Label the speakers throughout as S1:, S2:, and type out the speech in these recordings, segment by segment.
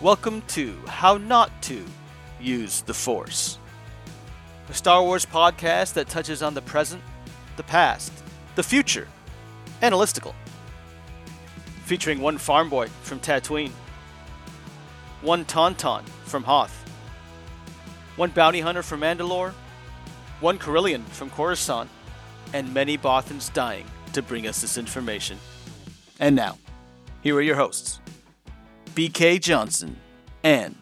S1: Welcome to How Not to Use the Force, a Star Wars podcast that touches on the present, the past, the future, and a listicle. Featuring one farm boy from Tatooine, one Tauntaun from Hoth, one bounty hunter from Mandalore, one Carillion from Coruscant, and many Bothans dying to bring us this information. And now, here are your hosts, BK Johnson and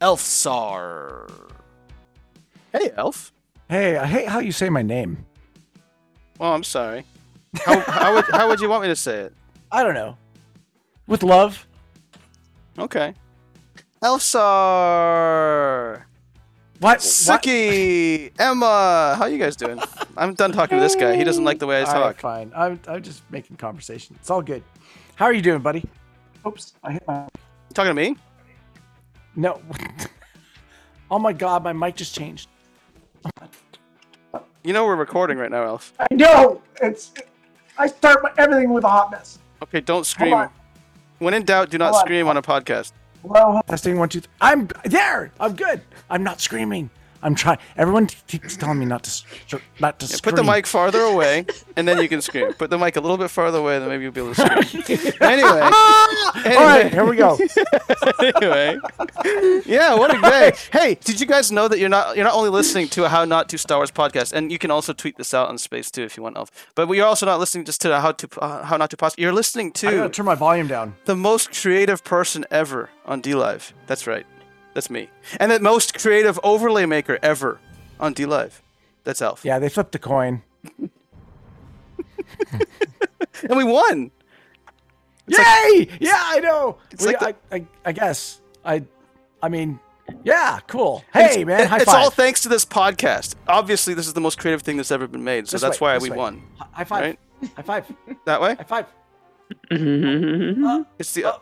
S1: Elfsar. Hey, Elf.
S2: Hey, I hate how you say my name.
S1: Oh, I'm sorry. How, how, would, how would you want me to say it?
S2: I don't know. With love.
S1: Okay. Elfsar,
S2: What?
S1: Suki, Emma, how you guys doing? I'm done talking to this guy. He doesn't like the way I
S2: All right,
S1: talk.
S2: fine. I'm, I'm just making conversation. It's all good. How are you doing, buddy? Oops, I hit my.
S1: You talking to me?
S2: No. oh my God, my mic just changed.
S1: You know we're recording right now, Elf.
S3: I know it's. I start my, everything with a hot mess.
S1: Okay, don't
S3: Hold
S1: scream.
S3: on.
S1: When in doubt, do not
S3: Hold on.
S1: scream on a podcast.
S3: Well,
S2: Testing one, two, three. I'm there. I'm good. I'm not screaming. I'm trying. Everyone keeps telling me not to, str- not to
S1: Yeah,
S2: scream.
S1: put the mic farther away, and then you can scream. Put the mic a little bit farther away, then maybe you'll be able to scream. anyway,
S2: All right, here we go.
S1: anyway, yeah, what a day! Hey, did you guys know that you're not you're not only listening to a How Not to Star Wars podcast, and you can also tweet this out on Space too if you want, Elf. But you're also not listening just to a How to uh, How Not to Podcast. You're listening
S2: I gotta
S1: to
S2: turn my volume down.
S1: the most creative person ever on D Live. That's right, that's me, and the most creative overlay maker ever on D Live. That's Elf.
S2: Yeah, they flipped a coin.
S1: and we won.
S2: Yay! yeah, I know.
S1: It's
S2: We-
S1: like the-
S2: I, I, I guess. I, I mean, yeah, cool. Hey, man, high
S1: it's
S2: five.
S1: all thanks to this podcast. Obviously, this is the most creative thing that's ever been made, so
S2: This
S1: that's
S2: way,
S1: why
S2: this
S1: we
S2: way.
S1: won.
S2: Hi- High five.
S1: Right?
S2: High five.
S1: That way,
S2: High five.
S1: it's the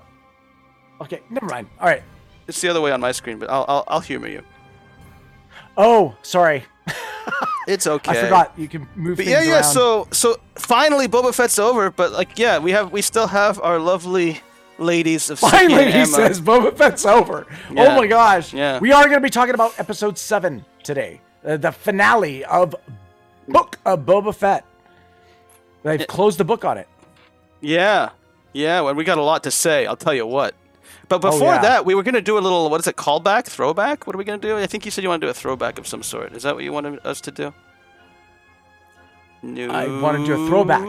S2: Okay, never mind. All right.
S1: it's the other way on my screen, but I'll I'll, I'll humor you.
S2: Oh, sorry.
S1: It's okay.
S2: I forgot you can move
S1: But
S2: things
S1: yeah, yeah.
S2: around.
S1: So so finally, Boba Fett's over, but like yeah, we have we still have our lovely ladies of Suki and
S2: Finally, he
S1: Emma.
S2: says Boba Fett's over.
S1: Yeah.
S2: Oh my gosh.
S1: Yeah.
S2: We are going to be talking about episode seven today, uh, the finale of Book of Boba Fett. They've closed the book on it.
S1: Yeah, yeah. Well, we got a lot to say. I'll tell you what. But before
S2: Oh, yeah.
S1: that, we were gonna do a little what is it? Callback, throwback. What are we gonna do? I think you said you want to do a throwback of some sort. Is that what you wanted us to do? News.
S2: I wanna do a throwback.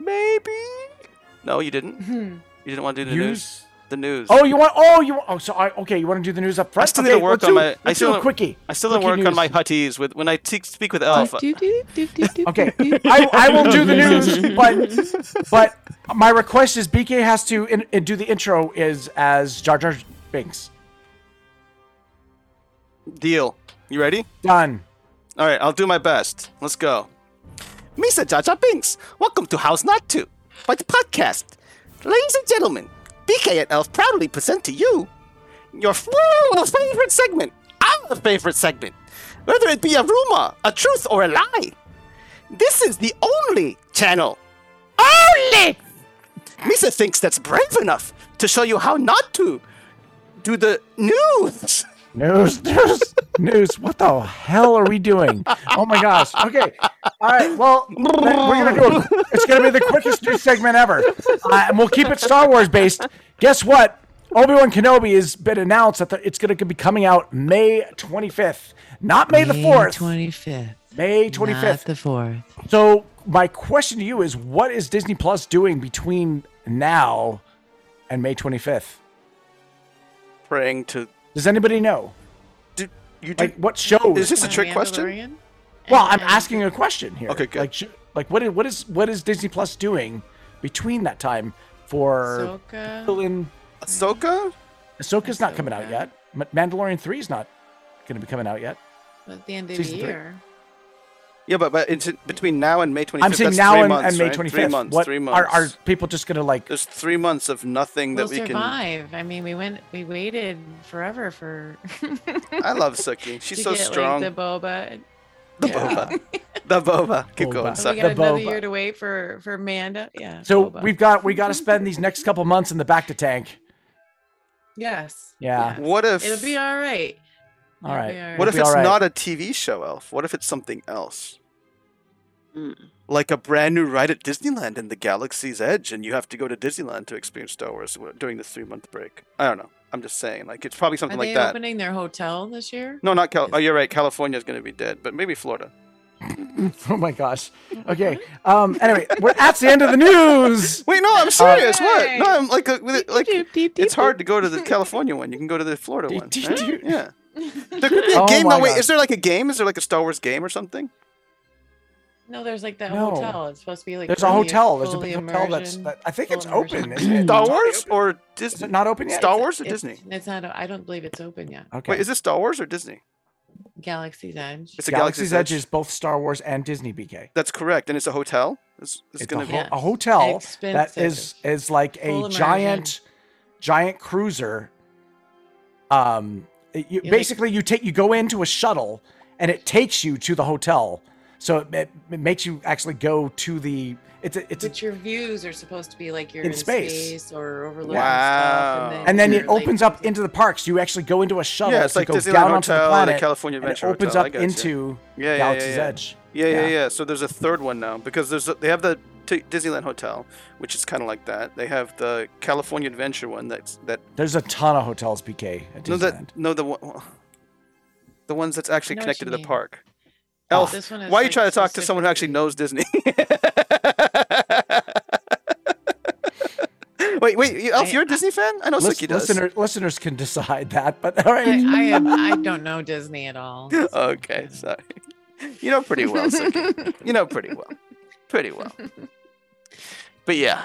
S1: Maybe. No, you didn't. You didn't want to do the news. The news.
S2: Oh, you want? Oh, you want? Oh, so I, okay. You want to do the news up front?
S1: I still
S2: okay,
S1: need to work
S2: let's
S1: on
S2: do,
S1: my. I
S2: Let's
S1: still
S2: do a
S1: don't-
S2: quickie.
S1: I still don't work
S2: quickie
S1: on my
S2: news.
S1: hutties with when I te- speak with Alpha.
S2: Okay, I, I will do the news, but but my request is BK has to in, in- do the intro is as Jar Jar Binks.
S1: Deal. You ready?
S2: Done.
S1: All right, I'll do my best. Let's go. Mr. Jaja Binks, welcome to House Not To, by the podcast. Ladies and gentlemen, BK and Elf proudly present to you your f- favorite segment, our favorite segment, whether it be a rumor, a truth, or a lie. This is the only channel, only Misa thinks that's brave enough to show you how not to do the news.
S2: News, news, news. What the hell are we doing? Oh my gosh. Okay. All right. Well, then we're gonna do. A, it's gonna be the quickest news segment ever, uh, and we'll keep it Star Wars based. Guess what? Obi Wan Kenobi has been announced that the, it's gonna be coming out May 25th, not May the 4th.
S4: Twenty fifth.
S2: May 25th.
S4: Not the fourth.
S2: So my question to you is, what is Disney Plus doing between now and May 25th?
S1: Praying to.
S2: Does anybody know?
S1: Do, you do,
S2: Like, what shows?
S1: is this a trick question?
S2: well, I'm asking a question here.
S1: Okay, good.
S2: Like, sh- like what is what is what is Disney Plus doing between that time for
S4: Ahsoka.
S2: Mandalorian?
S1: Ahsoka?
S2: Ahsoka's not coming out
S4: Ahsoka.
S2: yet. Ma- Mandalorian three is not going to be coming out yet.
S4: At the end of
S2: Season
S4: the
S2: three.
S4: year.
S1: Yeah, but, but it's between now and May 25th.
S2: I'm saying
S1: that's
S2: now
S1: three
S2: and,
S1: months,
S2: and May
S1: right?
S2: 25th.
S1: Three months.
S2: what
S1: three months.
S2: are are people just going to like?
S1: There's three months of nothing
S4: We'll
S1: that we
S4: survive. I mean, we went, we waited forever for.
S1: can. I love Suki. She's
S4: to
S1: so
S4: get, like,
S1: strong.
S4: the boba.
S1: the,
S4: yeah.
S1: boba. The boba. Keep
S2: Boba.
S1: going,
S4: So we
S1: Suki.
S4: got
S2: The
S4: another
S2: boba.
S4: year to wait for for Manda. Yeah.
S2: So
S4: boba.
S2: we've got we got to spend these next couple months in the back to tank.
S4: Yes.
S2: Yeah.
S1: What if
S4: It'll be all right.
S2: All right.
S4: It'll be all
S1: what
S4: right.
S1: if
S2: be
S1: it's
S2: all right.
S1: not a TV show, Elf? What if it's something else?
S4: Mm.
S1: Like a brand new ride at Disneyland in the Galaxy's Edge, and you have to go to Disneyland to experience Star Wars during this three month break. I don't know. I'm just saying, like it's probably something
S4: Are they
S1: like that.
S4: opening their hotel this year?
S1: No, not Cal. Oh, you're right. California's going to be dead, but maybe Florida.
S2: Oh my gosh. Okay. Um. Anyway, we're at the end of the news.
S1: Wait, no, I'm serious. what?
S4: Yay!
S1: No, I'm like, uh, with it, like
S4: Doop, doop, doop,
S1: it's hard to go to the California one. You can go to the Florida one.
S2: Dude,
S1: right?
S2: dude.
S1: Yeah.
S4: doop.
S1: There could be a
S2: Oh
S1: game.
S2: my
S1: Now, wait,
S2: God.
S1: is there like a game? Is there like a Star Wars game or something?
S4: no, there's like that
S2: No.
S4: hotel. It's supposed to be like
S2: There's a
S4: fully-
S2: hotel. There's a
S4: fully
S2: big hotel that's.
S4: immersion.
S2: That, I think
S4: full
S2: it's
S4: immersion.
S2: open. Isn't it?
S1: Star
S2: It's already
S1: Wars
S2: open.
S1: or
S2: Is it
S1: Disney?
S2: not open yet?
S1: Star Wars or
S4: It's-
S1: Disney?
S4: It's not. I don't believe it's open yet.
S2: Okay.
S1: Wait, is it Star Wars or Disney?
S4: Galaxy's Edge.
S1: It's a
S2: Galaxy's Edge is both Star Wars and Disney BK.
S1: That's correct, and it's a hotel. It's, it's,
S2: It's
S1: gonna
S2: a,
S1: be.
S2: ho-
S4: Yeah.
S2: a hotel that
S4: Expensive.
S2: is is like a
S4: Full
S2: giant, giant cruiser. Um, it- you,
S4: like-
S2: basically, you take you go into a shuttle and it takes you to the hotel. So it, it, it makes you actually go to the. It's a, it's a,
S4: But your views are supposed to be like you're
S2: In
S4: in,
S2: space.
S4: space. or overlooking
S1: Wow.
S4: stuff, and then,
S2: and then it
S4: you're, like-
S2: opens up into the parks. You actually go into a shuttle.
S1: Yeah, it's
S2: to
S1: like
S2: go
S1: Disneyland
S2: down onto the
S1: Hotel and a
S2: planet.
S1: California
S2: and it
S1: Adventure
S2: opens
S1: Hotel. I
S2: up
S1: gotcha.
S2: into
S1: yeah, yeah,
S2: Galaxy's
S1: yeah, yeah.
S2: Edge.
S1: Yeah, yeah,
S2: Yeah.
S1: yeah, So there's a third one now because there's a, they have the t- Disneyland Hotel, which is kind of like that. They have the California Adventure one that's that
S2: There's a ton of hotels, BK. At
S1: no
S2: Disneyland.
S1: that no the one the ones that's actually
S4: I know what
S1: connected to
S4: you
S1: the
S4: mean.
S1: park.
S2: Oh,
S1: Elf,
S4: this one
S1: why are you
S4: is, like,
S1: trying to talk to someone who actually
S4: specifically-
S1: knows Disney? wait, wait, you- Elf,
S4: I-
S1: you're a Disney fan? I know
S2: Lis-
S1: Suki does.
S2: listener- listeners can decide that, but all right.
S4: I, I am. I don't know Disney at all.
S1: Okay, sorry. You know pretty well, Suki. you know pretty well, pretty well. But yeah.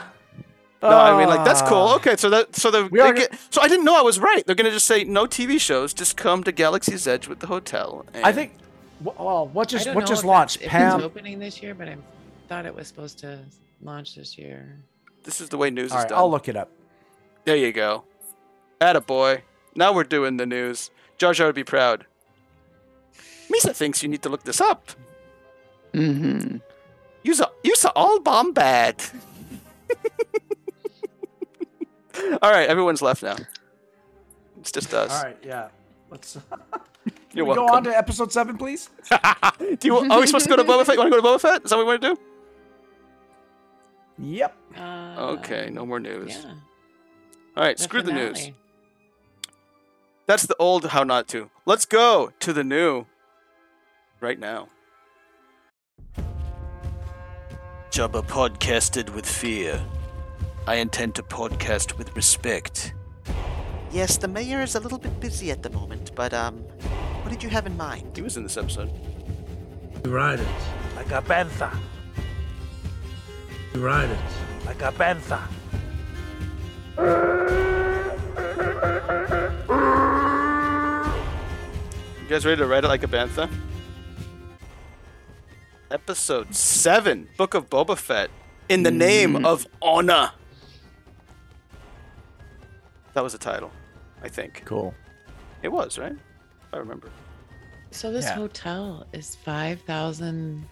S1: No, I mean like that's cool.
S2: Ah.
S1: Okay, so that so the
S2: We are
S1: they get- so I didn't know I was right. They're gonna just say no TV shows. Just come to Galaxy's Edge with the hotel.
S2: I
S1: and-
S2: think. wh- Oh, what
S4: I
S2: just
S4: don't
S2: what
S4: know
S2: just
S4: if
S2: launched?
S4: It's, if it's
S2: Pam.
S4: opening this year, but I thought it was supposed to launch this year.
S1: this is the way news
S2: All
S1: is
S2: right,
S1: done.
S2: I'll look it up.
S1: There you go. Atta boy. Now we're doing the news. Jar Jar would be proud. Misa thinks you need to look this up.
S5: Mm-hmm.
S1: Use a use a all bomb bad. all right, everyone's left now. It's just us.
S2: All right, yeah. Let's Can
S1: You're
S2: we
S1: welcome.
S2: go on to episode seven, please.
S1: Do you, are we supposed to go to Boba Fett? You want to go to Boba Fett? Is that what we want to do?
S2: Yep.
S4: Uh,
S1: Okay, no more news.
S4: Yeah,
S1: All right,
S4: the
S1: Oh, screw the news.
S4: finale.
S1: That's the old how not to. Let's go to the new right now. Jabba podcasted with fear. I intend to podcast with respect.
S6: Yes, the mayor is a little bit busy at the moment, but um, what did you have in mind?
S1: He was in this episode.
S7: You ride it
S8: like a panther,
S7: You ride it
S8: like a panther.
S1: You guys ready to ride it like a bantha? Episode 7 Book of Boba Fett in the name of honor. That was the title, I think.
S2: Cool.
S1: It was, right? I remember.
S4: So this
S2: Yeah.
S4: hotel is five thousand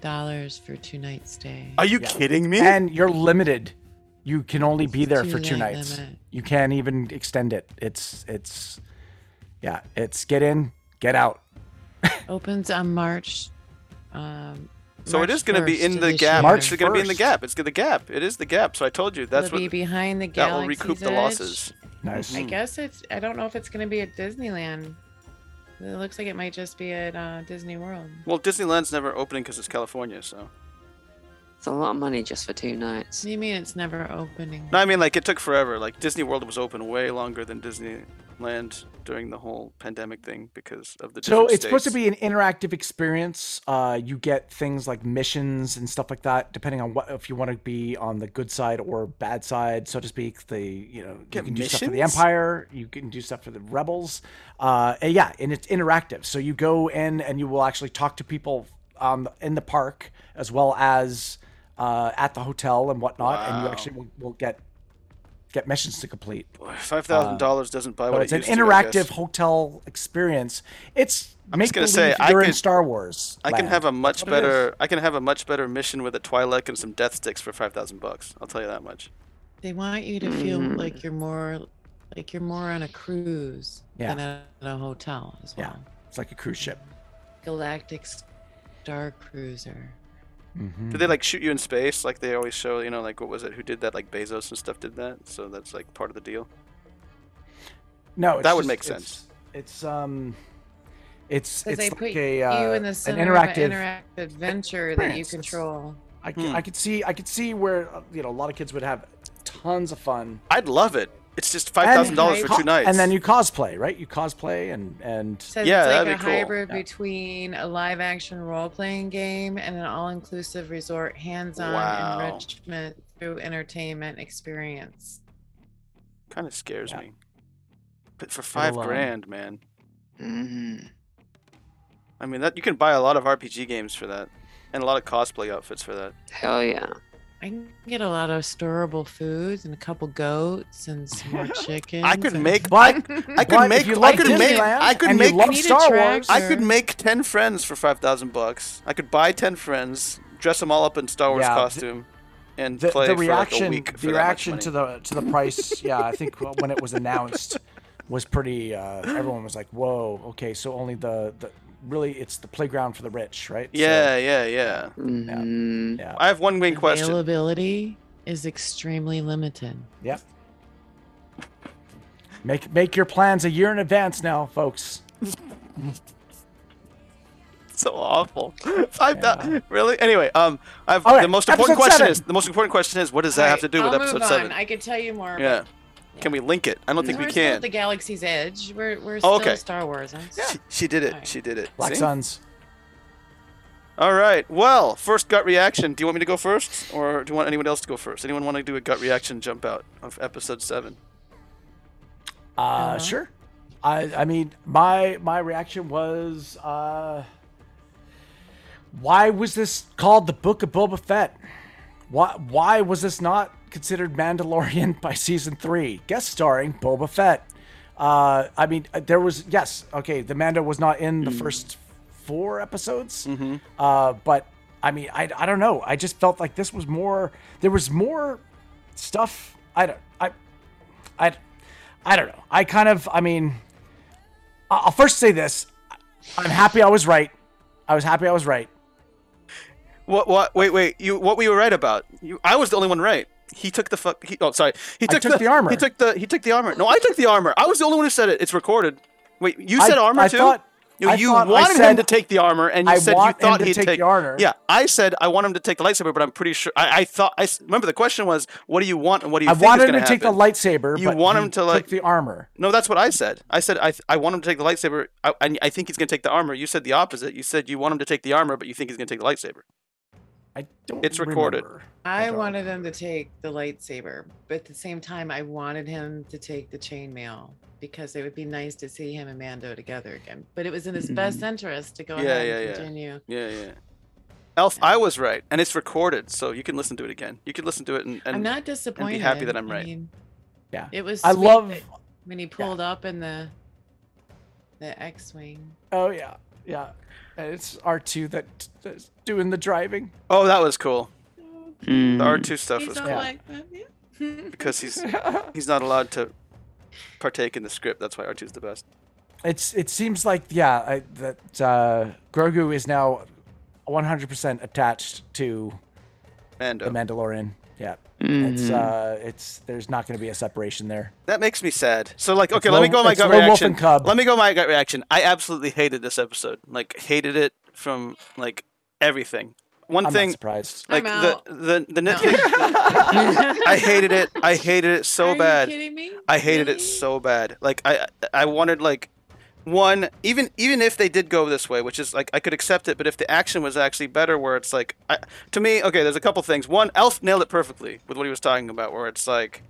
S4: dollars for two night stay.
S1: Are you
S2: Yeah.
S1: kidding me?
S2: And you're limited. You can only be there
S4: Two
S2: for two
S4: night
S2: nights.
S4: limit.
S2: You can't even extend it. It's it's yeah. It's get in, get out.
S4: Opens on March. Um,
S1: so it
S4: March
S1: is going to be
S4: 1st
S1: in
S4: of
S1: the
S4: this
S1: gap.
S4: year.
S2: March
S1: it's going to be in the
S2: 1st.
S1: gap. It's the gap. It is the gap. So I told you that's
S4: It'll be
S1: what
S4: behind the
S1: that will
S4: galaxy's
S1: recoup the
S4: edge.
S1: losses.
S2: Nice.
S4: I guess it's. I don't know if it's going to be at Disneyland. It looks like it might just be at uh, Disney World.
S1: Well, Disneyland's never opening because it's California. So
S5: It's a lot of money just for two nights.
S4: What do you mean it's never opening?
S1: no, I mean like it took forever. Like Disney World was open way longer than Disneyland during the whole pandemic thing because of the.
S2: So
S1: different
S2: it's supposed to
S1: states.
S2: be an interactive experience. Uh, you get things like missions and stuff like that, depending on what if you want to be on the good side or bad side, so to speak. The you know you
S1: Get
S2: can do stuff for the
S1: missions?
S2: Empire, you can do stuff for the rebels. Uh, and yeah, and it's interactive. So you go in and you will actually talk to people um, in the park as well as uh, at the hotel and whatnot, and you
S1: Wow.
S2: actually will, will get get missions to complete.
S1: Boy, Five thousand dollars doesn't buy
S2: So
S1: what
S2: uh, it's
S1: it
S2: an
S1: used to, I guess.
S2: interactive hotel experience. It's
S1: I'm just
S2: make
S1: gonna
S2: believe
S1: say, I
S2: you're in
S1: could-
S2: Star Wars.
S1: I can
S2: land.
S1: have a much
S2: That's what it is.
S1: better. I can have a much better mission with a Twi'lek and some death sticks for five thousand bucks. I'll tell you that much.
S2: Hmm.
S4: They want you to feel
S5: Mm.
S4: like you're more Like you're more on a cruise
S2: Yeah.
S4: than at a hotel as
S2: Yeah.
S4: well.
S2: It's like a cruise ship.
S4: Galactic Star Cruiser.
S2: Mm-hmm.
S1: Did they like shoot you in space like they always show? You know, like what was it? Who did that? Like Bezos and stuff did that. So that's like part of the deal.
S2: No, it's
S1: That would
S2: just-
S1: make
S2: it's-
S1: sense.
S2: It's, um, it's it's
S4: Because they
S2: like
S4: put
S2: a uh,
S4: you in the
S2: an
S4: center
S2: interactive.
S4: of an interactive adventure that you
S2: experience.
S4: control.
S2: I, c-
S1: Hmm.
S2: I could see I could see where uh, you know a lot of kids would have tons of fun.
S1: I'd love it. It's just five thousand dollars
S4: And-
S1: for two nights.
S2: and then you cosplay, right? You cosplay and and
S4: So
S1: Yeah,
S4: it's like
S1: that'd
S4: a
S1: be cool.
S4: hybrid
S2: Yeah.
S4: between a live action role playing game and an all inclusive resort hands on
S1: Wow.
S4: enrichment through entertainment experience.
S1: kind of scares
S2: Yeah. uh,
S1: me. But for five
S2: alone.
S1: grand, man.
S5: Mm-hmm.
S1: I mean that you can buy a lot of RPG games for that, and a lot of cosplay outfits for that.
S5: Hell yeah.
S4: I can get a lot of storable foods and a couple goats and some more chicken.
S1: I could make.
S2: But-
S1: I, I could
S2: But if
S1: make.
S2: you
S1: I
S2: like
S1: could make.
S2: Disneyland
S1: I could
S2: and you
S1: make.
S2: love
S4: Need a
S2: Star
S4: track,
S2: Wars.
S1: I could
S4: Sure.
S1: make ten friends for five thousand bucks. I could buy ten friends, dress them all up in Star Wars
S2: Yeah, the-
S1: costume, and
S2: the,
S1: play
S2: the
S1: for
S2: reaction
S1: like a week. for
S2: the
S1: that much
S2: reaction
S1: money.
S2: to the to the price yeah i think when it was announced was pretty uh, everyone was like whoa okay so only the, the really it's the playground for the rich right So,
S1: Yeah, yeah, yeah.
S5: Mm-hmm.
S2: yeah
S1: I have one main question.
S4: Availability is extremely limited.
S2: yep make make your plans a year in advance now folks
S1: so awful. Five thousand. Really? Anyway, um, I've
S2: All right,
S1: the most important
S2: episode
S1: question
S2: seven.
S1: is the most important question is what does that have to do
S4: Alright,
S1: with
S4: I'll
S1: episode
S4: move
S1: seven?
S4: On. I could tell you more. but-
S1: yeah. Can we link it? I don't think
S4: we're
S1: we
S4: Still at
S1: can.
S4: the Galaxy's Edge. We're, we're still
S1: Oh, okay.
S4: Star Wars. I'm
S1: She, she did it.
S4: Alright.
S1: She did it.
S2: black
S1: See?
S2: suns
S1: All right. Well, first gut reaction. Do you want me to go first, or do you want anyone else to go first? Anyone want to do a gut reaction jump out of episode seven?
S2: uh sure i i mean my my reaction was uh why was this called the book of boba fett Why why was this not considered Mandalorian by season three? Guest starring Boba Fett. Uh, I mean, uh, there was yes, okay. The Mando was not in the first four episodes, uh, but I mean, I, I don't know. I just felt like this was more. There was more stuff. I don't. I. I. I don't know. I kind of. I mean, I- I'll first say this. I'm happy I was right. I was happy I was right.
S1: What? What? Wait, wait. You? What were you right about? You? I was the only one right. He took the fuck. He, oh, sorry. He
S2: I
S1: took,
S2: took the armor.
S1: He took the. He took the armor. No, I took the armor. I was the only one who said it. It's recorded. Wait, you
S2: I-
S1: said armor
S2: I
S1: too.
S2: thought-
S1: you,
S2: I
S1: you
S2: thought I
S1: wanted him
S2: said-
S1: to take the armor, and you
S2: I
S1: said you
S2: want him
S1: thought
S2: to
S1: he'd
S2: take the armor.
S1: Yeah, I said I want him to take the lightsaber, but I'm pretty sure. I, I thought. I s- remember the question was, what do you want, and what do you
S2: I
S1: think is
S2: wanted him
S1: gonna
S2: to take the
S1: happen?
S2: lightsaber.
S1: You
S2: but
S1: want
S2: he
S1: him to,
S2: took
S1: like-
S2: the armor.
S1: No, that's what I said. I said I, th- I want him to take the lightsaber. I, I I think he's gonna take the armor. You said the opposite. You said you want him to take the armor, but you think he's gonna take the lightsaber.
S2: I don't.
S1: It's recorded.
S2: remember.
S4: I
S2: don't
S4: wanted him to take the lightsaber, but at the same time, I wanted him to take the chainmail because it would be nice to see him and Mando together again. But it was in his best interest to go
S1: Mm-hmm. Yeah,
S4: ahead
S1: yeah,
S4: and
S1: yeah.
S4: continue.
S1: Yeah, yeah. Elf, I was right, and it's recorded, so you can listen to it again. You can listen to it and, and
S4: I'm not disappointed.
S1: that I'm right.
S4: mean,
S2: Yeah.
S4: it was.
S2: I
S4: sweet
S2: love.
S4: that when he pulled up in the the X-wing.
S2: Oh yeah, yeah. And it's R two that that's doing the driving.
S1: oh, that was cool.
S5: Mm.
S1: The R two stuff
S4: He's
S1: was
S4: all
S1: cool
S4: like, "Uh, yeah."
S1: because he's he's not allowed to partake in the script. That's why R 2s the best.
S2: It's it seems like yeah I, that uh, Grogu is now 100 percent attached to
S1: Mando.
S2: the Mandalorian. Yeah, it's uh, it's there's not going to be a separation there.
S1: That makes me sad. So like, okay,
S2: It's
S1: let me
S2: lone-
S1: go my
S2: it's
S1: gut
S2: lone wolf
S1: reaction.
S2: and cub.
S1: Let me go my gut reaction. I absolutely hated this episode. Like hated it from like everything. One
S2: I'm
S1: thing
S2: not surprised.
S1: like
S4: I'm
S1: the
S4: out.
S1: the the nitpick. I hated it. I hated it so
S4: Are
S1: bad.
S4: You kidding me?
S1: I hated
S4: Really?
S1: it so bad. Like I I wanted like one even even if they did go this way, which is like I could accept it, but if the action was actually better where it's like I, to me, okay, there's a couple things. One, Elf nailed it perfectly with what he was talking about where it's like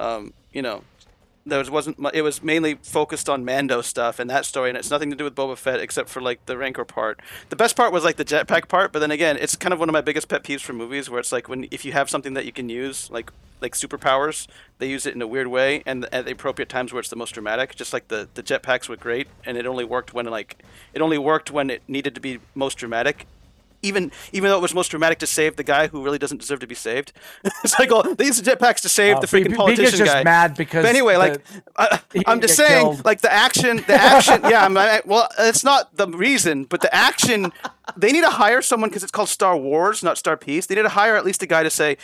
S1: um, you know, there was, wasn't mu- it was mainly focused on Mando stuff and that story, and it's nothing to do with Boba Fett except for like the Rancor part. The best part was like the jetpack part, but then again, it's kind of one of my biggest pet peeves for movies where it's like when if you have something that you can use like like superpowers, they use it in a weird way and at the appropriate times where it's the most dramatic. Just like the the jetpacks were great, and it only worked when like it only worked when it needed to be most dramatic even even though it was most dramatic to save the guy who really doesn't deserve to be saved. it's like, oh, they used jetpacks to save
S2: Oh,
S1: the
S2: Be-
S1: freaking
S2: Be- Bika's
S1: politician
S2: just
S1: guy.
S2: mad because
S1: But anyway,
S2: the-
S1: like I,
S2: he
S1: I'm
S2: didn't
S1: just
S2: get
S1: saying,
S2: killed.
S1: like the action, the action. yeah, I'm, I, well, it's not the reason, but the action. They need to hire someone because it's called Star Wars, not Star Peace. They need to hire at least a guy to say,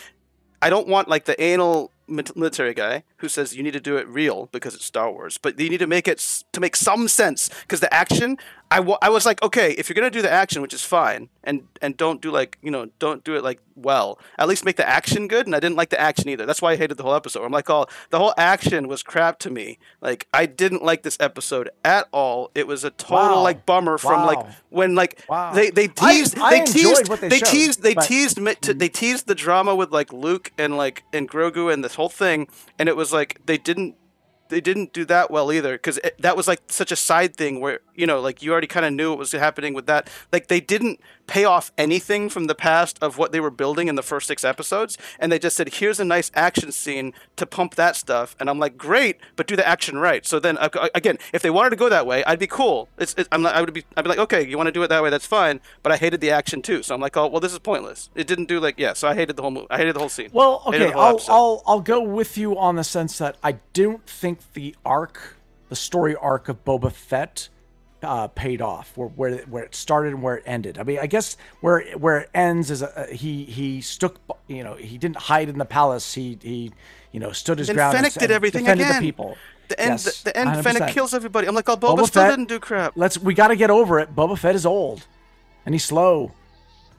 S1: I don't want like the anal mit- military guy who says you need to do it real because it's Star Wars, but you need to make it s- to make some sense because the action. I wa- I was like, okay, if you're gonna do the action, which is fine, and and don't do like you know don't do it like well. At least make the action good, and I didn't like the action either. That's why I hated the whole episode. I'm like, oh, the whole action was crap to me. Like I didn't like this episode at all. It was a total
S2: Wow.
S1: like bummer from like
S2: Wow.
S1: when like
S2: Wow.
S1: they they
S2: I-
S1: teased
S2: I
S1: they
S2: enjoyed
S1: teased
S2: what they
S1: they
S2: showed,
S1: teased they
S2: but-
S1: teased mi- to, they teased the drama with like Luke and like and Grogu and this whole thing, and it was like they didn't they didn't do that well either because that was like such a side thing where you know like you already kind of knew what was happening with that like they didn't pay off anything from the past of what they were building in the first six episodes and they just said here's a nice action scene to pump that stuff and i'm like great but do the action right so then ag- again if they wanted to go that way i'd be cool it's, it's i'm not, i would be i'd be like okay you want to do it that way that's fine but i hated the action too so i'm like oh well this is pointless it didn't do like yeah so i hated the whole movie i hated the whole scene
S2: Well,
S1: Hated the
S2: okay,
S1: whole
S2: I'll,
S1: episode.
S2: I'll I'll go with you on the sense that I don't think the arc, the story arc of Boba Fett, uh, paid off. Where where where it started and where it ended. I mean, I guess where it- where it ends is uh, he he stuck. You know, he didn't hide in the palace. He he you know stood his
S1: Then
S2: ground.
S1: Fennec
S2: and,
S1: did
S2: and
S1: everything
S2: defended
S1: again.
S2: The people.
S1: the end
S2: Yes,
S1: the, the end fennec
S2: 100%.
S1: kills everybody i'm like oh boba,
S2: Boba
S1: still
S2: Fett-
S1: didn't do crap
S2: Let's we got to get over it. Boba Fett is old, and he's slow.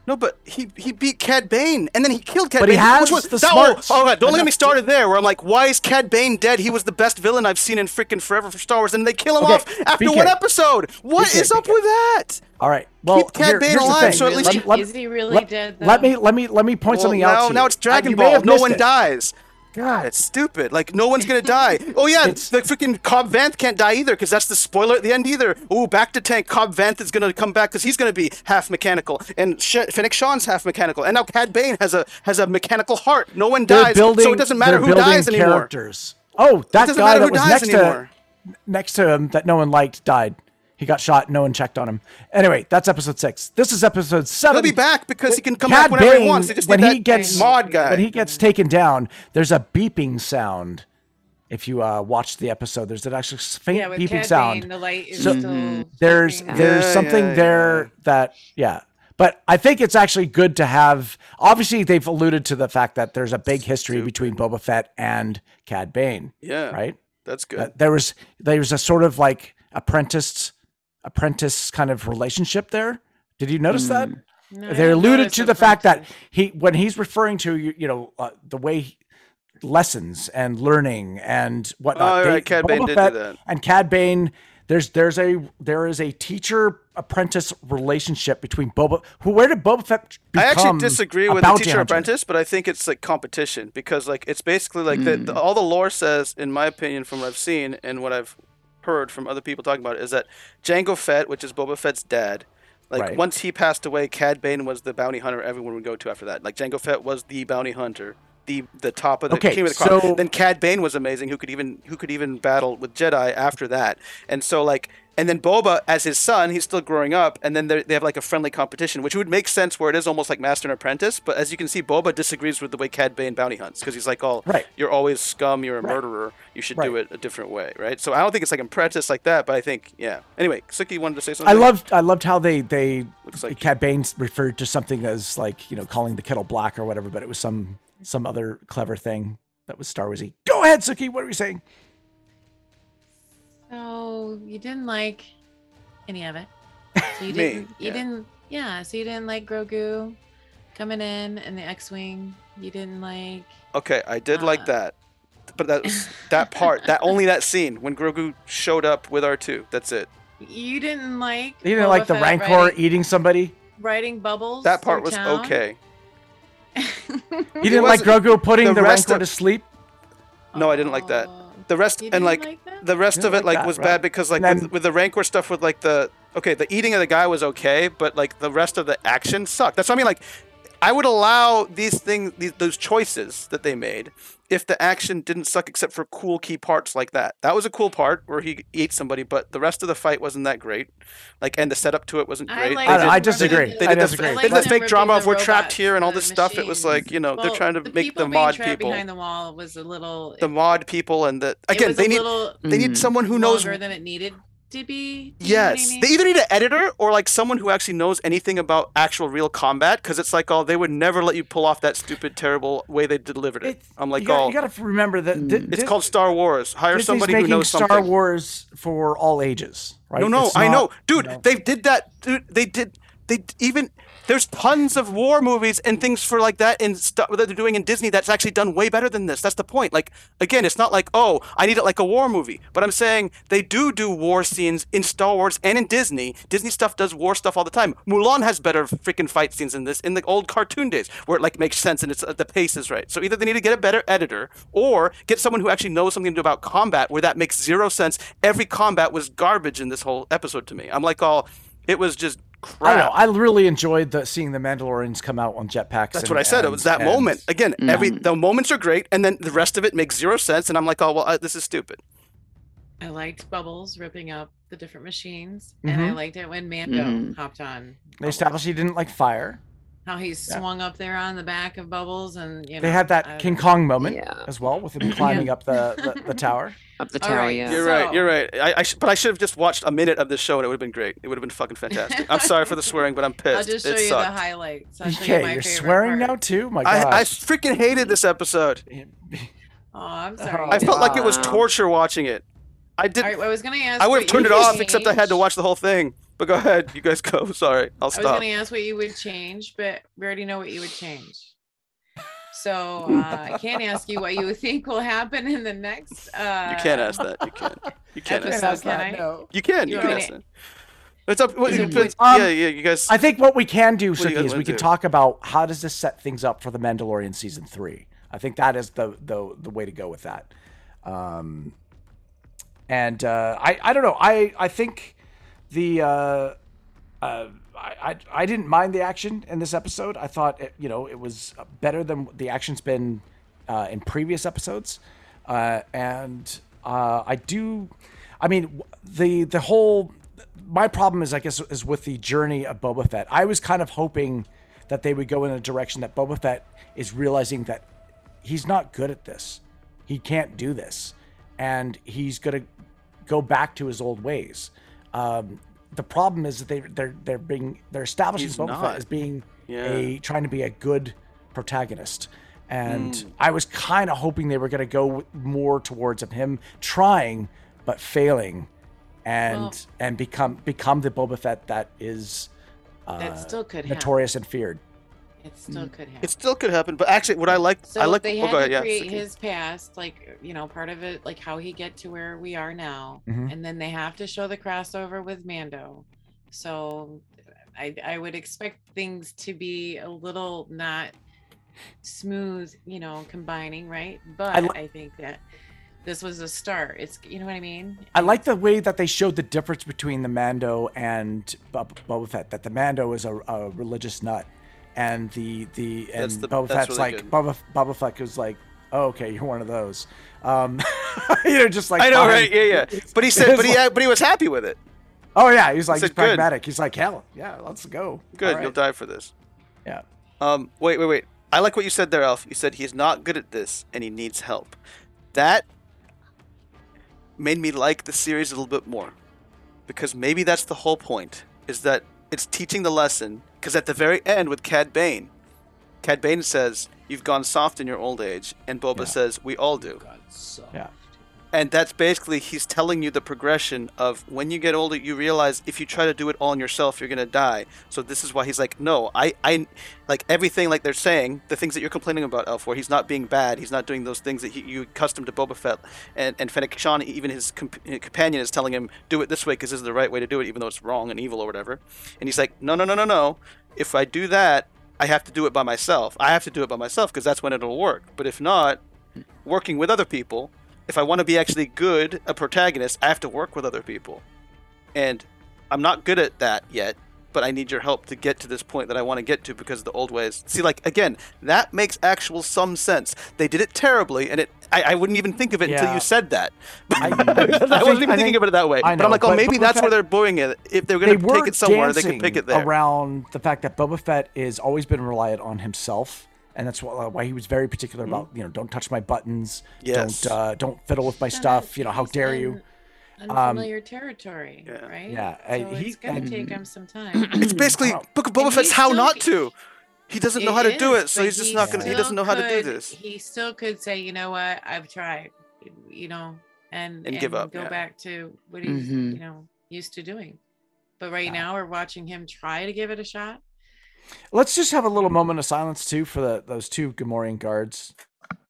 S1: No, but he, he beat Cad Bane, and then he killed Cad
S2: But
S1: Bane.
S2: he has
S1: which was,
S2: the
S1: that one-
S2: smarts.
S1: oh god, don't
S2: And
S1: get me
S2: that's-
S1: started there. Where I'm like, why is Cad Bane dead? He was the best villain I've seen in freaking forever for Star Wars, and they kill him
S2: Okay,
S1: off after
S2: BK.
S1: one episode. What is
S2: BK.
S1: up with that?
S2: All right. Well,
S1: Keep Cad
S2: here-
S1: Bane
S2: here's the
S1: alive,
S2: thing.
S1: so at least
S2: Let me-
S1: you-
S2: let me-
S4: Is he really
S2: let-
S4: dead?
S2: Let
S4: though?
S2: me let me let me point something
S1: well,
S2: out.
S1: now,
S2: to you. Uh,
S1: now it's Dragon
S2: You may
S1: Ball.
S2: have
S1: No
S2: missed
S1: one
S2: it.
S1: dies.
S2: God,
S1: It's stupid. Like no one's gonna die. Oh yeah,
S2: It's-
S1: the freaking Cobb Vanth can't die either because that's the spoiler at the end either. Ooh, back to tank. Cobb Vanth is gonna come back because he's gonna be half mechanical, and Sh- Fennec Shawn's half mechanical, and now Cad Bane has a has a mechanical heart. No one
S2: they're
S1: dies,
S2: building.
S1: so it doesn't matter
S2: they're
S1: who
S2: building
S1: dies anymore.
S2: characters. Oh, that
S1: doesn't
S2: guy
S1: matter
S2: that
S1: who
S2: was
S1: dies
S2: next
S1: anymore.
S2: to next to him that no one liked died. He got shot. No one checked on him. Anyway, that's episode six. This is episode seven.
S1: He'll be back because he can come
S2: Cad
S1: back whenever
S2: Bane,
S1: he wants. They just
S2: when
S1: need
S2: he
S1: that
S2: gets
S1: mod guy.
S2: When he gets taken down, there's a beeping sound. If you uh, watch the episode, there's an actually faint
S4: Yeah, with
S2: beeping
S4: Cad
S2: sound.
S4: Bane, the light is
S2: So-
S4: still.
S2: there's
S4: flickering.
S2: there's
S1: Mm-hmm. Yeah,
S2: something
S1: yeah,
S2: there that yeah but i think it's actually good to have obviously they've alluded to the fact that there's a big history between boba fett and cad bane
S1: yeah,
S2: right
S1: That's good.
S2: That there was there was a sort of like apprentice apprentice kind of relationship there did you notice that
S1: Mm.
S4: No, I
S2: they
S4: didn't
S2: alluded
S4: notice
S2: to
S4: it
S2: the
S4: from
S2: fact that
S4: Tim.
S2: he when he's referring to you, you know uh, the way he- lessons and learning and whatnot
S1: Oh,
S2: they-
S1: right, Cad Bane
S2: Boba
S1: did do
S2: Fett
S1: that.
S2: and cad bane there's there's a there is a teacher apprentice relationship between boba who where did boba fett
S1: I
S2: become
S1: actually disagree
S2: a
S1: with the
S2: bounty
S1: teacher
S2: hunter?
S1: apprentice, but I think it's like competition because like it's basically like the,
S2: Hmm.
S1: the, all the lore says, in my opinion, from what I've seen and what I've heard from other people talking about it, is that Django Fett, which is Boba Fett's dad, like
S2: Right.
S1: once he passed away, Cad Bane was the bounty hunter everyone would go to after that. Like Django Fett was the bounty hunter. The, the top of the
S2: Okay,
S1: cream of the crop.
S2: so-
S1: then Cad Bane was amazing, who could even who could even battle with Jedi after that. And so like, and then Boba as his son, he's still growing up, and then they they have like a friendly competition, which would make sense where it is almost like master and apprentice. But as you can see, Boba disagrees with the way Cad Bane bounty hunts because he's like, "Oh,
S2: Right.
S1: you're always scum, you're a murderer, you should do
S2: Right.
S1: it a different way, right?" So I don't think it's like apprentice like that, but I think yeah. Anyway, Suki wanted to say something.
S2: I loved I loved how they they
S1: Looks like-
S2: Cad Bane referred to something as like you know calling the kettle black or whatever, but it was some some other clever thing that was Star Warsy. Go ahead, Suki. What are you saying?
S4: So you didn't like any of it. So
S1: Me,
S4: you didn't. You
S1: yeah.
S4: didn't. Yeah. So you didn't like Grogu coming in and the X-wing. You didn't like.
S1: Okay, I did like
S4: Uh.
S1: that. But that was that part, that only that scene when Grogu showed up with R2. That's it.
S4: You didn't like.
S2: You didn't
S4: Boba
S2: like the
S4: Fett
S2: rancor
S4: riding,
S2: eating somebody.
S4: riding
S1: e-
S4: bubbles.
S1: That part
S4: through
S1: was
S4: town?
S1: okay.
S2: You didn't like
S1: wasn't-
S2: Grogu putting
S1: the
S2: the,
S1: rest
S2: Rancor
S1: of-
S2: to sleep.
S1: No, I didn't like that.
S4: Oh,
S1: The rest
S4: you
S1: and
S4: didn't
S1: like,
S4: that?
S1: the rest
S2: You
S1: of it
S2: didn't like
S1: like
S2: that,
S1: was
S2: right.
S1: bad because like
S2: And
S1: with,
S2: then-
S1: with the Rancor stuff with like the okay, the eating of the guy was okay, but like the rest of the action sucked. That's what I mean. Like, I would allow these things, these, those choices that they made, if the action didn't suck except for cool key parts like that. That was a cool part where he ate somebody, but the rest of the fight wasn't that great. Like, and the setup to it wasn't
S4: I
S1: great.
S4: like
S1: They
S2: I, don't
S1: did-
S2: know, I
S4: They did-
S2: disagree.
S4: they
S1: They
S2: I
S1: did, the,
S2: disagree.
S1: they
S4: I
S1: did the
S4: like
S1: fake
S4: them
S1: drama
S4: reviewing
S1: of we're
S4: the
S1: trapped
S4: robots
S1: here and all
S4: and
S1: this
S4: the
S1: stuff. It was like, you know,
S4: Well,
S1: they're trying to
S4: the
S1: make the
S4: people being
S1: mod
S4: trapped
S1: people.
S4: behind the wall was a little
S1: The
S4: it-
S1: mod people and the.
S4: it
S1: Again,
S4: was
S1: they
S4: a
S1: need.
S4: little
S1: They need
S5: Mm.
S1: someone who knows
S4: longer than it needed to be. do you know what I
S1: Yes,
S4: mean?
S1: they either need an editor or like someone who actually knows anything about actual real combat, because it's like, oh, they would never let you pull off that stupid, terrible way they delivered it.
S2: It's-
S1: I'm like,
S2: you gotta,
S1: oh,
S2: you gotta remember that
S5: Mm.
S2: thi-
S1: it's
S2: thi-
S1: called Star Wars. Hire
S2: Disney's
S1: somebody who
S2: making
S1: knows
S2: Star
S1: something.
S2: Wars for all ages, right?
S1: no, no,
S2: It's
S1: I
S2: not-
S1: know, dude.
S2: you know.
S1: They did that. Dude, they did. They d- even there's tons of war movies and things for like that and stuff that they're doing in Disney that's actually done way better than this. That's the point. Like again, it's not like oh, I need it like a war movie, but I'm saying they do do war scenes in Star Wars and in Disney. Disney stuff does war stuff all the time. Mulan has better freaking fight scenes than this in the old cartoon days where it like makes sense and it's uh, the pace is right. So either they need to get a better editor or get someone who actually knows something about combat where that makes zero sense. Every combat was garbage in this whole episode to me. I'm like all it was just crap.
S2: I don't know. I really enjoyed the, seeing the Mandalorians come out on jetpacks.
S1: That's
S2: and-
S1: what I said. It
S2: and-
S1: was that
S2: and-
S1: moment. Again,
S4: Mm-hmm.
S1: every
S5: Mm.
S1: the moments are great, and then the rest of it makes zero sense. And I'm like, oh well, uh, this is stupid.
S4: I liked Bubbles ripping up the different machines, and I
S2: Mhm.
S4: liked it when Mando
S5: Mhm.
S4: hopped on.
S2: They established he didn't like fire.
S4: How he swung up there on the back of Bubbles, and you know
S2: They had that
S4: I-
S2: King Kong moment
S5: Yeah.
S2: as well with him climbing up the, the, the tower.
S5: Up the
S4: All
S5: tower,
S4: right.
S5: yeah.
S1: You're right.
S4: So-
S1: You're right. I, I sh- but I should have just watched a minute of this show, and it would have been great. It would have been fucking fantastic. I'm sorry for the swearing, but I'm pissed.
S4: I'll just show
S1: it
S4: you
S1: sucked.
S4: the highlights. I'll show you my
S2: Okay, you're
S4: favorite
S2: swearing now
S4: part.
S2: too. Oh My gosh.
S1: I, I freaking hated this episode.
S4: Oh, I'm sorry.
S1: I felt like it was
S5: Wow.
S1: torture watching it. I
S4: All
S1: did.
S4: right, well, I was gonna ask.
S1: I would
S4: what
S1: have
S4: you
S1: turned it
S4: would
S1: off, except I had to
S4: change.
S1: watch the whole thing. But go ahead, you guys go. Sorry, I'll
S4: I was
S1: stop.
S4: gonna ask what you would change, but we already know what you would change. So uh, I can't ask you what you think will happen in the next. Uh,
S1: You can't ask that. You can't. You can't.
S4: episode,
S1: Ask.
S2: That's
S4: can
S2: not-
S4: I?
S2: no.
S1: You can. You
S4: You
S1: can
S4: want
S1: ask
S4: me
S1: that. It's up. What,
S4: Is it
S1: but-
S2: um,
S1: yeah, yeah. You guys.
S2: I think what we can do,
S1: What do you
S2: Suki,
S1: guys
S2: is we
S1: wanna
S2: can
S1: do?
S2: talk about how does this set things up for the Mandalorian season three. I think that is the the, the way to go with that. Um, and uh, I I don't know. I I think the uh, uh, I, I I didn't mind the action in this episode. I thought it, you know it was better than the action's been uh, in previous episodes, uh, and uh, I do. I mean, w- the the whole my problem is I guess is with the journey of Boba Fett. I was kind of hoping that they would go in a direction that Boba Fett is realizing that he's not good at this. He can't do this, and he's gonna go back to his old ways. Um, the problem is that they they're they're being they're establishing
S1: He's
S2: Boba
S1: not.
S2: Fett as being
S1: Yeah.
S2: a trying to be a good protagonist. And
S1: Hmm.
S2: I was kind of hoping they were going to go w- more towards of him trying but failing, and
S4: Well-
S2: and become become the Boba Fett that is uh,
S4: That still could happen.
S2: notorious and feared.
S4: It
S2: Mm.
S4: still could happen.
S1: It still could happen, but actually, what I like,
S4: So
S1: I like.
S4: they
S1: oh,
S4: had
S1: go
S4: to
S1: ahead, yeah,
S4: create
S1: Suki.
S4: his past, like you know, part of it, like how he get to where we are now,
S2: Mhm.
S4: and then they have to show the crossover with Mando. So, I I would expect things to be a little not smooth, you know, combining, right? But I
S2: li-
S4: think that this was a start. It's you know what I mean.
S2: I
S4: And
S2: like the way that they showed the difference between the Mando and Bob- Boba Fett. That the Mando is a, a religious nut, and the the and
S1: That's the-
S2: Boba
S1: that's
S2: Fett's
S1: really
S2: like
S1: good.
S2: Boba Boba Fett was like, oh, okay, you're one of those. Um, you know, just like
S1: I know,
S2: fine.
S1: right? Yeah, yeah. But he said,
S2: It's
S1: but he,
S2: like-
S1: but he was happy with it.
S2: Oh yeah, he's like
S1: said,
S2: he's
S1: "Good."
S2: pragmatic. He's like, hell, yeah, let's go.
S1: Good,
S2: All
S1: you'll
S2: right."
S1: die for this.
S2: Yeah.
S1: Um, wait, wait, wait. I like what you said there, Elf. You said he's not good at this and he needs help. That made me like the series a little bit more because maybe that's the whole point is that it's teaching the lesson. Because at the very end with Cad Bane, Cad Bane says, "You've gone soft in your old age," and Boba
S2: Yeah.
S1: says, "We all do."
S2: Yeah.
S1: And that's basically he's telling you the progression of when you get older, you realize if you try to do it all on yourself, you're gonna die. So this is why he's like, no, I, I, like everything like they're saying, the things that you're complaining about, Elf, where he's not being bad, he's not doing those things that he, you accustomed to Boba Fett, and and Fennec Shan, even his comp- uh, companion is telling him, do it this way because this is the right way to do it, even though it's wrong and evil or whatever. And he's like, no, no, no, no, no. If I do that, I have to do it by myself. I have to do it by myself because that's when it'll work. But if not, working with other people if I want to be actually good, a protagonist, I have to work with other people. And I'm not good at that yet, but I need your help to get to this point that I want to get to because of the old ways. See, like again, that makes actual some sense. They did it terribly, and it I, I wouldn't even think of it until
S8: Yeah.
S1: you said that. I,
S8: think-
S1: wasn't even
S8: I
S1: thinking
S8: think-
S1: of it that way.
S8: I
S1: but
S8: know,
S1: I'm like, oh,
S8: but
S1: maybe
S8: Boba
S1: that's where
S8: Fett-
S1: they're buoying it. If they're going to take it somewhere, they
S2: dancing
S1: can pick it there.
S2: around the fact that Boba Fett is always been reliant on himself, and that's why, why he was very particular about you know don't touch my buttons,
S1: Mm-hmm. Yes.
S2: don't uh, don't fiddle with my
S4: Shut
S2: stuff,
S4: up,
S2: you know how
S4: he's
S2: dare you? Um,
S4: in Unfamiliar territory,
S1: Yeah.
S4: right?
S2: Yeah,
S4: so
S2: and he-
S4: it's gonna
S2: and-
S4: take him some time.
S1: It's basically
S2: Wow.
S1: Book of Boba
S4: And
S1: Fett's
S4: he's
S1: how
S4: still-
S1: not to. He doesn't know how to do
S4: is,
S1: it, so
S4: but
S1: he's just
S4: he
S1: not gonna. He
S4: still
S1: doesn't know how to do
S4: could-
S1: this.
S4: He still could say, you know what, I've tried, you know, and
S1: And give up,
S4: go
S1: yeah.
S4: back to what he's
S2: Mm-hmm.
S5: Mhm.
S4: you know used to doing. But right
S2: Yeah.
S4: now, we're watching him try to give it a shot.
S2: Let's just have a little moment of silence too for the, those two Gamorrean guards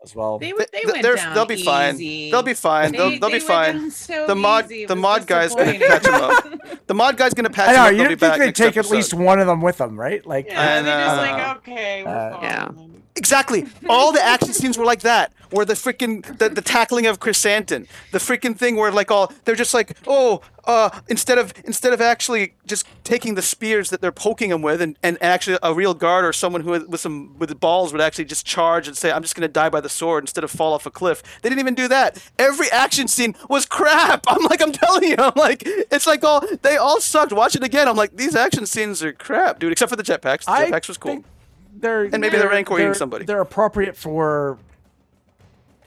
S2: as well.
S4: They would, they
S1: Oh, Th-
S4: went
S1: they're-
S4: down
S1: they'll be fine.
S4: easy.
S1: They'll be fine. They'll,
S4: They-
S1: they'll
S4: they
S1: be
S4: went
S1: fine.
S4: down so
S1: The mod-
S4: easy. It
S1: the
S4: was
S1: mod guy's gonna
S4: disappointing.
S1: patch 'em The mod guy's gonna patch
S2: I
S1: him
S2: know
S1: up.
S2: you
S1: They'll be
S2: didn't
S1: back
S2: think they'd
S1: next
S2: take at
S1: episode.
S2: least one of them with them, right? Like,
S4: Yeah,
S1: And,
S4: they're just
S1: uh,
S4: like, okay, we're
S2: uh,
S4: fine.
S5: yeah.
S1: Exactly. All the action scenes were like that. Where the freaking the, the tackling of Chrysanthemum, the freaking thing where like all they're just like, oh, uh, instead of instead of actually just taking the spears that they're poking him with, and, and, and actually a real guard or someone who with some with balls would actually just charge and say, I'm just gonna die by the sword instead of fall off a cliff. They didn't even do that. Every action scene was crap. I'm like, I'm telling you, I'm like, it's like all they all sucked. Watch it again. I'm like, these action scenes are crap, dude. Except for the jetpacks. The
S2: I
S1: jetpacks was cool.
S2: think They're
S1: And maybe they're rancor eating somebody.
S2: They're appropriate for,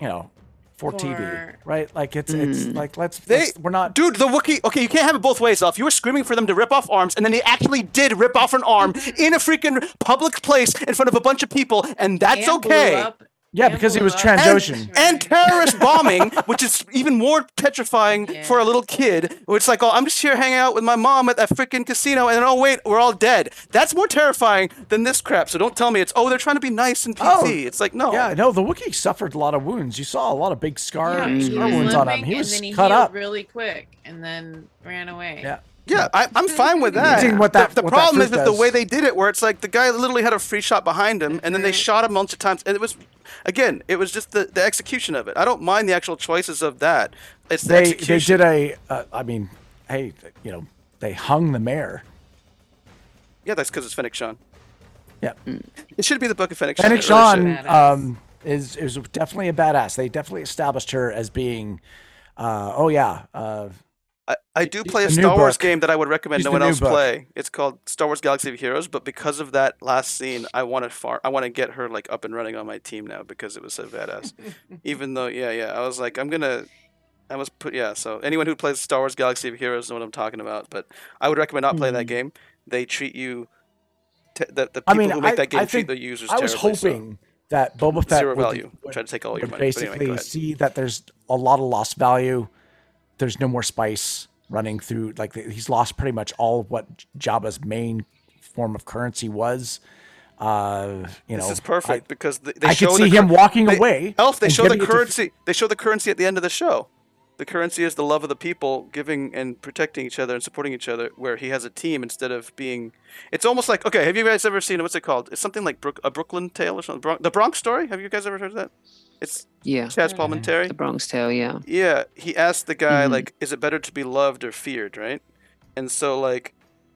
S2: you know, for, TV,
S4: For- Mm.
S2: right? Like it's it's like let's,
S1: They-
S2: let's- we're not
S1: Dude, the Wookiee. Okay, you can't have it both ways, off. You were screaming for them to rip off arms, and then they actually did rip off an arm in a freaking public place in front of a bunch of people, and that's
S4: And blew
S1: okay.
S4: up-
S2: Yeah,
S4: and
S2: because he
S4: blew
S2: was
S4: up.
S2: trans-
S1: And,
S2: Doshin.
S1: and terrorist bombing, which is even more petrifying
S4: Yeah.
S1: for a little kid. Where it's like, oh, I'm just here hanging out with my mom at that freaking casino, and then, oh wait, we're all dead. That's more terrifying than this crap. So don't tell me it's oh they're trying to be nice and PC.
S2: Oh,
S1: it's like no.
S2: Yeah, no, the Wookiee suffered a lot of wounds. You saw a lot of big scar,
S4: Yeah, he
S2: scar
S4: was
S2: wounds on him.
S4: limping
S2: He
S4: and
S2: was
S4: then he
S2: cut
S4: healed
S2: up.
S4: really quick and then ran away.
S2: Yeah.
S1: Yeah, I, I'm fine with that.
S2: Seeing what that-
S1: the the
S2: what that
S1: problem
S2: fruit
S1: is with the
S2: does.
S1: way they did it, where it's like the guy literally had a free shot behind him, and then they
S4: Mhm.
S1: shot him a bunch of times, and it was, again, it was just the, the execution of it. I don't mind the actual choices of that. It's the
S2: They they
S1: execution.
S2: did a. Uh, I mean, hey, you know, they hung the mayor.
S1: yeah, that's because it's Fennec Shawn.
S2: Yeah,
S4: Mm.
S1: It should be the book of Fennec Shawn.
S2: Fennec
S1: It really should.
S2: Shawn
S4: Badass.
S2: um, is is definitely a badass. They definitely established her as being. Uh, oh yeah, uh,
S1: I, I do play a
S2: the new
S1: Star Wars
S2: book.
S1: game that I would recommend
S2: Use
S1: no
S2: the
S1: one
S2: new
S1: else
S2: book.
S1: play. It's called Star Wars Galaxy of Heroes, but because of that last scene, I want to far I want to get her like up and running on my team now because it was so badass. Even though yeah, yeah, I was like I'm going to I was put yeah, so anyone who plays Star Wars Galaxy of Heroes know what I'm talking about, but I would recommend not playing that game. They treat you te- the, the people
S2: Hmm. I mean,
S1: who make
S2: I-
S1: that game
S2: I
S1: treat
S2: think-
S1: the users
S2: I was
S1: terribly, so
S2: hoping that Boba Fett
S1: zero
S2: would-
S1: value.
S2: would
S1: Try to take all your
S2: would
S1: money. But
S2: basically
S1: anyway, go ahead.
S2: see that there's a lot of lost value. There's no more spice running through. Like the, he's lost pretty much all of what Jabba's main form of currency was. Uh, you know,
S1: This is
S2: I-
S1: perfect because th- they
S2: I,
S1: show
S2: could
S1: the
S2: see
S1: cur-
S2: him walking
S1: they-
S2: away.
S1: Elf, they
S2: and
S1: show the
S2: giving it to-
S1: currency. They show the currency at the end of the show. The currency is the love of the people, giving and protecting each other and supporting each other. Where he has a team instead of being, it's almost like okay. Have you guys ever seen what's it called? It's something like Brook, a Brooklyn Tale or something. Bronx, the Bronx Story. Have you guys ever heard of that? It's
S5: Yeah.
S1: Chaz Palminteri.
S5: The Bronx Tale, yeah.
S1: Yeah, he asked the guy
S5: Mhm.
S1: like, "Is it better to be loved or feared?" Right, and so like,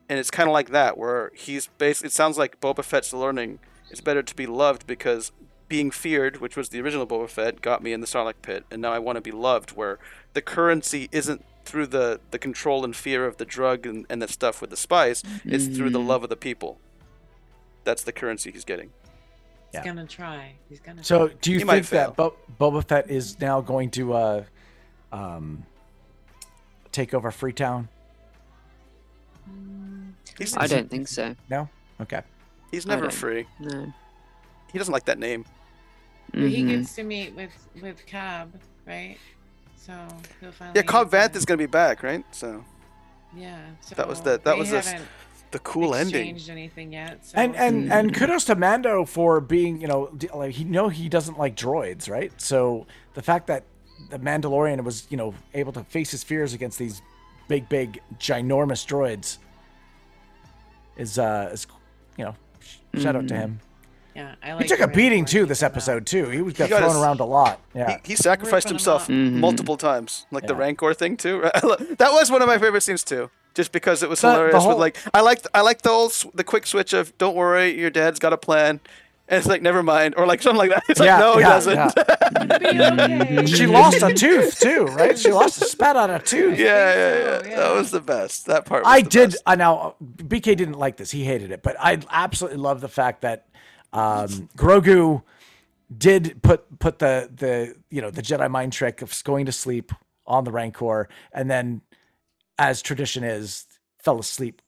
S1: and it's kind of like that where he's basically. It sounds like Boba Fett's learning. It's better to be loved because being feared, which was the original Boba Fett, got me in the Sarlacc pit, and now I want to be loved, where the currency isn't through the the control and fear of the drug and, and the stuff with the spice. It's through the
S5: Mhm.
S1: love of the people. That's the currency he's getting.
S4: He's
S2: Yeah.
S4: gonna try. He's gonna.
S2: So, do you
S1: He might
S2: think that Bo- Boba Fett is now going to uh, um, take over Freetown?
S1: He's,
S5: I don't think so.
S2: No. Okay.
S1: he's
S5: I
S1: never
S5: don't-
S1: free.
S5: No.
S1: He doesn't like that name.
S4: But he
S5: Mhm.
S8: Mm-hmm.
S4: gets to meet with with Cobb, right? So he'll finally.
S1: Yeah, Cobb
S4: get
S1: Vanth
S4: to-
S1: is gonna be back, right? So
S4: Yeah. So
S1: that was the- that
S4: they
S1: was the s-
S4: haven't
S1: the cool ending.
S4: exchanged anything yet? So
S2: and and and kudos to Mando for being you know d- like he know he doesn't like droids right so the fact that the Mandalorian was you know able to face his fears against these big big ginormous droids is uh is you know sh- shout out to him
S4: yeah, I
S2: he
S4: Mm. like uh,
S2: took a
S4: the way
S2: beating
S4: Lord
S2: too this
S4: came out.
S2: episode too he was got
S1: got
S2: thrown
S1: his-
S2: around a lot yeah
S1: He, he sacrificed
S4: Ripping 'em Mm-hmm.
S1: himself
S4: up.
S5: Mhm.
S1: multiple times, like the
S2: Yeah.
S1: Rancor thing too. that was one of my favorite scenes too. just because it was
S2: The- the
S1: hilarious.
S2: whole-
S1: With like, I like I like the old sw- the quick switch of "Don't worry, your dad's got a plan," and it's like "Never mind" or like something like that. It's
S2: Yeah,
S1: like no,
S2: yeah,
S1: he doesn't.
S2: yeah.
S4: okay.
S2: She lost a tooth too, right? She lost a spat on a tooth.
S1: Yeah, yeah, yeah,
S4: so, Oh, yeah.
S1: That was the best. That part. Was
S2: I
S1: the
S2: did.
S1: best.
S2: I now BK didn't like this. He hated it, but I absolutely love the fact that um, Grogu did put put the the you know the Jedi mind trick of going to sleep on the Rancor, and then, as tradition is, fell asleep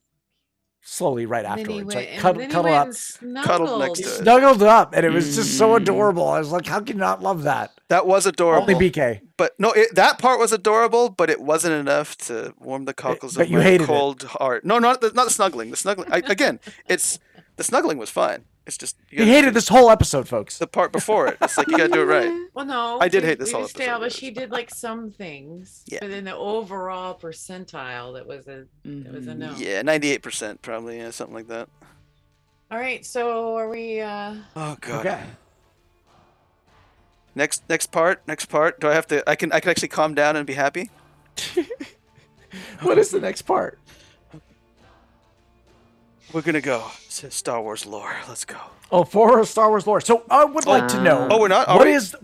S2: slowly right
S4: And then he
S2: afterwards.
S4: went,
S2: Like
S4: and
S2: cuddle,
S4: then he
S2: cuddle
S4: went
S2: up,
S4: and
S1: Cuddled next
S4: snuggled.
S1: to it.
S2: snuggled up, and it was just so
S5: Mm.
S2: adorable. I was like, how can you not love that?
S1: That was adorable.
S2: Only BK.
S1: But no, it, that part was adorable, but it wasn't enough to warm the cockles
S2: but
S1: of
S2: you
S1: my
S2: hated it.
S1: cold heart. No, not the, not the snuggling. The snuggling I, again. It's the snuggling was fine. It's just you
S2: He
S1: gotta-
S2: hated this whole episode, folks.
S1: the part before it. It's like you gotta do it right.
S4: Well, no,
S1: I did
S4: we-
S1: hate this
S4: we've
S1: whole episode, yeah,
S4: established
S1: it's
S4: he did like some things,
S1: Yeah.
S4: but in the overall percentile, that was a that
S5: Mm.
S4: was a no.
S1: Yeah, ninety-eight percent probably, yeah, something like that.
S4: All right, so are we? uh
S1: Oh god.
S2: Okay.
S1: Next next part. Next part. Do I have to? I can I can actually calm down and be happy.
S2: What is the next part?
S1: We're gonna go to Star Wars lore. Let's go.
S2: Oh, for Star Wars lore. So I would like to know.
S1: Oh, we're not. are
S2: What
S1: we?
S2: is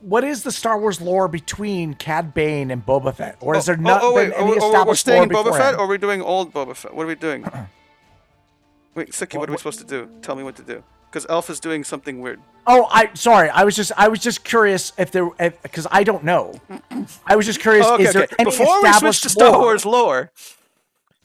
S2: what is the Star Wars lore between Cad Bane and Boba Fett, or is there
S1: Oh,
S2: not
S1: oh, wait,
S2: been
S1: are
S2: any
S1: we- are we- we're
S2: established
S1: staying
S2: lore
S1: in Boba Fett,
S2: beforehand?
S1: or are we doing old Boba Fett? What are we doing? Wait, Suki, what are we supposed to do? Tell me what to do. Because Elf is doing something weird.
S2: Oh, I sorry, I was just I was just curious if there because I don't know. I was just curious.
S1: Oh, okay,
S2: is there
S1: okay.
S2: any
S1: Before we switch
S2: established
S1: to Star
S2: lore?
S1: Wars lore,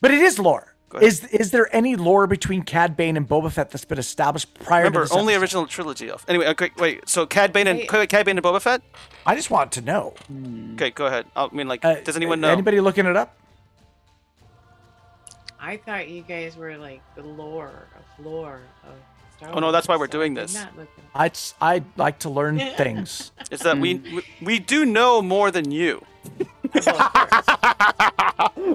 S2: but it is lore.
S1: Go ahead.
S2: Is is there any lore between Cad Bane and Boba Fett that's been established prior to
S1: remember
S2: this
S1: only
S2: episode?
S1: original trilogy. Elf. Anyway, okay, wait. So Cad Bane and
S4: Wait.
S1: Cad Cad Bane and Boba Fett.
S2: I just want to know.
S1: Okay, go ahead. I mean, like,
S2: Mm. Uh,
S1: does anyone know?
S2: Anybody looking it up?
S4: I thought you guys were like the lore of lore of Star Wars.
S1: Oh, no, that's why we're
S4: so I
S1: doing
S4: did
S1: this.
S4: not look it up.
S2: I I like to learn things.
S1: Is that we, we we do know more than you,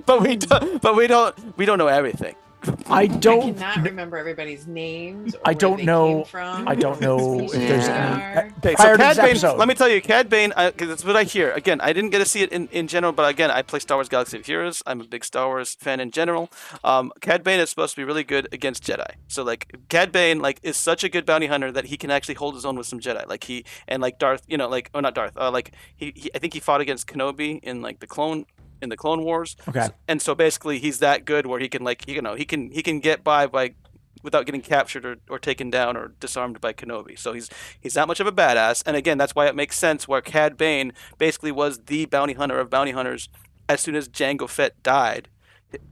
S1: but we don't, but we don't we don't know everything.
S2: I
S4: I
S2: don't
S4: cannot remember everybody's names. Or
S2: I
S4: where
S2: don't
S4: they
S2: know-
S4: Came from,
S2: I don't know if
S4: species
S2: there's
S4: they
S2: any.
S4: are.
S2: uh,
S1: Okay, so
S2: prior to
S1: Cad
S2: this
S1: Bane.
S2: episode.
S1: Let me tell you, Cad Bane. I, 'cause that's what I hear. Again, I didn't get to see it in, in general, but again, I play Star Wars: Galaxy of Heroes. I'm a big Star Wars fan in general. Um, Cad Bane is supposed to be really good against Jedi. So like, Cad Bane like is such a good bounty hunter that he can actually hold his own with some Jedi. Like he and like Darth, you know, like oh not Darth, uh, like he, he I think he fought against Kenobi in like the clone in the Clone Wars.
S2: Okay.
S1: S- and so basically, he's that good where he can like you know he can he can get by by without getting captured or, or taken down or disarmed by Kenobi. So he's he's not much of a badass. And again, that's why it makes sense where Cad Bane basically was the bounty hunter of bounty hunters. As soon as Jango Fett died,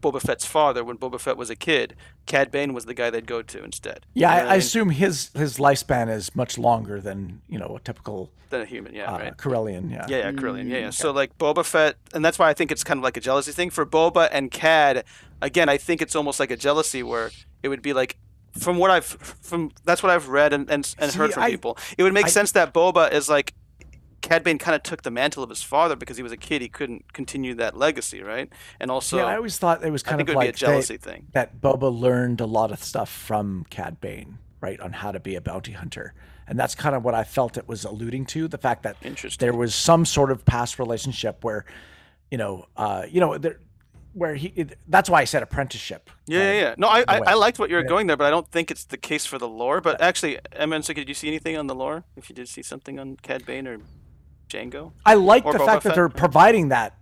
S1: Boba Fett's father, when Boba Fett was a kid, Cad Bane was the guy they'd go to instead.
S2: Yeah,
S1: You know what
S2: I, I
S1: mean?
S2: assume his his lifespan is much longer than you know a typical
S1: than a human. Yeah,
S2: uh,
S1: right.
S2: Corellian. Yeah.
S1: Yeah, yeah, Krillian. Yeah,
S2: Mm,
S1: yeah. So like Boba Fett, and that's why I think it's kind of like a jealousy thing for Boba and Cad. Again, I think it's almost like a jealousy where it would be like, from what I've from that's what I've read and and, and heard
S2: See,
S1: from
S2: I-
S1: people. It would make
S2: I-
S1: sense that Boba is like. Cad Bane kind of took the mantle of his father because he was a kid. He couldn't continue that legacy, right? And also,
S2: yeah, I always thought it was
S1: I
S2: kind
S1: think it
S2: of
S1: would be a
S2: like they-
S1: jealousy thing.
S2: that Boba learned a lot of stuff from Cad Bane, right, on how to be a bounty hunter, and that's kind of what I felt it was alluding to the fact that
S1: Interesting.
S2: there was some sort of past relationship where, you know, uh, you know, there, where he. It, that's why I said apprenticeship.
S1: Yeah,
S2: kind
S1: yeah,
S2: of.
S1: yeah. No, I, I,
S2: way.
S1: I liked what you were
S2: Um, Yeah.
S1: going there, but I don't think it's the case for the lore. But actually, Emma, so did you see anything on the lore? If you did see something on Cad Bane or Django?
S2: I like
S1: Or
S2: the
S1: Boba
S2: fact
S1: Fett.
S2: that they're providing that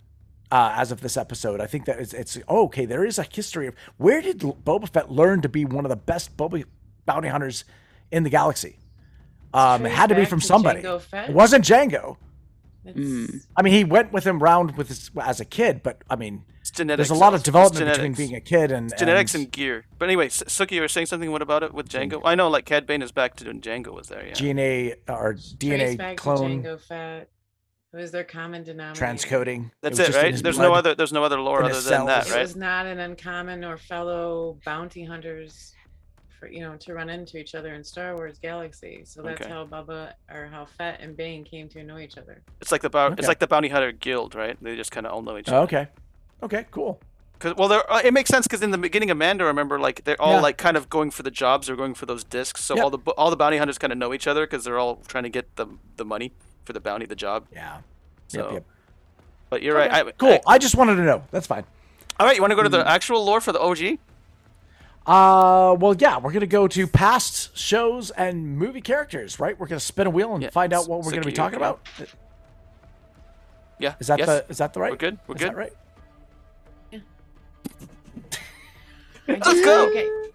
S2: uh, as of this episode. I think that it's, it's oh, okay. There is a history of where did L- Boba Fett learn to be one of the best Boba bounty hunters in the galaxy? Um, it
S4: Traced
S2: had to be
S4: back
S2: from
S4: to
S2: somebody.
S4: Jango Fett?
S2: It wasn't Django.
S4: That's-
S1: Hmm.
S5: Mm.
S2: I mean, he went with him round with his, as a kid, but I mean,
S1: It's genetics.
S2: there's a lot of
S1: it's
S2: development between
S1: genetics.
S2: being a kid and
S1: It's genetics and gear. But anyway, S- Suki, you were saying something. What about it with Django? I know, like Cad Bane is back to doing Django was there. Yeah.
S2: DNA or
S4: Traced back
S2: DNA
S4: to
S2: clone
S4: Jango Fett. It was their common denominator.
S2: transcoding.
S1: That's
S2: was
S1: it,
S2: just in
S1: right?
S2: his
S1: There's no
S2: blood.
S1: other. There's no other lore
S2: in his
S1: other than that,
S2: cells.
S4: It
S1: right?
S4: was not an uncommon or fellow bounty hunters for you know to run into each other in Star Wars Galaxy. So that's
S1: Okay.
S4: how Bubba or how Fett and Bane came to know each other.
S1: It's like the bou-
S2: Okay.
S1: It's like the bounty hunter guild, right? They just kind of all know each other.
S2: Oh, okay, okay, cool.
S1: 'Cause- well, there, uh, it makes sense because in the beginning of Mando, remember, like they're all
S2: Yeah.
S1: like kind of going for the jobs or going for those discs. So
S2: Yep.
S1: all the bo- all the bounty hunters kind of know each other because they're all trying to get the the money for the bounty, the job.
S2: Yeah. Yep,
S1: So-
S2: yep.
S1: But you're
S2: Okay,
S1: right. I,
S2: cool. Hmm.
S1: I-
S2: I just wanted to know. That's fine.
S1: All right, you want to go to the actual lore for the OG?
S2: Uh, well, yeah, we're gonna go to past shows and movie characters, right? We're gonna spin a wheel and
S1: Yeah,
S2: find out what
S1: s-
S2: we're gonna be
S1: Sekiro,
S2: talking
S1: yeah.
S2: about.
S1: Yeah.
S2: Is that
S1: yes.
S2: the is that the right?
S1: We're good. We're
S2: is
S1: good.
S2: That right?
S1: Let's go.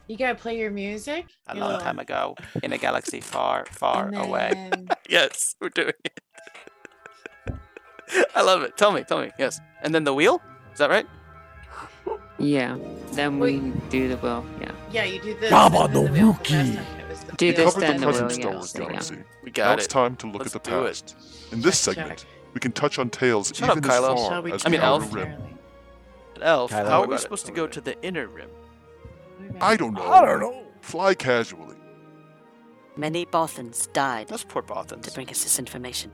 S4: You gotta play your music.
S1: A long time ago, in a galaxy far, far away. Yes, we're doing it. I love it. Tell me, tell me. Yes. And then the wheel? Is that right?
S8: Yeah. Then we do the will. Yeah.
S4: Yeah, you do this.
S2: Baba
S4: and then
S2: the
S4: wheel. The
S2: Wookiee.
S4: last time it was the
S8: Do
S4: wheel.
S8: this,
S9: Covered
S8: then
S9: the
S8: the will,
S9: present Star
S8: yeah,
S9: Wars
S8: so yeah.
S9: galaxy.
S1: We
S9: now
S1: got
S9: it's
S1: it.
S9: time to look
S1: Let's
S9: at the
S1: do it.
S9: past. In this
S4: Check, check.
S9: segment, we can touch on tales
S1: Shut up,
S9: even
S1: Kylo.
S9: as
S4: Shall
S9: far
S4: we
S9: as
S1: I mean,
S9: the Outer
S1: Elf.
S9: Rim.
S1: Elf,
S2: Kylo,
S1: how
S9: we
S1: are we
S9: got it.
S1: supposed to go to the inner rim?
S9: I don't know.
S2: I don't know.
S9: Fly casually.
S10: Many Bothans died
S1: That's poor Bothans.
S10: to bring us this information.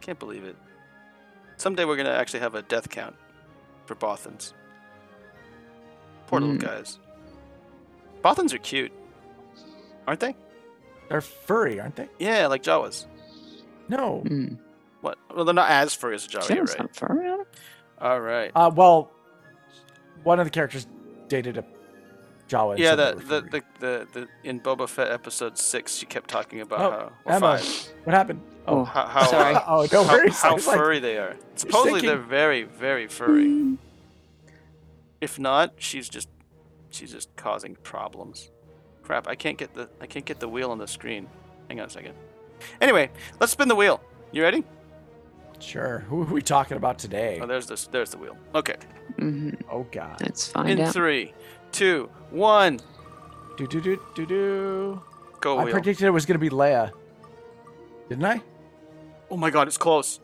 S1: Can't believe it. Someday we're gonna actually have a death count for Bothans. Poor
S2: Hmm.
S1: little
S8: Mm.
S1: guys. Bothans are cute, aren't they?
S2: They're furry, aren't they?
S1: Yeah, like Jawas.
S2: No.
S1: Hmm.
S8: Mm.
S1: What? Well, they're not as furry as a Jawa, you're
S8: Sounds
S1: right?
S8: not far around.
S1: All right.
S2: Uh, well, one of the characters dated a Jawa. and
S1: yeah,
S2: said they
S1: the
S2: were
S1: the,
S2: furry.
S1: the the the in Boba Fett episode six, she kept talking about
S2: Oh,
S1: how or
S2: Emma.
S1: five,
S2: what happened?
S1: how how,
S8: sorry.
S1: uh,
S2: Oh, no
S1: how,
S2: worries. I
S1: how
S2: was like,
S1: furry they are. Supposedly they're very very furry. If not, she's just she's just causing problems. Crap! I can't get the I can't get the wheel on the screen. Hang on a second. Anyway, let's spin the wheel. You ready?
S2: Sure. Who are we talking about today?
S1: Oh, there's this. There's the wheel. Okay.
S8: hmm
S5: Mm-hmm,
S2: Oh God.
S8: Let's find
S1: In
S8: out.
S1: three, two, one,
S2: Do do do do do.
S1: go
S2: I
S1: wheel.
S2: predicted it was gonna be Leia. Didn't I?
S1: oh my God! It's close.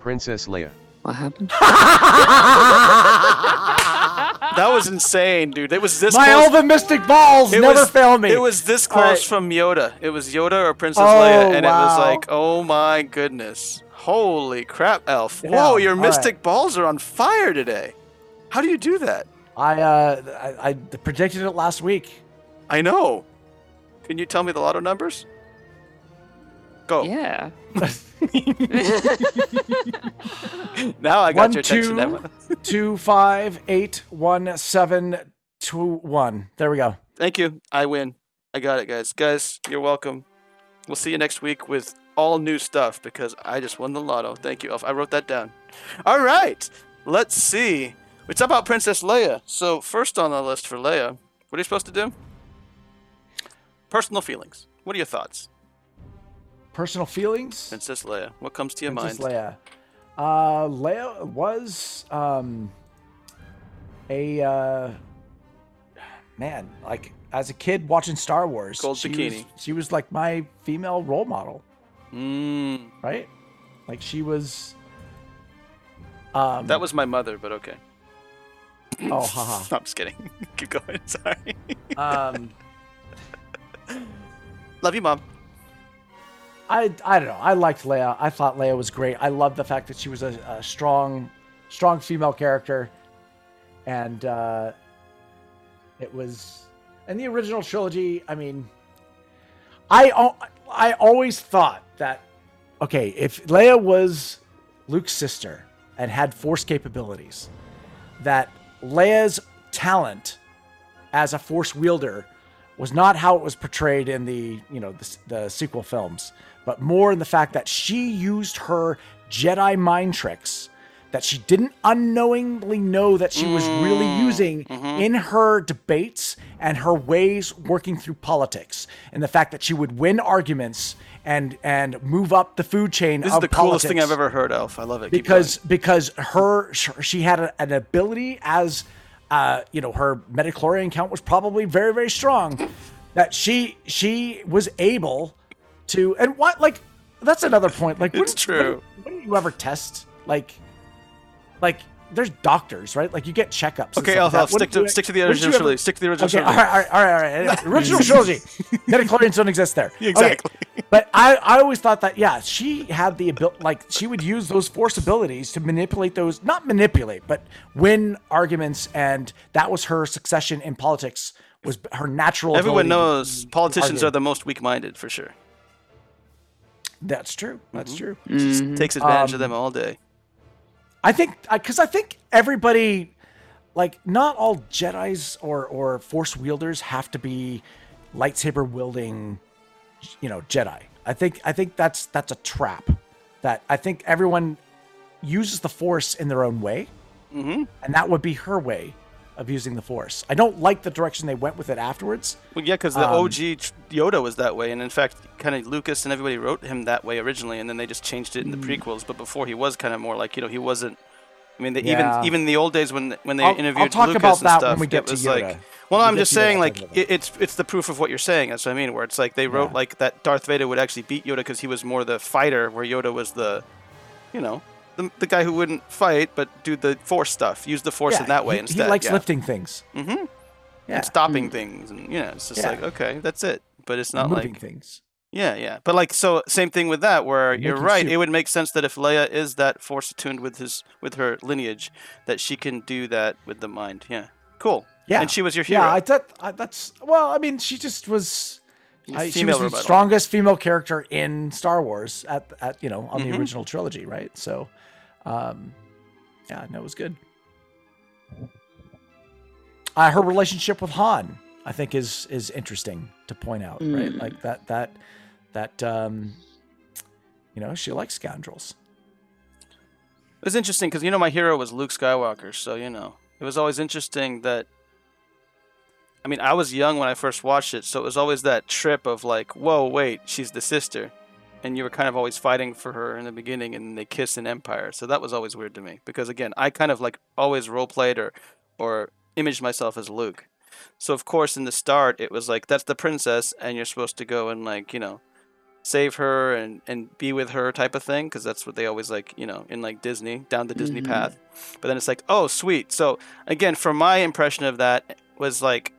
S11: Princess Leia.
S8: What happened?
S1: That was insane, dude. It was this
S2: My
S1: close.
S2: elven mystic balls
S1: It
S2: never
S1: was-
S2: fail me.
S1: It was this close
S2: right.
S1: from Yoda. It was Yoda or Princess
S2: Oh,
S1: Leia, and it was
S2: wow.
S1: like, oh my goodness, holy crap, Elf!
S2: Yeah,
S1: Whoa, your
S2: all
S1: mystic balls are on fire today. How do you do that?
S2: I uh, I, I predicted it last week.
S1: I know. Can you tell me the lotto numbers? Go.
S8: Yeah.
S1: Now I got
S2: One,
S1: your attention.
S2: two.
S1: That one.
S2: Two five eight one seven two one. There we go.
S1: Thank you. I win. I got it, guys. Guys, you're welcome. We'll see you next week with all new stuff because I just won the lotto. Thank you, Elf. I wrote that down. All right. Let's see. It's about Princess Leia. So, first on the list for Leia, what are you supposed to do? Personal feelings. What are your thoughts?
S2: Personal feelings.
S1: Princess Leia. What comes to your
S2: Princess
S1: mind?
S2: Leia. Uh, Leia was um, a uh, man. Like as a kid watching Star Wars,
S1: Gold
S2: she
S1: bikini.
S2: Was, she was like my female role model,
S1: Mm,
S2: right? Like she was. Um,
S1: that was my mother, but okay.
S2: oh haha.
S1: No, I'm just kidding. Keep going. Sorry.
S2: Um,
S1: Love you, Mom.
S2: I I don't know. I liked Leia. I thought Leia was great. I loved the fact that she was a, a strong, strong female character, and uh, it was in the original trilogy. I mean, I al- I always thought that okay, if Leia was Luke's sister and had force capabilities, that Leia's talent as a force wielder was not how it was portrayed in the you know the, s- the sequel films, but more in the fact that she used her Jedi mind tricks that she didn't unknowingly know that she was really
S1: Mm,
S2: using
S1: mm-hmm.
S2: in her debates and her ways working through politics and the fact that she would win arguments and and move up the food chain
S1: This
S2: of
S1: is the coolest thing
S2: politics
S1: I've ever heard, Elf. I love it. Keep going.
S2: because because her sh- she had a, an ability as uh you know her metachlorian count was probably very very strong that she she was able to and what like that's another point like
S1: It's
S2: wouldn't-
S1: true.
S2: wouldn't- wouldn't you ever test like like there's doctors right like you get checkups and
S1: Okay,
S2: stuff
S1: Elf,
S2: like
S1: Elf,
S2: that.
S1: stick
S2: Wouldn't
S1: to
S2: you
S1: stick to the
S2: ever- wouldn't you
S1: original
S2: ever-
S1: trilogy. Stick to the original
S2: Okay, all
S1: trilogy.
S2: right, all right, all right. all right. Original trilogy. Metachlorians don't exist there. Okay,
S1: Exactly.
S2: But I, I always thought that, yeah, she had the ability, like, she would use those force abilities to manipulate those, not manipulate, but win arguments. And that was her succession in politics, was her natural.
S1: Everyone
S2: ability.
S1: knows politicians
S2: argue.
S1: are the most weak-minded for sure.
S2: That's true. That's true.
S1: Mm-hmm. Mm.
S2: Mm-hmm. Um,
S1: Takes advantage of them all day.
S2: I think because I, think everybody, like not all Jedi's or or Force wielders have to be lightsaber wielding, you know, Jedi. I think I think that's that's a trap. That I think everyone uses the Force in their own way,
S1: mm-hmm.
S2: and that would be her way of using the Force. I don't like the direction they went with it afterwards.
S1: Well, yeah, because the
S2: Um,
S1: OG tr- Yoda was that way, and in fact, kind of Lucas and everybody wrote him that way originally, and then they just changed it in the
S2: Mm.
S1: prequels. But before, he was kind of more like you know he wasn't. I mean, they,
S2: Yeah.
S1: even even the old days when when they
S2: I'll- I'll
S1: interviewed
S2: talk
S1: Lucas
S2: about
S1: and
S2: that when
S1: stuff,
S2: we get
S1: it
S2: to
S1: was
S2: Yoda.
S1: like. Well,
S2: We
S1: I'm
S2: get
S1: just
S2: to Yoda,
S1: saying,
S2: I'll
S1: like
S2: talk about
S1: it, it's it's the proof of what you're saying. That's what I mean. Where it's like they wrote
S2: Yeah.
S1: like that Darth Vader would actually beat Yoda because he was more the fighter, where Yoda was the, you know, the, the guy who wouldn't fight but do the Force stuff, use the Force
S2: Yeah,
S1: in that way
S2: he,
S1: instead.
S2: He likes
S1: yeah.
S2: lifting things.
S1: Mm-hmm.
S2: Yeah. Mm.
S1: And stopping things, and you know, it's just
S2: Yeah.
S1: like okay, that's it. But it's not
S2: moving
S1: like
S2: things.
S1: yeah, yeah. But like so, same thing with that. Where you're
S2: Making
S1: right,
S2: soup.
S1: it would make sense that if Leia is that force attuned with his with her lineage, that she can do that with the mind. Yeah, cool.
S2: Yeah.
S1: and she was your hero.
S2: Yeah, I thought I, that's well. I mean, she just was.
S1: Yeah,
S2: I, she
S1: female
S2: was the
S1: rebuttal.
S2: strongest female character in Star Wars at, at you know on
S1: Mhm.
S2: the original trilogy, right? So, um, yeah, no, it was good. Uh, her relationship with Han, I think, is is interesting to point out, right?
S5: Mm.
S2: Like that that that um, you know she likes scoundrels.
S1: It was interesting because you know my hero was Luke Skywalker, so you know it was always interesting that. I mean, I was young when I first watched it, so it was always that trip of like, "Whoa, wait, she's the sister," and you were kind of always fighting for her in the beginning, and then they kiss in Empire, so that was always weird to me because again, I kind of like always role played or, or imaged myself as Luke, so of course in the start it was like that's the princess, and you're supposed to go and like you know save her and and be with her type of thing because that's what they always like you know in like disney down the disney
S5: Mhm.
S1: path but then it's like oh sweet so again from my impression of that was like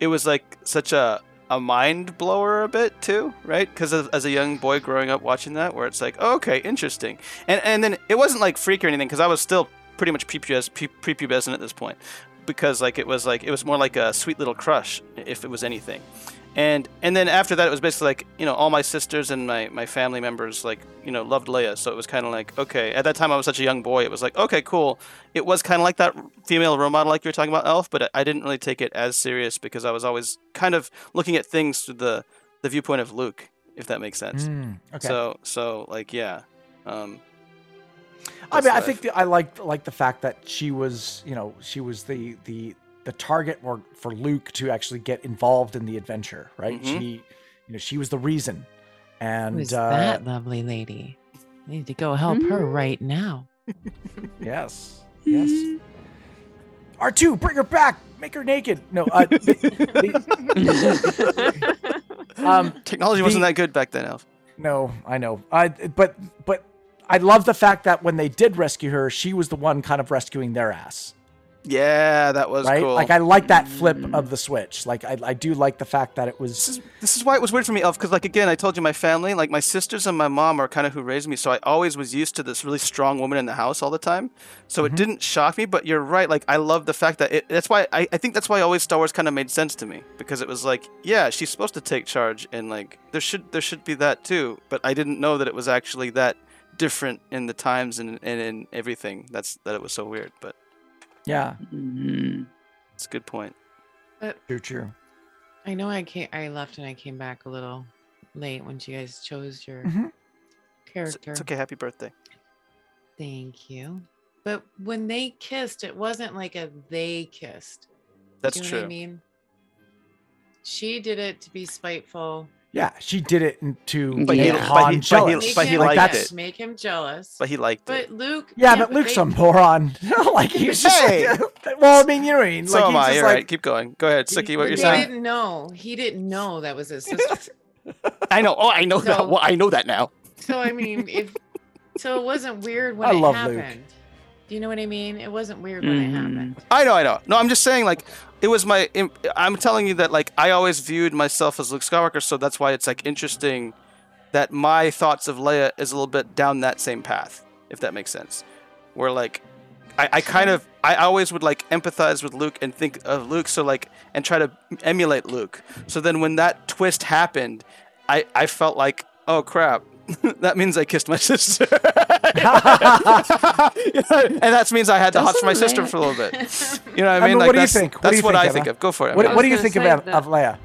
S1: it was like such a a mind blower a bit too right because as a young boy growing up watching that where it's like oh, okay interesting and and then it wasn't like freak or anything because i was still pretty much prepubes- pre- prepubescent at this point because like it was like it was more like a sweet little crush if it was anything and and then after that it was basically like you know all my sisters and my my family members like you know loved leia so it was kind of like okay at that time i was such a young boy it was like okay cool it was kind of like that female role model like you were talking about elf but I- i didn't really take it as serious because i was always kind of looking at things through the the viewpoint of luke if that makes sense
S2: Mm, okay.
S1: so so like yeah um
S2: I
S1: that's
S2: mean, I
S1: what
S2: think the, I like like the fact that she was, you know, she was the the the target for, for Luke to actually get involved in the adventure, right?
S1: Mhm.
S2: She, you know, she was the reason, and
S4: Who's
S2: uh,
S4: that lovely lady? I need to go help her right now.
S2: yes, yes. R two, bring her back, make her naked. No, uh, the- the- um,
S1: technology wasn't
S2: the-
S1: that good back then elf
S2: No, I know. I but but I love the fact that when they did rescue her, she was the one kind of rescuing their ass.
S1: yeah that was
S2: right?
S1: cool
S2: Like I like that flip of the switch. Like I, I do like the fact that it
S1: This
S2: was
S1: is, this is why it was weird for me, Elf, because, like, again, I told you my family, like, my sisters and my mom are kind of who raised me, so I always was used to this really strong woman in the house all the time. So
S4: Mm-hmm.
S1: it didn't shock me, but you're right. Like, I love the fact that it, that's why I, I think that's why always Star Wars kind of made sense to me, because it was like, yeah, she's supposed to take charge, and, like, there should there should be that too, but I didn't know that it was actually that different in the times and, and in everything. That's that it was so weird, but
S2: yeah,
S5: Mm.
S1: it's a good point.
S2: true, true.
S4: I know I came, I left and I came back a little late once you guys chose your
S2: Mhm.
S1: It's,
S4: character.
S1: it's okay. Happy birthday.
S4: Thank you. But when they kissed, it wasn't like a they kissed.
S1: That's
S4: you know What
S1: true.
S4: I mean, she did it to be spiteful.
S2: Yeah, she did it in- to
S8: But
S2: but
S8: he-
S2: make
S8: but he-
S1: but
S2: Han
S1: he-
S2: jealous.
S1: but he liked
S2: that's,
S1: it.
S4: Make him jealous.
S1: But he liked it.
S4: But Luke.
S2: Yeah, but Luke's
S4: they-
S2: a moron. like he's just
S1: Hey!
S2: well, I mean, you know, what I mean,
S1: so am
S2: like,
S1: I.
S2: he's
S1: You're
S2: just like
S1: right. Keep going. Go ahead, Suki. What
S4: But
S1: you're
S4: they
S1: saying?
S4: didn't know. He didn't know that was his sister.
S1: I know. Oh, I know
S4: So-
S1: that. Well, I know that now.
S4: so I mean, if so, it wasn't weird when
S2: I
S4: it
S2: love Luke.
S4: happened. Do you know what I mean? It wasn't weird when
S1: Mm-hmm.
S4: it
S5: Mhm.
S4: happened.
S1: I know. I know. No, I'm just saying. Like, it was my. im- I'm telling you that. Like, I always viewed myself as Luke Skywalker, so that's why it's like interesting that my thoughts of Leia is a little bit down that same path, if that makes sense. Where like, I, I kind of. I always would like empathize with Luke and think of Luke, so like, and try to emulate Luke. So then when that twist happened, I I felt like, oh crap. that means I kissed my sister. and that means I had to hotch
S2: Doesn't
S1: my sister
S2: that-
S1: for a little bit. You know what I mean?
S2: I mean,
S1: like,
S2: what do you
S1: that's,
S2: think? What do
S1: That's
S2: you
S1: what
S2: think,
S1: I
S2: Eva?
S1: think of. Go for it.
S2: What,
S1: Evan.
S2: what do you think of,
S8: say
S2: Ev-
S8: that-
S2: of Leia?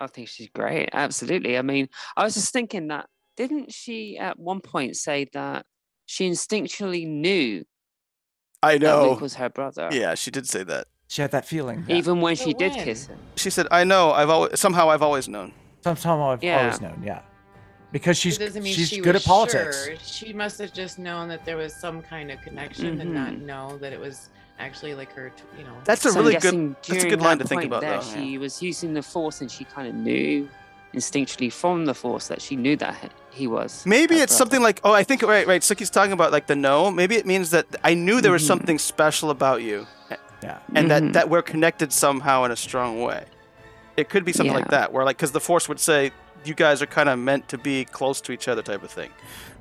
S8: I think she's great. Absolutely. I mean, I was just thinking that didn't she at one point say that she instinctually knew
S1: I
S8: that
S1: know.
S8: Luke was her brother?
S1: Yeah, she did say that.
S2: She had that feeling.
S8: Even when she did kiss him.
S1: She said, "I know. I've always somehow I've always known."
S2: Sometime I've
S8: Yeah.
S2: always known, yeah. Because she's
S4: It doesn't mean
S2: she's
S4: she
S2: good
S4: was
S2: at politics.
S4: Sure. She must have just known that there was some kind of connection and not
S8: Mhm.
S1: Mm-hmm.
S4: know that it was actually like her, t- you know.
S1: That's a
S8: So I'm
S1: really good-
S8: guessing
S1: that's a good
S8: during
S1: line
S8: that
S1: to think
S8: point
S1: about,
S8: There,
S1: though.
S8: She was using the force, and she kind of knew instinctually from the force that she knew that he- he was.
S1: Maybe
S8: her
S1: it's
S8: brother.
S1: something like, "Oh, I think right, right." Suki's talking about like the no. Maybe it means that I knew there was
S8: Mhm.
S1: something special about you,
S2: Yeah.
S1: and
S8: Mhm.
S1: that that we're connected somehow in a strong way. It could be something like
S8: Yeah.
S1: that, where like because the Force would say you guys are kind of meant to be close to each other, type of thing.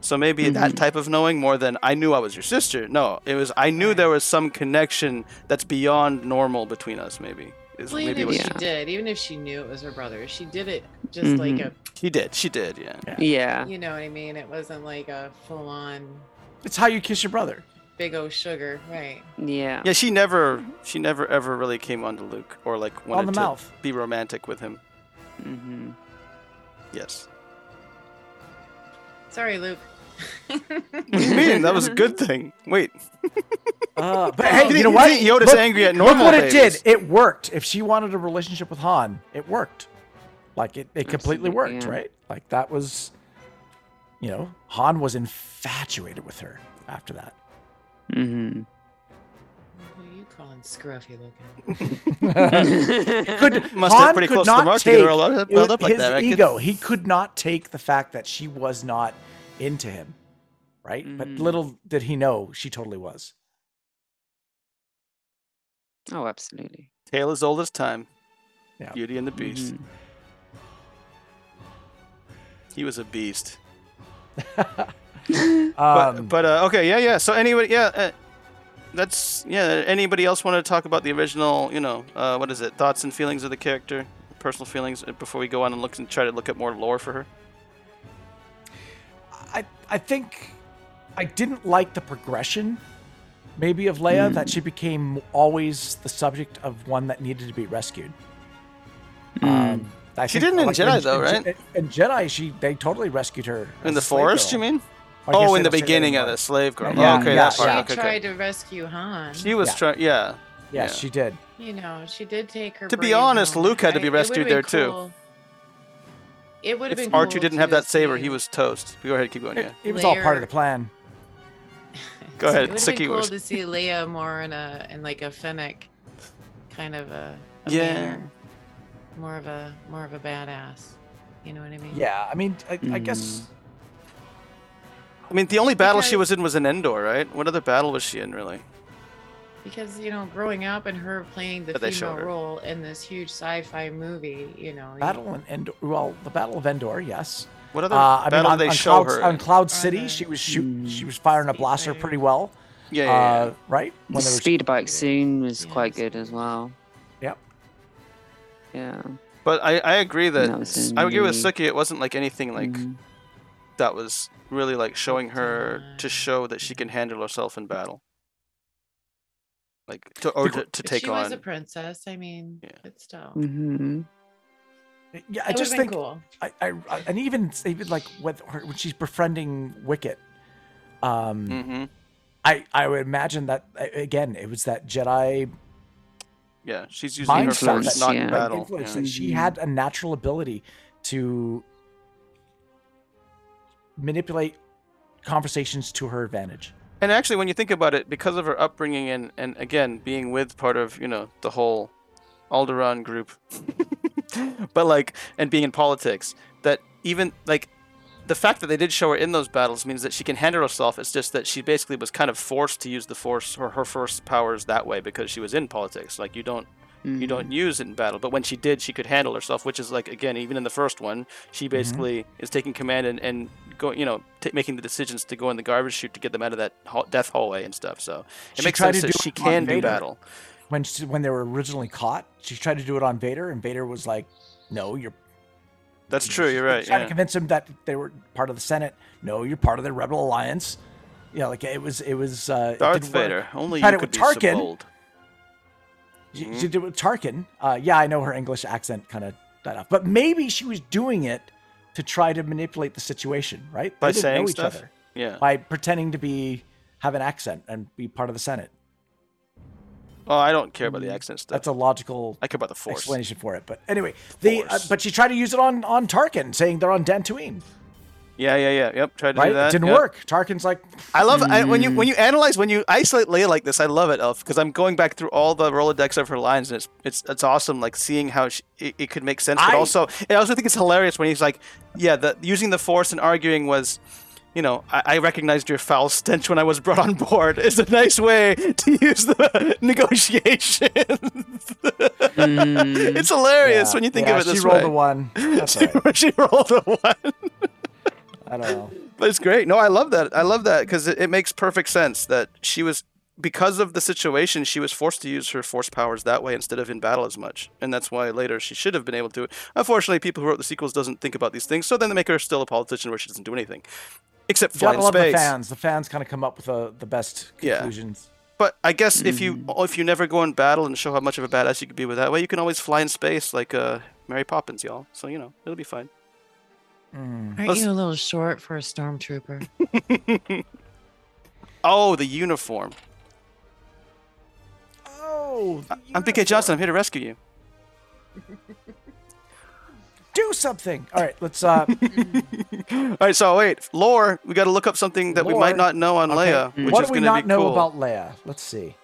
S1: So maybe that type of knowing more than I knew I was your sister. No, it was I knew there was some connection that's beyond normal between us. Maybe is
S4: Well, even
S1: maybe
S4: if
S1: what
S4: she
S1: she,
S4: did, even if she knew it was her brother, she did it just like
S1: she did. She did. Mm-hmm. Yeah.
S4: a,
S8: Yeah.
S4: you know what I mean? It wasn't like a full on
S2: It's how you kiss your brother.
S4: big O sugar, right?
S8: Yeah.
S1: Yeah, she never, she never ever really came on to Luke or like wanted
S2: the
S1: to
S2: mouth.
S1: be romantic with him.
S8: Mm-hmm.
S1: Yes.
S4: Sorry, Luke.
S1: What do you mean? That was a good thing. Wait.
S8: Ah.
S2: Uh, but hey, you,
S1: You
S2: know
S1: think
S2: what?
S1: Yoda's angry at normal
S2: Look what
S1: babies.
S2: it did. It worked. If she wanted a relationship with Han, it worked. Like it, it completely
S8: Absolutely,
S2: worked,
S8: yeah.
S2: right? Like that was, you know, Han was infatuated with her after that.
S8: Mm-hmm.
S4: Who are you calling scruffy looking?
S2: could,
S1: Must have
S2: Han
S1: pretty
S2: could
S1: close to the
S2: not
S1: mark to get her
S2: take-
S1: all up-
S2: it
S1: built
S2: was
S1: up like
S2: his
S1: that, right, kid?
S2: ego. He could not take the fact that she was not into him, right? But
S1: Mm.
S8: Mhm.
S2: little did he know she totally was.
S8: Oh, absolutely.
S1: Tale as old as time.
S2: Yeah. Mm-hmm.
S1: Beauty and the Beast.
S8: Mhm.
S1: He was a beast. But,
S2: Um,
S1: but uh, okay, yeah, yeah. So anyway, yeah, uh, that's yeah. Anybody else want to talk about the original? You know, uh, what is it? Thoughts and feelings of the character, personal feelings uh, before we go on and look and try to look at more lore for her.
S2: I I think I didn't like the progression, maybe of Leia that she became always the subject of one that needed to be rescued. Um, I
S1: She
S2: think-
S1: didn't in Jedi
S2: in-
S1: though,
S2: in Je-
S1: right?
S2: In Jedi, she they totally rescued her
S1: In
S2: as
S1: the
S2: a slave
S1: forest,
S2: girl.
S1: you mean?
S2: I guess
S1: Oh,
S2: they
S1: in the
S2: don't say that
S1: beginning of
S2: anymore.
S1: the slave girl.
S2: Yeah,
S1: Oh, okay,
S2: yeah,
S1: that part.
S2: yeah.
S1: Okay,
S4: She
S1: okay.
S4: tried to rescue Han.
S1: She was
S2: Yeah.
S1: trying. Yeah.
S2: Yes, she did.
S4: You know, she did take her.
S1: To be
S4: brave
S1: honest,
S4: moment.
S1: Luke had to
S4: I-
S1: be
S4: it would've
S1: rescued
S4: been
S1: there, too.
S4: cool. It would have
S1: If
S4: been.
S1: R2
S4: cool
S1: didn't have
S4: to
S1: that saber, he
S4: see-
S1: was toast. Go ahead, keep going. Yeah.
S2: It was all part
S4: Layer-
S2: of the plan.
S1: Go ahead.
S4: It would have
S1: Siki
S4: been cool
S1: was.
S4: to see Leia more in a in like a Fennec kind of a, a
S1: Yeah.
S4: manner. more of a more of a badass. You know what I mean?
S2: Yeah, I mean, I, I guess
S1: I mean, the only battle she
S4: Because-
S1: was in was in Endor, right? What other battle was she in, really?
S4: Because you know, growing up and her playing the
S1: But they showed
S4: female
S1: her.
S4: role in this huge sci-fi movie, you know, you-
S2: battle in Endor. Well, the battle of Endor, yes.
S1: What other
S2: Uh, I mean,
S1: battle
S2: on,
S1: did they
S2: on
S1: show
S2: Cloud,
S1: her?
S2: on
S1: in?
S2: Cloud City, she was shoot, she was firing a blaster pretty well.
S1: yeah, yeah, yeah.
S2: Uh, right
S8: The
S2: they were-
S8: speed bike scene was quite good as well.
S2: Yep.
S8: Yeah.
S1: But I, I agree that
S8: that was
S1: I agree with
S8: in
S1: Suki. It wasn't like anything like
S8: Mhm.
S1: that was really like showing her to show that she can handle herself in battle, like to or to, to
S4: But
S1: take
S4: she was
S1: on.
S4: a princess. I mean, but still,
S8: Mhm.
S2: Yeah, I
S4: That would've
S2: just
S4: been
S2: think,
S4: cool.
S2: I, I, I- and even even like with her, when she's befriending Wicket, um,
S1: mm-hmm.
S2: I I would imagine that a- again it was that Jedi
S1: Yeah, she's using her
S2: mind stuff
S1: force,
S2: that,
S1: not
S8: yeah.
S1: battle.
S2: influence
S1: yeah. Mm-hmm.
S2: that she had a natural ability to manipulate conversations to her advantage.
S1: And actually, when you think about it, because of her upbringing and, and again being with part of you know the whole Alderaan group, but like and being in politics, that even like the fact that they did show her in those battles means that she can handle herself. It's just that she basically was kind of forced to use the force or her force powers that way because she was in politics. Like you don't
S2: Mm-hmm.
S1: you don't use it in battle, but when she did, she could handle herself, which is like again even in the first one, she
S2: Mm-hmm.
S1: basically is taking command and and going you know t- making the decisions to go in the garbage chute to get them out of that hall- death hallway and stuff. So it
S2: She
S1: makes
S2: tried
S1: sense
S2: to
S1: that
S2: do
S1: she
S2: it on
S1: can do
S2: Vader.
S1: battle.
S2: When she, when they were originally caught, she tried to do it on Vader, and Vader was like, "No, you're
S1: That's true. You're right.
S2: trying
S1: Yeah.
S2: to convince him that they were part of the Senate. No, you're part of the Rebel Alliance. Yeah, like it was. It was. Uh, it
S1: Darth
S2: didn't work.
S1: Vader. Only
S2: Tried
S1: you
S2: it
S1: could
S2: with
S1: be
S2: Tarkin.
S1: so bold.
S2: She,
S1: Mm-hmm.
S2: she did it with Tarkin. Uh, yeah, I know her English accent kind of died off, but maybe she was doing it to try to manipulate the situation, right? They
S1: By
S2: didn't
S1: saying
S2: know each
S1: stuff?
S2: other.
S1: Yeah.
S2: By pretending to be have an accent and be part of the Senate.
S1: Oh, I don't care about the accent stuff.
S2: mm, That's a logical
S1: I care about the Force.
S2: explanation for it. But anyway, the uh, but she tried to use it on on Tarkin, saying they're on Dantooine.
S1: Yeah, yeah, yeah. Yep. Tried to
S2: Right?
S1: do
S2: It
S1: that.
S2: didn't
S1: yep.
S2: work. Tarkin's like,
S1: I love I, when
S2: Mm.
S1: you when you analyze when you isolate Leia like this. I love it, Elf, because I'm going back through all the Rolodex of her lines, and it's it's it's awesome. Like seeing how she, it, it could make sense, but
S2: I-
S1: also I also think it's hilarious when he's like, yeah, the using the Force and arguing was. You know, I, I recognized your foul stench when I was brought on board. It's a nice way to use the negotiation. it's hilarious when you think
S2: Mm. yeah,
S1: of it this
S2: she rolled
S1: way.
S2: a one. That's
S1: she,
S2: all right.
S1: she rolled a one.
S2: I don't know.
S1: But it's great. No, I love that. I love that because it, it makes perfect sense that she was because of the situation she was forced to use her force powers that way instead of in battle as much and that's why later she should have been able to unfortunately people who wrote the sequels doesn't think about these things so then they make her still a politician where she doesn't do anything except fly
S2: Gotta
S1: in
S2: love
S1: space
S2: the fans. The fans kind of come up with the, the best
S1: Yeah.
S2: conclusions.
S1: but i guess if you if you never go in battle and show how much of a badass you could be with that way you can always fly in space like uh, mary poppins y'all so you know it'll be fine
S4: Aren't
S1: Let's-
S4: you a little short for a stormtrooper?
S1: oh the uniform
S2: Oh,
S1: i'm bk johnson i'm here to rescue you
S2: do something. All right, let's. Uh,
S1: All right, so wait, lore. We got to look up something that we might
S2: Lore.
S1: not know on
S2: okay.
S1: Leia, which
S2: what
S1: is
S2: do we
S1: going to
S2: not
S1: be
S2: know
S1: cool.
S2: about Leia? Let's see.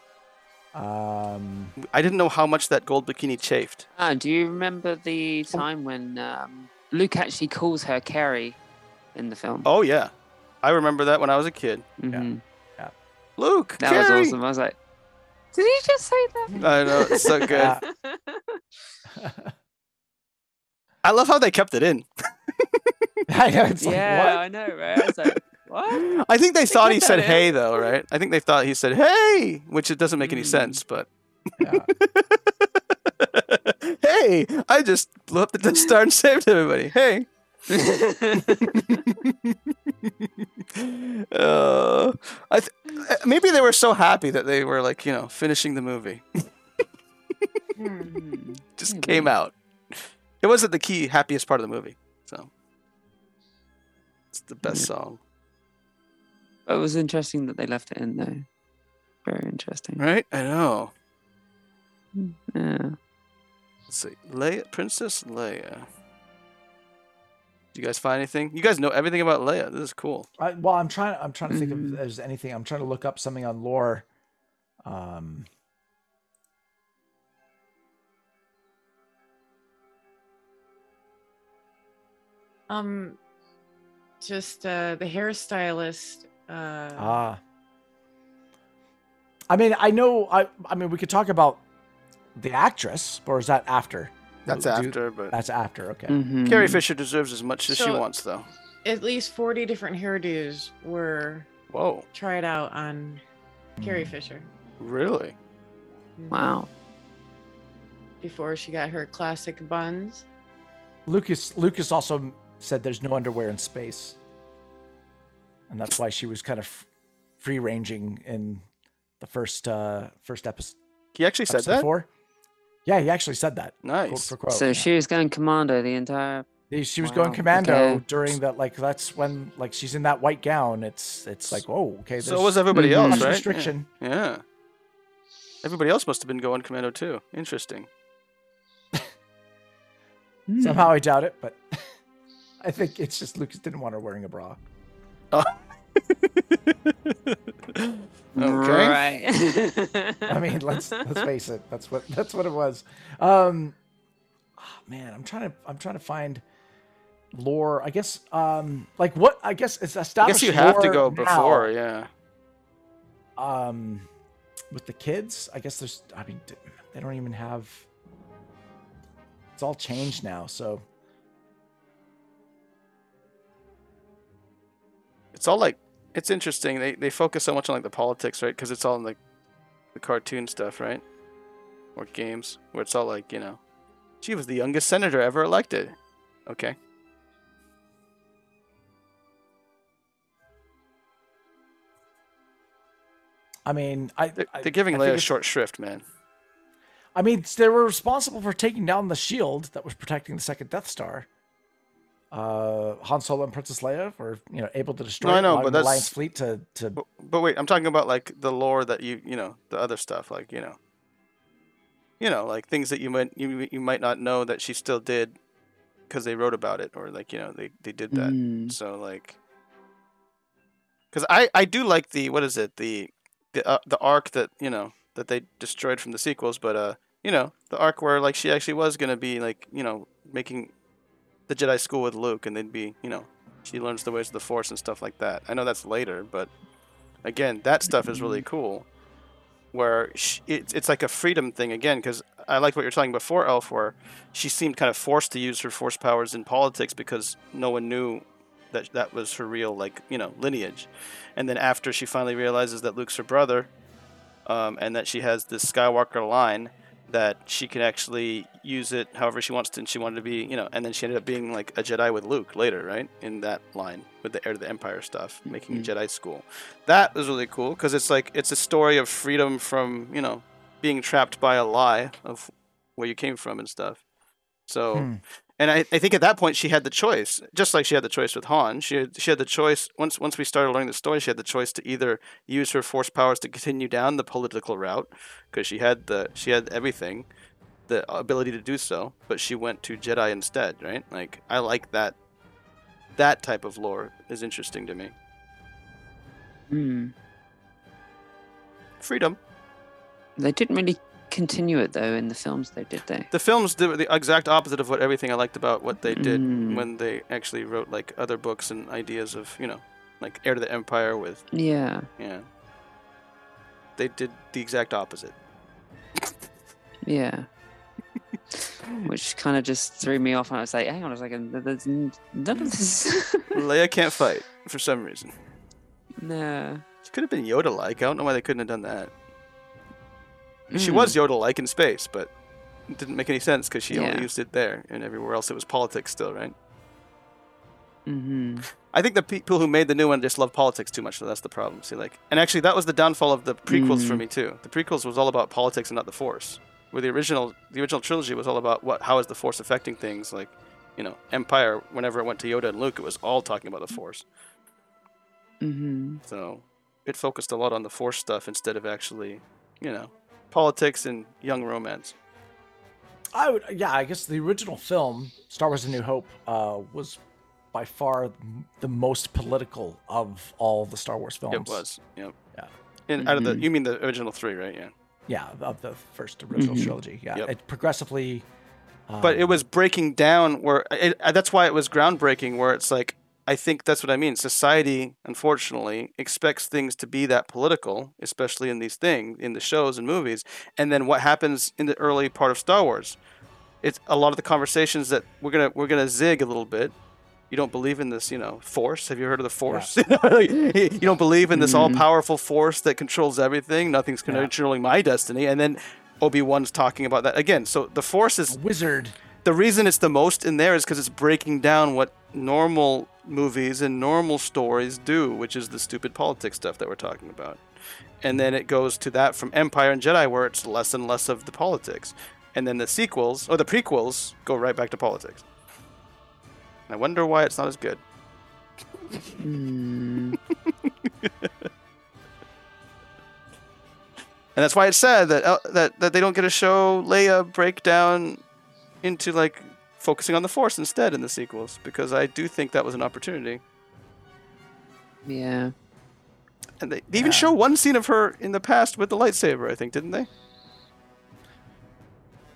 S2: Um,
S1: I didn't know how much that gold bikini chafed.
S8: Ah, do you remember the time when um, Luke actually calls her Carrie in the film?
S1: Oh yeah, I remember that when I was a kid.
S8: Mhm.
S2: Yeah.
S1: Luke,
S8: That
S1: Carrie!
S8: was awesome. I was like, did he just say that?
S1: I know it's so good.
S2: Yeah.
S1: I love how they kept it in.
S2: I know, it's like,
S8: yeah,
S2: what?
S8: I know, right? I was like, what?
S1: I think they thought he
S8: kept
S1: said
S8: that in.
S1: "Hey" though, right? I think they thought he said "Hey," which it doesn't make any
S8: Mm.
S1: sense, but.
S2: Yeah.
S1: hey, I just blew up the Death Star and saved everybody. Hey. uh, I th- uh, maybe they were so happy that they were like, you know, finishing the movie. just came out. It wasn't the key happiest part of the movie, so it's the best song,
S8: But it was interesting that they left it in though. Very interesting.
S1: right? I know.
S8: Yeah.
S1: Let's see, Leia, Princess Leia. Do you guys find anything? You guys know everything about Leia. This is cool.
S2: I, well, I'm trying. I'm trying to think
S1: Mm-hmm.
S2: of if there's anything. I'm trying to look up something on lore. Um,
S4: um, just uh, the hairstylist. Uh,
S2: Ah. I mean, I know. I. I mean, we could talk about the actress, or is that after?
S1: That's
S2: Do-
S1: after, but
S2: That's after. Okay.
S8: Mhm.
S1: Carrie Fisher deserves as much as she
S4: So-
S1: wants, though.
S4: at least 40 different hairdos were
S1: Whoa,
S4: tried out on Carrie Fisher Mm.
S1: really?
S8: Wow.
S4: before she got her classic buns.
S2: Lucas. Lucas also said there's no underwear in space, and that's why she was kind of free ranging in the first uh first episode.
S1: He actually said
S2: episode
S1: that.
S2: Four. Yeah, he actually said that. Quote
S1: Nice.
S2: for quote.
S8: so
S2: yeah.
S8: she was going commando the entire.
S2: They- She was
S8: Wow,
S2: going commando
S8: okay.
S2: during that. Like that's when, like she's in that white gown. It's it's like oh okay.
S1: So
S2: there's
S1: was everybody
S8: Mhm.
S1: else,
S2: much
S1: right? Yeah.
S2: restriction.
S1: Yeah. Everybody else must have been going commando too. Interesting.
S2: Somehow
S8: Mm.
S2: I doubt it, but I think it's just Lucas didn't want her wearing a bra.
S1: Okay.
S8: Right.
S2: I mean, let's let's face it. That's what that's what it was. Um, ah, man, I'm trying to I'm trying to find lore. I guess um like what I guess it's
S1: I
S2: established.
S1: guess you have to
S2: lore
S1: go
S2: now,
S1: before, yeah.
S2: um with the kids i guess there's i mean d- they don't even have it's all changed now so
S1: It's all like it's interesting. They they focus so much on like the politics, right? Because it's all in the the cartoon stuff, right? Or games where it's all like you know, she was the youngest senator ever elected. Okay.
S2: I mean, I
S1: They're,
S2: I-
S1: they're giving
S2: I
S1: Leia
S2: figured-
S1: short shrift, man.
S2: I mean, they were responsible for taking down the shield that was protecting the second Death Star. Uh, Han Solo and Princess Leia were, you know, able to destroy
S1: I
S2: it,
S1: know,
S2: allowing
S1: but
S2: the
S1: that's-
S2: Alliance fleet to to.
S1: But, but wait, I'm talking about like the lore that you you know the other stuff like you know. You know, like things that you might you, you might not know that she still did, because they wrote about it or like you know they they did that.
S8: Hmm.
S5: Mm.
S1: So like, because I I do like the what is it the the uh, the arc that you know that they destroyed from the sequels, but uh you know the arc where like she actually was gonna be like you know making the Jedi school with Luke, and they'd be you know she learns the ways of the Force and stuff like that. I know that's later, but again that stuff is really cool. Where she, it, it's like a freedom thing again, because I like what you're talking before Elf, where she seemed kind of forced to use her Force powers in politics because no one knew that that was her real like you know lineage and then after she finally realizes that luke's her brother um, and that she has this skywalker line that she can actually use it however she wants to and she wanted to be you know and then she ended up being like a jedi with luke later right in that line with the heir to the empire stuff making a jedi school that was really cool because it's like it's a story of freedom from you know being trapped by a lie of where you came from and stuff so
S2: Hmm.
S1: and I, I think at that point she had the choice, just like she had the choice with Han. She had, she had the choice once once we started learning the story. She had the choice to either use her force powers to continue down the political route, because she had the she had everything, the ability to do so, but she went to Jedi instead, right? Like I like that. That type of lore is interesting to me.
S8: Hmm.
S1: Freedom.
S8: They didn't really continue it though in the films, though, did they?
S1: The films do the exact opposite of what everything I liked about what they did
S8: Mm.
S1: when they actually wrote like other books and ideas of you know, like Heir to the Empire with
S8: Yeah,
S1: Yeah. They did the exact opposite.
S8: yeah. Which kind of just threw me off, and I was like, "Hang on a second, th- there's n- none
S1: Mm.
S8: of this."
S1: Leia can't fight for some reason.
S8: no.
S1: She could have been Yoda like. I don't know why they couldn't have done that.
S8: Mm,
S1: She was Yoda like in space, but it didn't make any sense because she
S8: Yeah.
S1: only used it there, and everywhere else it was politics still, right?
S8: Mm-hmm.
S1: I think the people who made the new one just love politics too much, so that's the problem. See, like, and actually, that was the downfall of the prequels for
S8: Mm.
S1: me too. The prequels was all about politics and not the Force. Where the original, the original trilogy was all about what, how is the Force affecting things? Like, you know, Empire. Whenever it went to Yoda and Luke, it was all talking about the Force.
S8: Mm-hmm.
S1: So it focused a lot on the Force stuff instead of actually, you know, politics and young romance.
S2: I would, yeah, I guess the original film, Star Wars: A New Hope, uh, was by far m- the most political of all the Star Wars films.
S1: It was, yep.
S2: Yeah.
S1: And out of the,
S8: Mhm.
S1: you mean the original three, right? Yeah.
S2: yeah, of the first original
S8: Mhm.
S2: trilogy. Yeah,
S1: Yep.
S2: it progressively.
S1: but it
S2: um,
S1: was breaking down where it, uh, that's why it was groundbreaking where it's like i think that's what i mean society unfortunately expects things to be that political especially in these things in the shows and movies and then what happens in the early part of star wars it's a lot of the conversations that we're gonna we're gonna zig a little bit you don't believe in this you know force have you heard of the force you don't believe in this all powerful force that controls everything nothing's
S2: Mm-hmm. Yeah.
S1: controlling my destiny and then obi-wan's talking about that again so the force is
S2: wizard.
S1: the reason it's the most in there is because it's breaking down what normal movies and normal stories do, which is the stupid politics stuff that we're talking about. And then it goes to that from Empire and Jedi, where it's less and less of the politics. And then the sequels, or the prequels, go right back to politics. And I wonder why it's not as good. And that's why it's sad that uh, that that they don't get to show Leia break down into like focusing on the Force instead in the sequels because I do think that was an opportunity.
S8: Yeah.
S1: And they, they even show one scene of her in the past with the lightsaber, I think, didn't they?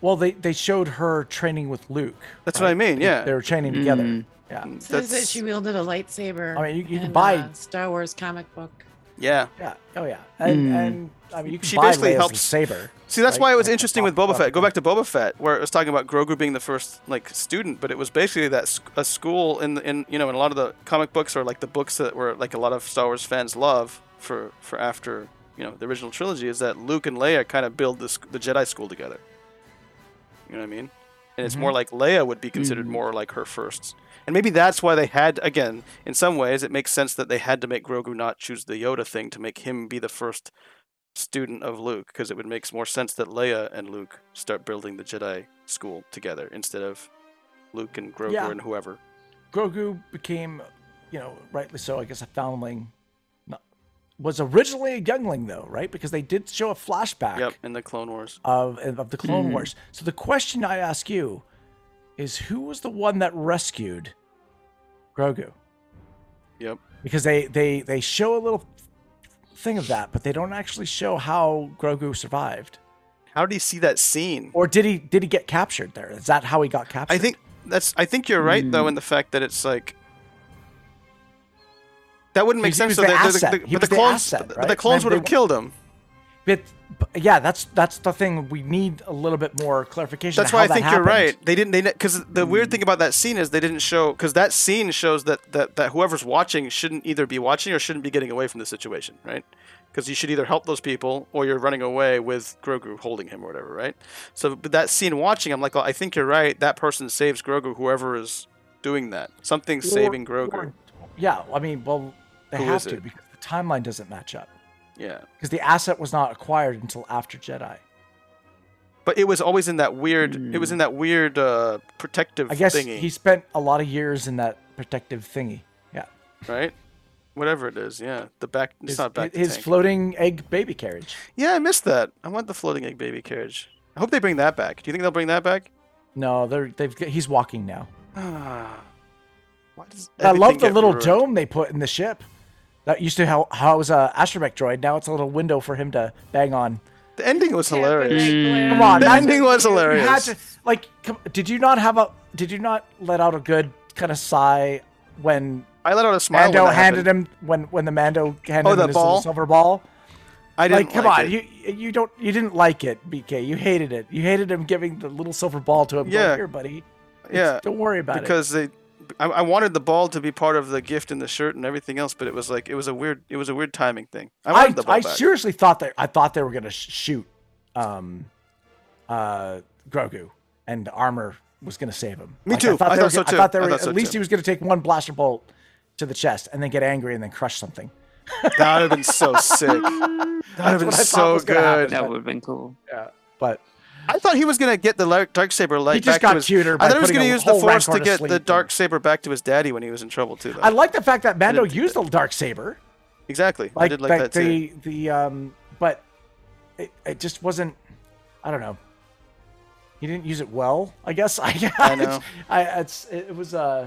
S2: Well, they they showed her training with Luke.
S1: That's what I mean,
S2: They-
S1: yeah.
S2: they were training together.
S8: Mm.
S2: Yeah,
S1: Mm,
S4: Says that
S1: that's-
S4: she wielded a lightsaber.
S2: I mean, you- you can
S4: in,
S2: buy-
S4: uh, Star Wars comic book.
S1: yeah.
S2: yeah, oh yeah, and
S8: Mm.
S2: and I mean, you can
S1: She
S2: buy
S1: basically
S2: Leia's
S1: helps-
S2: saber.
S1: See, that's
S2: right?
S1: why it was
S2: Like,
S1: interesting with
S2: off-
S1: Boba
S2: off
S1: Fett. Go
S2: the-
S1: back to Boba Fett, where it was talking about Grogu being the first like student, but it was basically that sc- a school in the, in you know in a lot of the comic books or like the books that were like a lot of Star Wars fans love for for after you know the original trilogy is that Luke and Leia kind of build this the Jedi school together. You know what I mean? And it's more
S2: Mm-hmm.
S1: like Leia would be
S2: Mm.
S1: considered more like her first. And maybe that's why they had again, in some ways it makes sense that they had to make Grogu not choose the Yoda thing to make him be the first student of Luke because it would make more sense that Leia and Luke start building the Jedi school together instead of Luke and Grogu
S2: Yeah.
S1: and whoever.
S2: Grogu became, you know, rightly so, I guess, a foundling. No- Was originally a youngling, though, right? Because they did show a flashback
S1: Yep, in the Clone Wars.
S2: of of the Clone
S1: Mhm.
S2: Wars. So the question I ask you is, who was the one that rescued Grogu?
S1: Yep.
S2: Because they they they show a little thing of that, but they don't actually show how Grogu survived.
S1: How did he see that scene?
S2: Or did he did he get captured there? Is that how he got captured?
S1: I think that's. I think you're right though
S2: Mm.
S1: in the fact that it's like that wouldn't make
S2: He- he
S1: sense.
S2: was
S1: so
S2: the
S1: that-
S2: asset.
S1: The,
S2: He
S1: but
S2: was
S1: the
S2: the
S1: clones,
S2: asset,
S1: but the
S2: right?
S1: clones
S2: They-
S1: would have
S2: they-
S1: killed him.
S2: But, but yeah, that's that's the thing. We need a little bit more clarification.
S1: That's
S2: on
S1: why I
S2: how that
S1: think you're
S2: happened. Hmm.
S1: right. They didn't. They because the weird thing about that scene is they didn't show because that scene shows that, that that whoever's watching shouldn't either be watching or shouldn't be getting away from the situation, right? Because you should either help those people or you're running away with Grogu holding him or whatever, right? So but that scene watching, I'm like, well, I think you're right. That person saves Grogu. Whoever is doing that, something's
S2: Or-
S1: saving Grogu.
S2: or- yeah, I mean, well, they
S1: Who
S2: have
S1: is
S2: to
S1: it?
S2: because the timeline doesn't match up
S1: yeah.
S2: because the asset was not acquired until after Jedi.
S1: But it was always in that weird. It was in that weird uh, protective
S2: Hmm. I guess
S1: thingy,
S2: he spent a lot of years in that protective thingy. Yeah,
S1: right? Whatever it is, yeah. The back. It's
S2: his,
S1: not back. to
S2: his
S1: tank.
S2: floating egg baby carriage.
S1: Yeah, I missed that. I want the floating egg baby carriage. I hope they bring that back. Do you think they'll bring that back?
S2: No, they're they've g- he's walking now.
S1: Ah. Why does
S2: I love
S1: everything
S2: the
S1: get
S2: little
S1: ruined?
S2: dome they put in the ship. That used to hou- house a astromech droid. Now it's a little window for him to bang on.
S1: The ending was hilarious.
S2: Come on,
S1: the
S2: that's-
S1: ending was
S2: you had
S1: hilarious.
S2: to- like, come, did you not have a? Did you not let out a good kind of sigh when
S1: I let out a smile.
S2: Mando
S1: when that
S2: handed
S1: happened.
S2: him when when the Mando handed
S1: Oh,
S2: him
S1: the
S2: his little
S1: ball?
S2: silver ball?
S1: I didn't
S2: like, come
S1: like
S2: on,
S1: it.
S2: you you don't you didn't like it, BK. You hated it. You hated him giving the little silver ball to him. going,
S1: Yeah.
S2: here, buddy. It's-
S1: Yeah,
S2: don't worry about it.
S1: because they, I, I wanted the ball to be part of the gift and the shirt and everything else, but it was like it was a weird, it was a weird timing thing. I wanted the ball
S2: I
S1: back.
S2: seriously thought that I thought they were gonna sh- shoot, um, uh, Grogu, and armor was gonna save him.
S1: Me
S2: Like,
S1: too. I
S2: they were
S1: thought so
S2: gonna-
S1: too.
S2: I thought they
S1: I
S2: were
S1: thought so
S2: at least
S1: too.
S2: he was gonna take one blaster bolt to the chest and then get angry and then crush something.
S1: that would have been so sick. That would have
S2: That's
S1: been
S2: what I thought
S1: so
S2: was gonna happen,
S1: good.
S8: That would have been cool.
S2: Yeah, but
S1: I thought he was gonna get the dark saber light.
S2: He just
S1: back
S2: got
S1: to his,
S2: cuter by
S1: I thought he was
S2: putting
S1: gonna
S2: a
S1: use the
S2: whole
S1: force
S2: Rancor
S1: to
S2: to
S1: get the
S2: sleep.
S1: dark saber back to his daddy when he was in trouble too. Though
S2: I like the fact that Mando
S1: didn't-
S2: used the dark saber.
S1: exactly, I
S2: Like,
S1: did like that too.
S2: the the um, but it, it just wasn't. I don't know. He didn't use it well. I guess I.
S1: I know.
S2: I it's it was uh.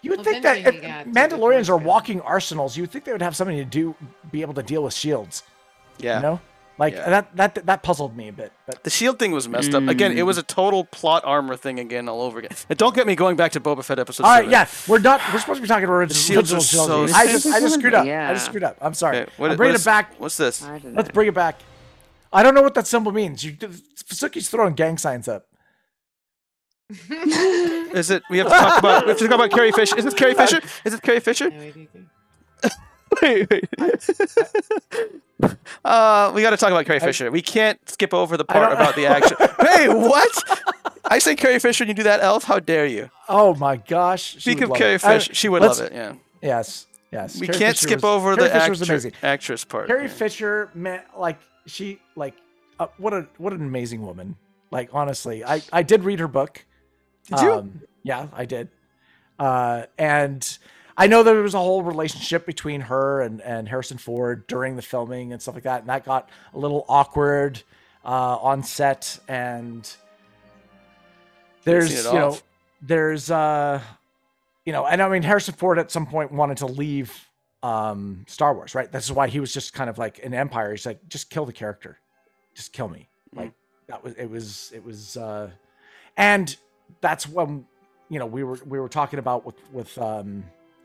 S2: You would
S4: Well,
S2: think
S4: then
S2: that
S4: he
S2: if
S4: got to the
S2: Mandalorians are walking arsenals, you would think they would have something to do, be able to deal with shields.
S1: Yeah.
S2: You know, like
S1: Yeah.
S2: that that that puzzled me a bit. But
S1: The shield thing was messed up. Again, it was a total plot armor thing again all over again. And don't get me going back to Boba Fett episode.
S2: all right,
S1: seven.
S2: yeah, we're not. We're supposed to be talking about original
S1: shields are
S2: original
S1: so
S2: shields. I just I just screwed up. I
S8: Yeah.
S2: just screwed up. I'm sorry.
S1: Okay, what-
S2: I'm bringing
S1: what is-
S2: it back.
S1: What's this?
S2: Let's bring it back. I don't know what that symbol means. You, Suki's throwing gang signs up.
S1: Is it? We have to talk about. We have to talk about Carrie Fisher. Is this Carrie Fisher? Is this Carrie Fisher? wait, wait. uh, we got to talk about Carrie Fisher. We can't skip over the part about the action. hey, what? I say Carrie Fisher, and you do that, Elf. How dare you?
S2: Oh my gosh! she
S1: Speak
S2: would
S1: of
S2: love
S1: Carrie
S2: it. I-
S1: Fisher, she would
S2: let's-
S1: love it. Yeah.
S2: Yes, yes.
S1: We
S2: Carrie
S1: can't
S2: Fisher
S1: skip
S2: was-
S1: over
S2: Carrie
S1: the
S2: Fisher was
S1: actor,
S2: amazing.
S1: actress part.
S2: Carrie
S1: yeah.
S2: Fisher, man, like she, like, uh, what a what an amazing woman. Like, honestly, I I did read her book.
S1: Did you?
S2: Um, yeah, I did. Uh, and I know there was a whole relationship between her and and Harrison Ford during the filming and stuff like that, and that got a little awkward uh, on set. And
S1: seen
S2: there's
S1: it
S2: you know
S1: off.
S2: there's uh you know, and I mean Harrison Ford at some point wanted to leave um Star Wars, right? This is why he was just kind of like an empire. He's like, just kill the character. Just kill me. Like that was it was it was uh and that's when you know we were we were talking about with with um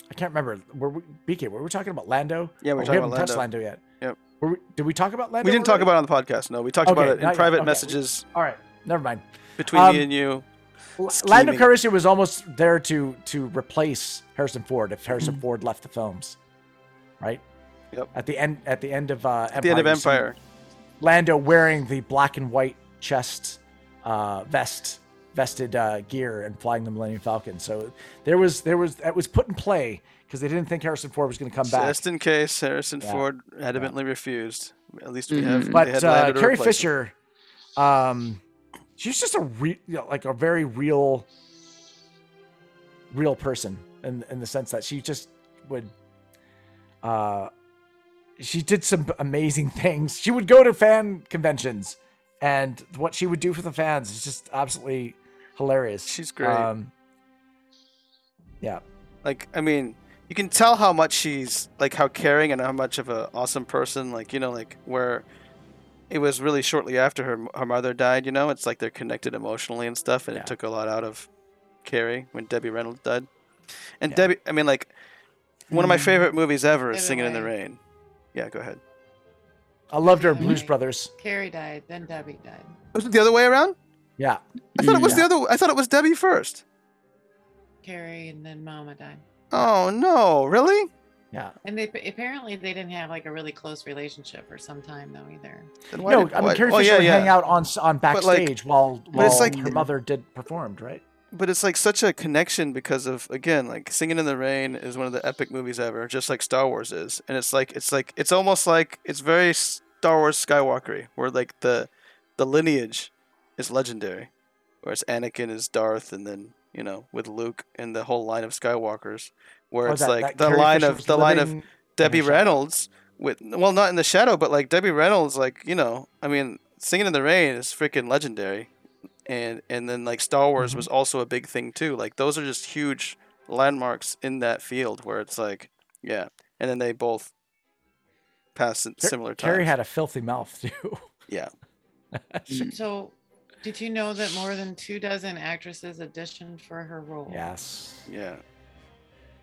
S2: I can't remember were we BK, were we talking about Lando?
S1: Yeah, we
S2: Oh,
S1: were
S2: we
S1: talking
S2: haven't
S1: about
S2: touched
S1: Lando.
S2: Lando yet.
S1: Yep.
S2: Were we, did we talk about Lando?
S1: We didn't talk
S2: already?
S1: about it on the podcast. No, we talked
S2: Okay,
S1: about it in
S2: not yet.
S1: private
S2: Okay.
S1: messages
S2: All right, never mind.
S1: between
S2: Um,
S1: me and you.
S2: L- Lando
S1: scheming.
S2: Calrissian was almost there to to replace Harrison Ford if Harrison Ford left the films, right?
S1: Mm-hmm. Yep.
S2: At the end, at the end of uh, Empire,
S1: At the end of
S2: you see
S1: Empire.
S2: Lando wearing the black and white chest uh, vest, vested uh, gear, and flying the Millennium Falcon. So there was there was that was put in play because they didn't think Harrison Ford was going to come back.
S1: Just in case Harrison
S2: Yeah.
S1: Ford adamantly refused. At least we have. they
S2: But
S1: had
S2: uh,
S1: landed a
S2: Carrie
S1: replacement.
S2: Fisher, um, she's just a re- you know, like a very real, real person in in the sense that she just would. Uh, she did some amazing things. She would go to fan conventions, and what she would do for the fans is just absolutely hilarious. Um,
S1: She's great.
S2: yeah.
S1: Like I mean, you can tell how much she's like how caring and how much of an awesome person. Like you know, like where it was really shortly after her her mother died. You know, it's like they're connected emotionally and stuff, and it took a lot out of Carrie when Debbie Reynolds died. And Debbie, I mean, like one of my
S2: Mhm.
S1: favorite movies ever is
S4: By the
S1: Singing in the
S4: way-
S1: Rain. Yeah, go ahead.
S2: I loved her in Blues Brothers.
S4: Carrie died, then Debbie died.
S1: Was it the other way around?
S2: Yeah.
S1: I thought it was
S8: Mm.
S2: Yeah.
S1: the other. I thought it was Debbie first.
S4: Carrie and then Mama died.
S1: Oh no, really?
S2: Yeah.
S4: And they apparently they didn't have like a really close relationship for some time though either.
S1: Then why
S2: No,
S1: did-
S2: I
S1: why-
S2: mean Carrie
S1: oh,
S2: Fisher
S1: yeah,
S2: would
S1: yeah.
S2: hang out on s- on
S1: But, like-
S2: backstage while
S1: but
S2: while
S1: it's like-
S2: her mother did performed, right?
S1: But it's like such a connection because of again, like Singing in the Rain is one of the epic movies ever, just like Star Wars is. And it's like it's like it's almost like it's very Star Wars Skywalkery, where like the the lineage is legendary, whereas Anakin is Darth, and then you know with Luke and the whole line of Skywalkers, where
S2: Oh,
S1: it's
S2: that-
S1: like
S2: that
S1: the
S2: Carrie
S1: line
S2: Fisher
S1: of
S2: was
S1: the line of
S2: living
S1: Debbie Reynolds with well not in the shadow, but like Debbie Reynolds, like you know, I mean, Singing in the Rain is freaking legendary, and and then like Star
S2: Mm-hmm.
S1: Wars was also a big thing too. Like those are just huge landmarks in that field where it's like yeah, and then they both passed at
S2: Car-
S1: similar times.
S2: Carrie had a filthy mouth too.
S1: yeah.
S4: So did you know that more than two dozen actresses auditioned for her role?
S2: Yes.
S1: Yeah.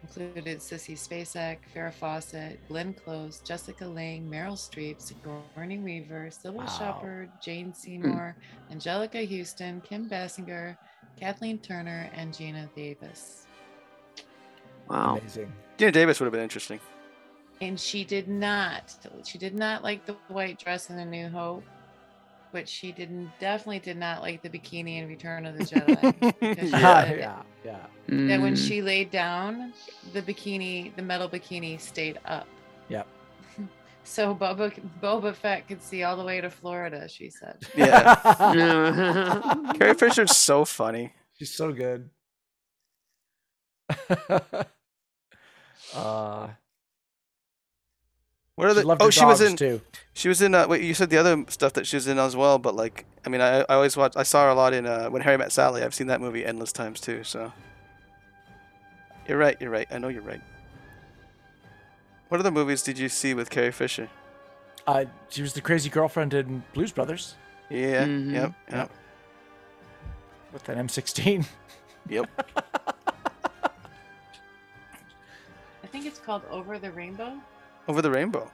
S4: Included Sissy Spacek, Farrah Fawcett, Glenn Close, Jessica Lange, Meryl Streep, Sigourney Weaver, Sybil Shepherd,
S2: Hmm.
S4: Jane Seymour, Angelica Houston, Kim Basinger, Kathleen Turner, and Gina Davis.
S8: Wow.
S2: Amazing.
S1: Gina Davis would have been interesting.
S4: and she did not she did not like the white dress in the new hope but she didn't definitely did not like the bikini in return of the jedi because she
S2: Yeah.
S4: said
S2: yeah, yeah.
S4: that when
S2: Mm.
S4: she laid down the bikini the metal bikini stayed up
S2: Yep.
S4: so boba boba fett could see all the way to florida she said
S8: Mm.
S1: Yeah. Carrie Fisher's so funny.
S2: She's so good. Uh,
S1: What are
S2: She
S1: the?
S2: loved
S1: oh,
S2: her
S1: she was
S2: dogs,
S1: in.
S2: too.
S1: She was in. Uh, wait, you said the other stuff that she was in as well, but like, I mean, I, I always watch. I saw her a lot in uh, When Harry Met Sally. I've seen that movie endless times too. So. You're right. You're right. I know you're right. What other movies did you see with Carrie Fisher?
S2: uh, she was the crazy girlfriend in Blues Brothers.
S1: Yeah. Yep. Yep.
S2: With that M16.
S1: Yep.
S4: i think it's called over the rainbow
S1: Over the Rainbow.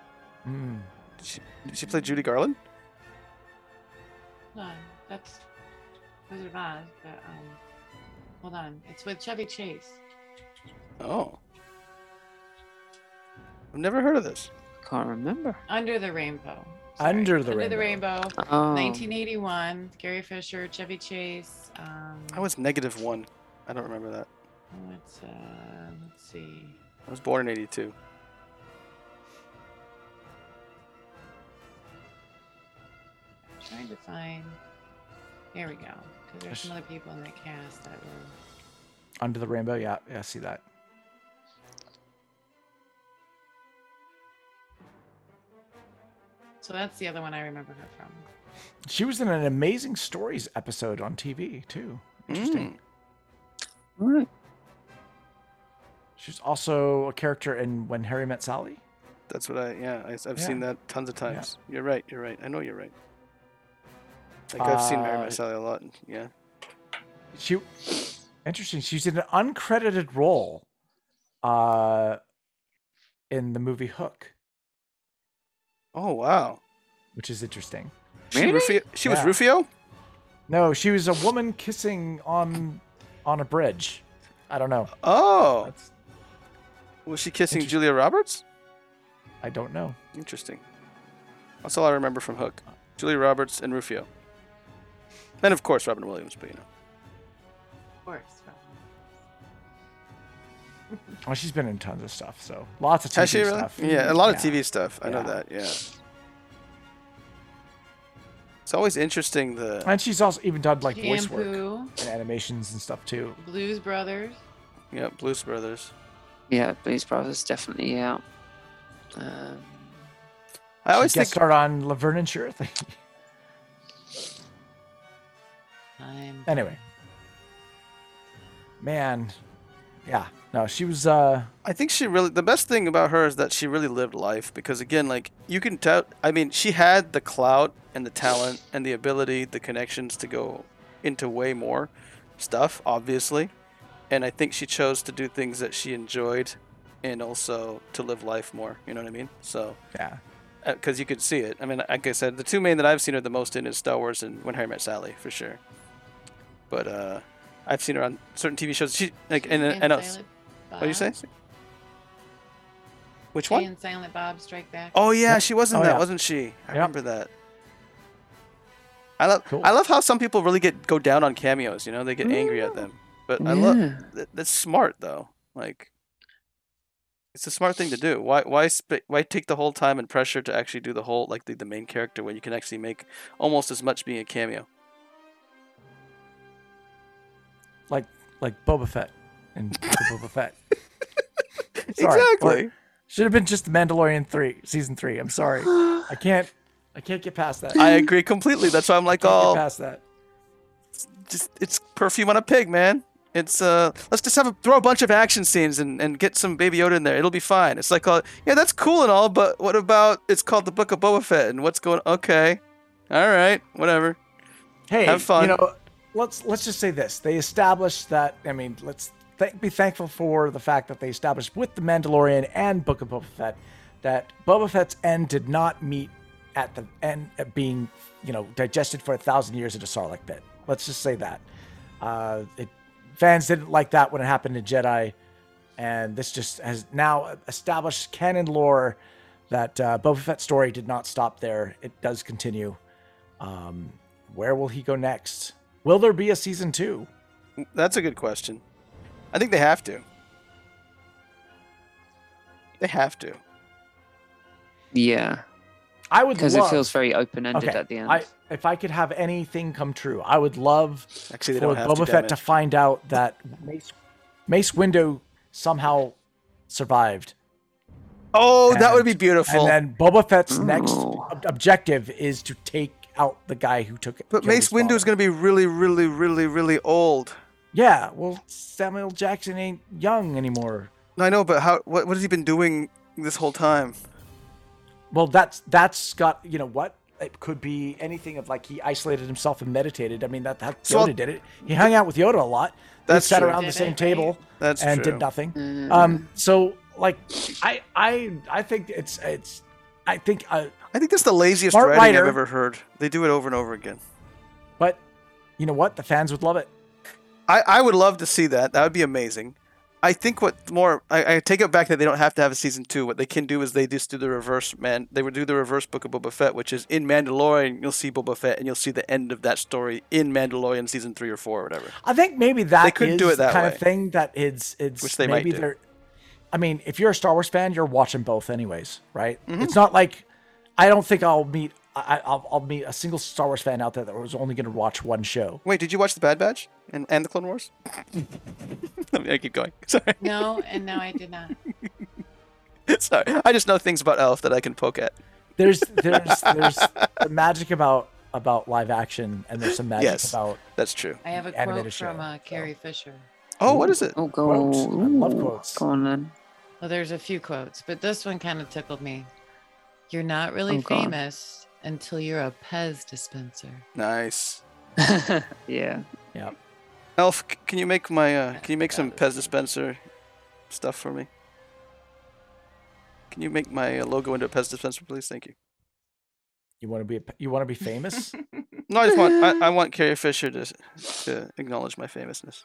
S2: Mm.
S1: Did she, did she play Judy Garland?
S4: No, that's Wizard of Oz, but um, hold on. It's with Chevy Chase.
S1: Oh. I've never heard of this.
S8: Can't remember.
S4: Under the Rainbow.
S2: Under the rainbow.
S4: Under the Rainbow.
S8: Oh.
S4: 1981. Gary Fisher, Chevy Chase. Um,
S1: I was negative one. I don't remember that.
S4: what's, uh, let's see.
S1: I was born in '82.
S4: trying to find. There we go. Because there's some other people in that cast that were.
S2: Under the Rainbow. Yeah, yeah, I see that.
S4: So that's the other one I remember her from.
S2: She was in an Amazing Stories episode on TV too. Interesting.
S8: Right.
S2: She was also a character in When Harry Met Sally.
S1: That's what I yeah, I, I've
S2: Yeah.
S1: seen that tons of
S2: Yeah.
S1: times. You're right. You're right. I know you're right. Like I've seen Mary
S2: Uh,
S1: Met Sally a lot. and- Yeah.
S2: She interesting. She was in an uncredited role uh in the movie Hook,
S1: Oh wow.
S2: which is interesting.
S1: She, Rufio, she was
S2: Yeah.
S1: Rufio.
S2: No, she was a woman kissing on on a bridge. I don't know.
S1: Oh. Was she kissing Julia Roberts?
S2: I don't know.
S1: Interesting. That's all I remember from Hook.
S2: Uh,
S1: Julia Roberts and Rufio. And of course Robin Williams, but you know.
S4: Of course. from-
S2: Well, she's been in tons of stuff, so lots of TV
S1: Has she really?
S2: stuff.
S1: Yeah, a lot of
S2: Yeah.
S1: TV stuff. I know
S2: Yeah.
S1: that. Yeah. It's always interesting the
S2: And she's also even done like voice work
S4: Shampoo,
S2: and animations and stuff too.
S4: Blues Brothers.
S1: yeah Blues Brothers.
S8: Yeah, Blues Brothers definitely. Yeah. Um,
S1: I
S2: always think start on Laverne and Shirley.
S4: I'm
S2: anyway, man, yeah, no, she was. uh
S1: I think she really the best thing about her is that she really lived life because again like you can tell I mean she had the clout and the talent and the ability the connections to go into way more stuff obviously and I think she chose to do things that she enjoyed and also to live life more you know what I mean so
S2: yeah
S1: because you could see it I mean like I said the two main that I've seen her the most in is Star Wars and When Harry Met Sally for sure but uh I've seen her on certain TV shows she like and, uh,
S4: in
S1: and, and
S4: Silent
S1: what do you say
S4: Bob.
S1: which one
S4: She in Silent Bob Strike Back.
S1: Oh yeah, she was in
S2: Oh,
S1: that,
S2: yeah.
S1: wasn't she? I remember that. I love I love how some people really get go down on cameos. You know, they get angry at them. But I
S8: Yeah.
S1: love that, that's smart though. Like, it's a smart thing to do. Why why sp- why take the whole time and pressure to actually do the whole like the, the main character when you can actually make almost as much being a cameo?
S2: like like Boba Fett and Boba Fett.
S1: Exactly.
S2: or- Should have been just the Mandalorian three season three. I'm sorry, I can't I can't get past that.
S1: I agree completely. That's why I'm like,
S2: Can't
S1: oh,
S2: get past that.
S1: just it's perfume on a pig, man. It's uh, let's just have a, throw a bunch of action scenes and, and get some Baby Yoda in there. It'll be fine. It's like, uh, yeah, that's cool and all, but what about it's called the Book of Boba Fett and what's going? Okay, all right, whatever.
S2: Hey,
S1: have fun.
S2: You know, let's let's just say this: they established that. I mean, let's th- be thankful for the fact that they established with the Mandalorian and Book of Boba Fett that Boba Fett's end did not meet at the end at being you know digested for a thousand years in a Sarlacc pit. Let's just say that. Uh, it, fans didn't like that when it happened to Jedi, and this just has now established canon lore that uh, Boba Fett's story did not stop there. It does continue. Um, where will he go next? Will there be a season two?
S1: That's a good question. I think they have to. They have to.
S8: yeah.
S2: I would
S8: Because
S2: love,
S8: it feels very open ended
S2: Okay,
S8: at the end.
S2: I, if I could have anything come true, I would love
S1: Actually, they
S2: for
S1: don't have to,
S2: Boba
S1: damn
S2: Fett
S1: it.
S2: to find out that Mace, Mace Windu somehow survived.
S1: Oh, that would
S2: And-
S1: be beautiful.
S2: And then Boba Fett's next
S8: Ooh.
S2: ob- objective is to take out the guy who took it.
S1: but Mace Windu is going to be really, really, really, really old.
S2: Yeah, well, Samuel Jackson ain't young anymore.
S1: No, I know, but how? What, what has he been doing this whole time?
S2: Well, that's that's got you know what it could be anything of like he isolated himself and meditated. I mean that that
S1: So-
S2: Yoda did it. He hung out with Yoda a lot. They
S1: That's
S2: sat
S1: true.
S2: around the
S4: Did
S2: same
S4: it, Mm-hmm.
S2: table
S1: That's
S2: and
S1: true.
S2: did nothing. Um, so like I I I think it's it's I think uh,
S1: I think that's the laziest
S2: Smart
S1: writing I've
S2: writer.
S1: ever heard. They do it over and over again.
S2: but you know what the fans would love it.
S1: I, I would love to see that. That would be amazing. I think what more I, I take it back that they don't have to have a season two. What they can do is they just do the reverse man. They would do the reverse book of Boba Fett, which is in Mandalorian. You'll see Boba Fett, and you'll see the end of that story in Mandalorian season three or four or whatever.
S2: I think maybe that
S1: could do
S2: is
S1: it that
S2: the kind
S1: way.
S2: of thing that it's it's
S1: Which they might
S2: maybe
S1: do.
S2: they're I mean, if you're a Star Wars fan, you're watching both anyways, right?
S1: Mm-hmm.
S2: It's not like I don't think I'll meet I, I- I'll, I'll meet a single Star Wars fan out there that was only going to watch one show.
S1: Wait, did you watch the Bad Batch and and the Clone Wars? I, mean, I keep going. Sorry,
S4: No, and no, I did not.
S1: sorry. I just know things about Elf that I can poke at.
S2: There's there's there's the magic about about live action, and there's some magic
S1: Yes.
S2: about
S1: That's true.
S4: I have a
S2: Animated
S4: quote
S2: show,
S4: from uh, Carrie Fisher.
S1: Oh, what is it?
S8: Oh, go.
S2: Quotes. I love
S8: ooh,
S2: quotes.
S8: Go on then.
S4: Well, there's a few quotes, but this one kind of tickled me. You're not really
S8: Oh, God.
S4: famous until you're a Pez dispenser.
S1: Nice.
S8: yeah.
S1: Elf, c- can you make my uh, can you make some Pez dispenser stuff for me? Can you make my uh, logo into a Pez dispenser, please? Thank you.
S2: you want to be a- you want to be famous.
S1: No, I just want I, I want Carrie Fisher to s- to acknowledge my famousness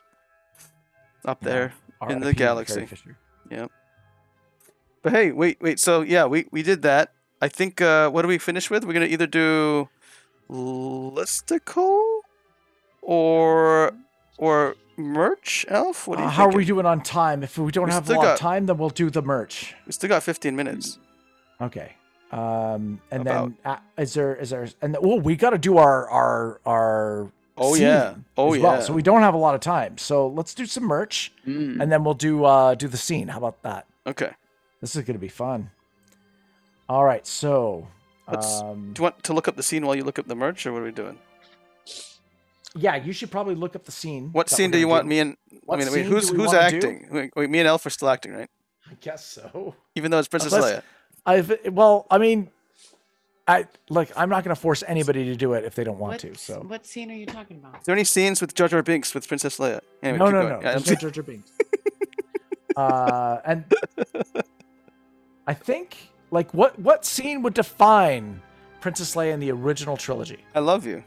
S1: up there in
S2: R.I.P.
S1: the
S2: Carrie
S1: galaxy.
S2: Fisher.
S1: Yep. But hey, wait, wait. So yeah, we we did that. I think uh, what do we finish with? We're gonna either do listicle or or merch, Elf? What do
S2: Uh,
S1: you
S2: how are we
S1: thinking?
S2: doing on time? If we don't
S1: We
S2: have a
S1: still
S2: lot
S1: got-
S2: of time, then we'll do the merch.
S1: We still got 15 minutes.
S2: Okay. Um, and then uh, is there is there and the, well, we got to do our our our.
S1: Oh,
S2: scene
S1: yeah. Oh,
S2: as well,
S1: yeah.
S2: So we don't have a lot of time. So let's do some merch,
S8: Mm.
S2: and then we'll do uh do the scene. How about that?
S1: Okay.
S2: This is gonna be fun. All right. So.
S1: Let's,
S2: um,
S1: do you want to look up the scene while you look up the merch, or what are we doing?
S2: yeah, you should probably look up the scene.
S1: What
S2: that we're
S1: scene do
S2: gonna
S1: you want me and?
S2: What
S1: I mean, wait,
S2: scene do
S1: who's
S2: we
S1: who's
S2: wanna do?
S1: acting? Wait, wait, me and Elf are still acting, right?
S2: I guess so.
S1: Even though it's Princess
S2: Unless-
S1: Leia.
S2: I've well, I mean, I like I'm not gonna force anybody to do it if they don't want to. So
S4: What scene are you talking about?
S1: Is there any scenes with Jar Jar Binks with Princess Leia? Anyway,
S2: no,
S1: keep
S2: no,
S1: going.
S2: no,
S1: Yeah,
S2: There's no Jar Jar Binks. uh, and I think like what what scene would define Princess Leia in the original trilogy?
S1: I love you.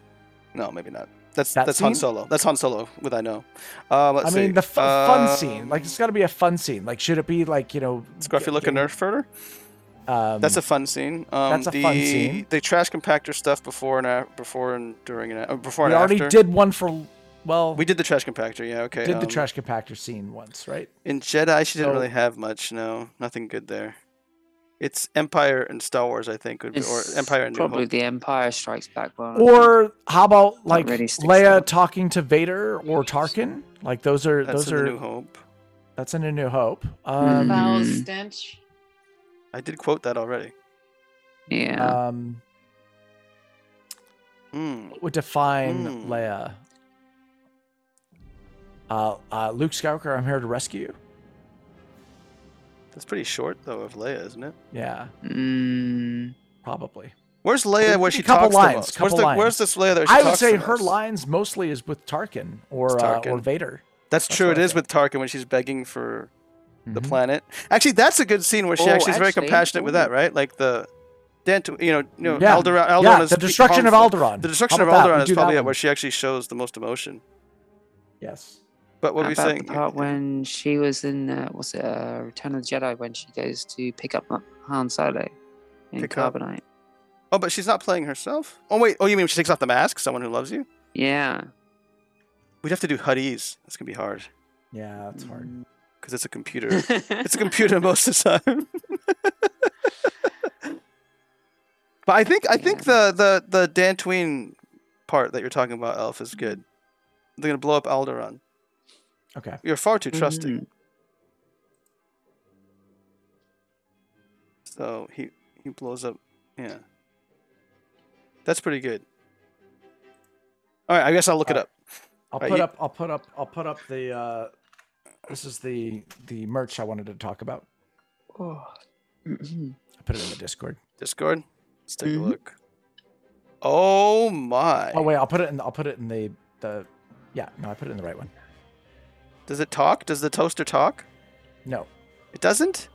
S1: No, maybe not. That's
S2: That
S1: that's Han
S2: scene?
S1: Solo. That's Han Solo with I know. Um, let's
S2: I mean,
S1: see.
S2: the f- fun
S1: Uh,
S2: scene. Like it's got to be a fun scene. Like should it be like you know?
S1: Scruffy looking Nerf further.
S2: Um,
S1: that's a fun scene. Um,
S2: that's a
S1: the,
S2: fun scene.
S1: The trash compactor stuff before and a- before and during and a- uh, before
S2: We
S1: and
S2: already
S1: after.
S2: did one for well.
S1: We did the trash compactor. Yeah. Okay.
S2: did the
S1: um,
S2: trash compactor scene once, right?
S1: in Jedi? She didn't
S2: so-
S1: really have much. No, nothing good there. It's Empire and Star Wars, I think, would be, or
S8: It's
S1: Empire and New
S8: probably
S1: Hope.
S8: the Empire Strikes Back
S1: Uh,
S8: one. I think.
S2: Or how about like
S8: really sticks
S2: Leia talking to Vader or Tarkin? Like those are
S1: That's
S2: those
S1: in
S2: are
S1: the New Hope.
S2: that's in a New Hope. Um,
S8: Mm-hmm.
S4: Foul stench.
S1: I did quote that already.
S8: yeah.
S2: um,
S1: Hmm.
S2: what would define
S1: Mm.
S2: Leia? Uh, uh, Luke Skywalker, I'm here to rescue.
S1: That's pretty short though of Leia, isn't it?
S2: Yeah,
S5: Mm.
S2: probably.
S1: Where's Leia? Where
S2: Maybe
S1: she
S2: a couple
S1: talks
S2: lines,
S1: the most?
S2: couple
S1: where's, the,
S2: lines.
S1: where's this Leia that she
S2: I would
S1: talks
S2: say
S1: the
S2: her
S1: most?
S2: lines mostly is with Tarkin or
S1: It's
S2: Uh, or
S1: Tarkin.
S2: Vader.
S1: That's
S2: That's
S1: true.
S2: what
S1: It
S2: I
S1: is with Tarkin when she's begging for the
S2: Mhm.
S1: planet. Actually, that's a good scene where she
S8: Oh,
S1: actually is very
S8: actually,
S1: compassionate with that,
S8: ooh.
S1: right? Like the Dant, you know, you know
S2: Yeah.
S1: Alderaan. Alderaan
S2: Yeah,
S1: is
S2: the
S1: pe-
S2: destruction of
S1: harmful.
S2: Alderaan.
S1: The
S2: How
S1: destruction of
S2: about that? We
S1: Alderaan is
S2: do that
S1: probably it,
S2: one.
S1: where she actually shows the most emotion.
S2: Yes.
S1: But what
S8: How
S1: were you
S8: about
S1: saying?
S8: the part when she was in uh, what's it, uh, Return of the Jedi when she goes to pick up Han Solo in
S1: Pick up?
S8: Carbonite?
S1: Oh, but she's not playing herself. Oh wait. Oh, you mean when she takes off the mask? Someone who loves you.
S8: Yeah.
S1: We'd have to do Huddies. That's gonna be hard
S2: Yeah, that's
S1: Hmm.
S2: hard.
S1: because it's a computer.
S8: Mm.
S1: it's a computer most of the time. but I think I think the the the Dantooine part that you're talking about, Elf, is good. They're gonna blow up Alderaan.
S2: Okay.
S1: You're far too trusting.
S8: Mhm.
S1: So he he blows up. Yeah, that's pretty good. All right, I guess I'll look it up.
S2: I'll
S1: Right,
S2: put
S1: you-
S2: up. I'll put up. I'll put up the. Uh, this is the the merch I wanted to talk about.
S8: Mhm.
S2: I put it in the Discord.
S1: Discord. Let's take a
S8: Mhm.
S1: look. Oh my!
S2: Oh wait, I'll put it in. I'll put it in the the. Yeah, no, I put it in the right one.
S1: Does it talk? Does the toaster talk?
S2: No,
S1: It doesn't.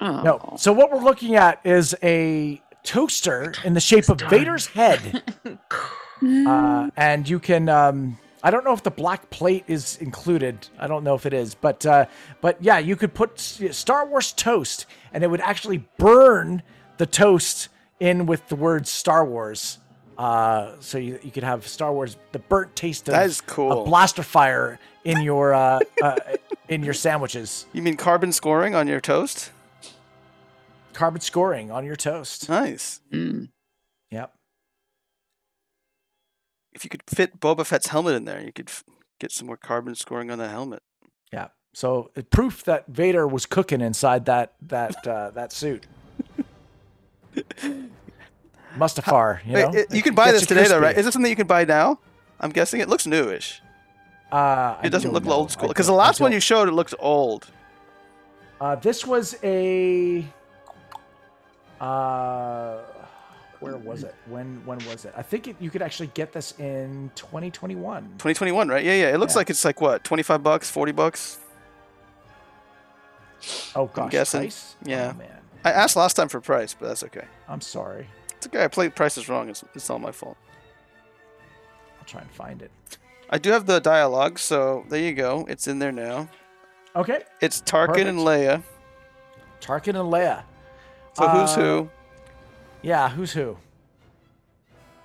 S8: oh.
S2: no. So what we're looking at is a toaster in the shape of Vader's head, uh, and you can. Um, I don't know if the black plate is included. I don't know if it is, but uh, but yeah, you could put S- Star Wars toast, and it would actually burn the toast in with the word Star Wars. Uh, so you, you could have Star Wars, the burnt taste of
S1: That is
S2: a
S1: cool.
S2: blaster fire in your uh, uh, in your sandwiches.
S1: You mean carbon scoring on your toast?
S2: Carbon scoring on your toast.
S1: Nice.
S8: Mm.
S2: Yep.
S1: If you could fit Boba Fett's helmet in there, you could f- get some more carbon scoring on the helmet.
S2: Yeah. So uh, proof that Vader was cooking inside that that uh, that suit. Mustafar, you
S1: Wait,
S2: know.
S1: it- you can buy
S2: Gets
S1: this today, though,
S2: crispy.
S1: right? Is this something you can buy now? I'm guessing it looks newish.
S2: Uh, I
S1: It doesn't
S2: don't
S1: look
S2: know.
S1: old
S2: I
S1: school because the
S2: don't- I
S1: last one
S2: don't-
S1: you showed it looked old.
S2: Uh, this was a. Uh, where was it? When when was it? I think it, you could actually get this in 2021.
S1: 2021, right? Yeah, yeah. It looks
S2: Yeah.
S1: like it's like what, 25 bucks, 40 bucks.
S2: Oh gosh,
S1: guessing.
S2: price?
S1: Yeah.
S2: Oh, man,
S1: I asked last time for price, but that's okay.
S2: I'm sorry.
S1: It's okay. I played prices wrong. It's, it's all my fault.
S2: I'll try and find it.
S1: I do have the dialogue, so there you go. It's in there now.
S2: Okay,
S1: It's Tarkin and Leia.
S2: Tarkin and Leia.
S1: So who's
S2: Uh,
S1: who?
S2: Yeah, who's who?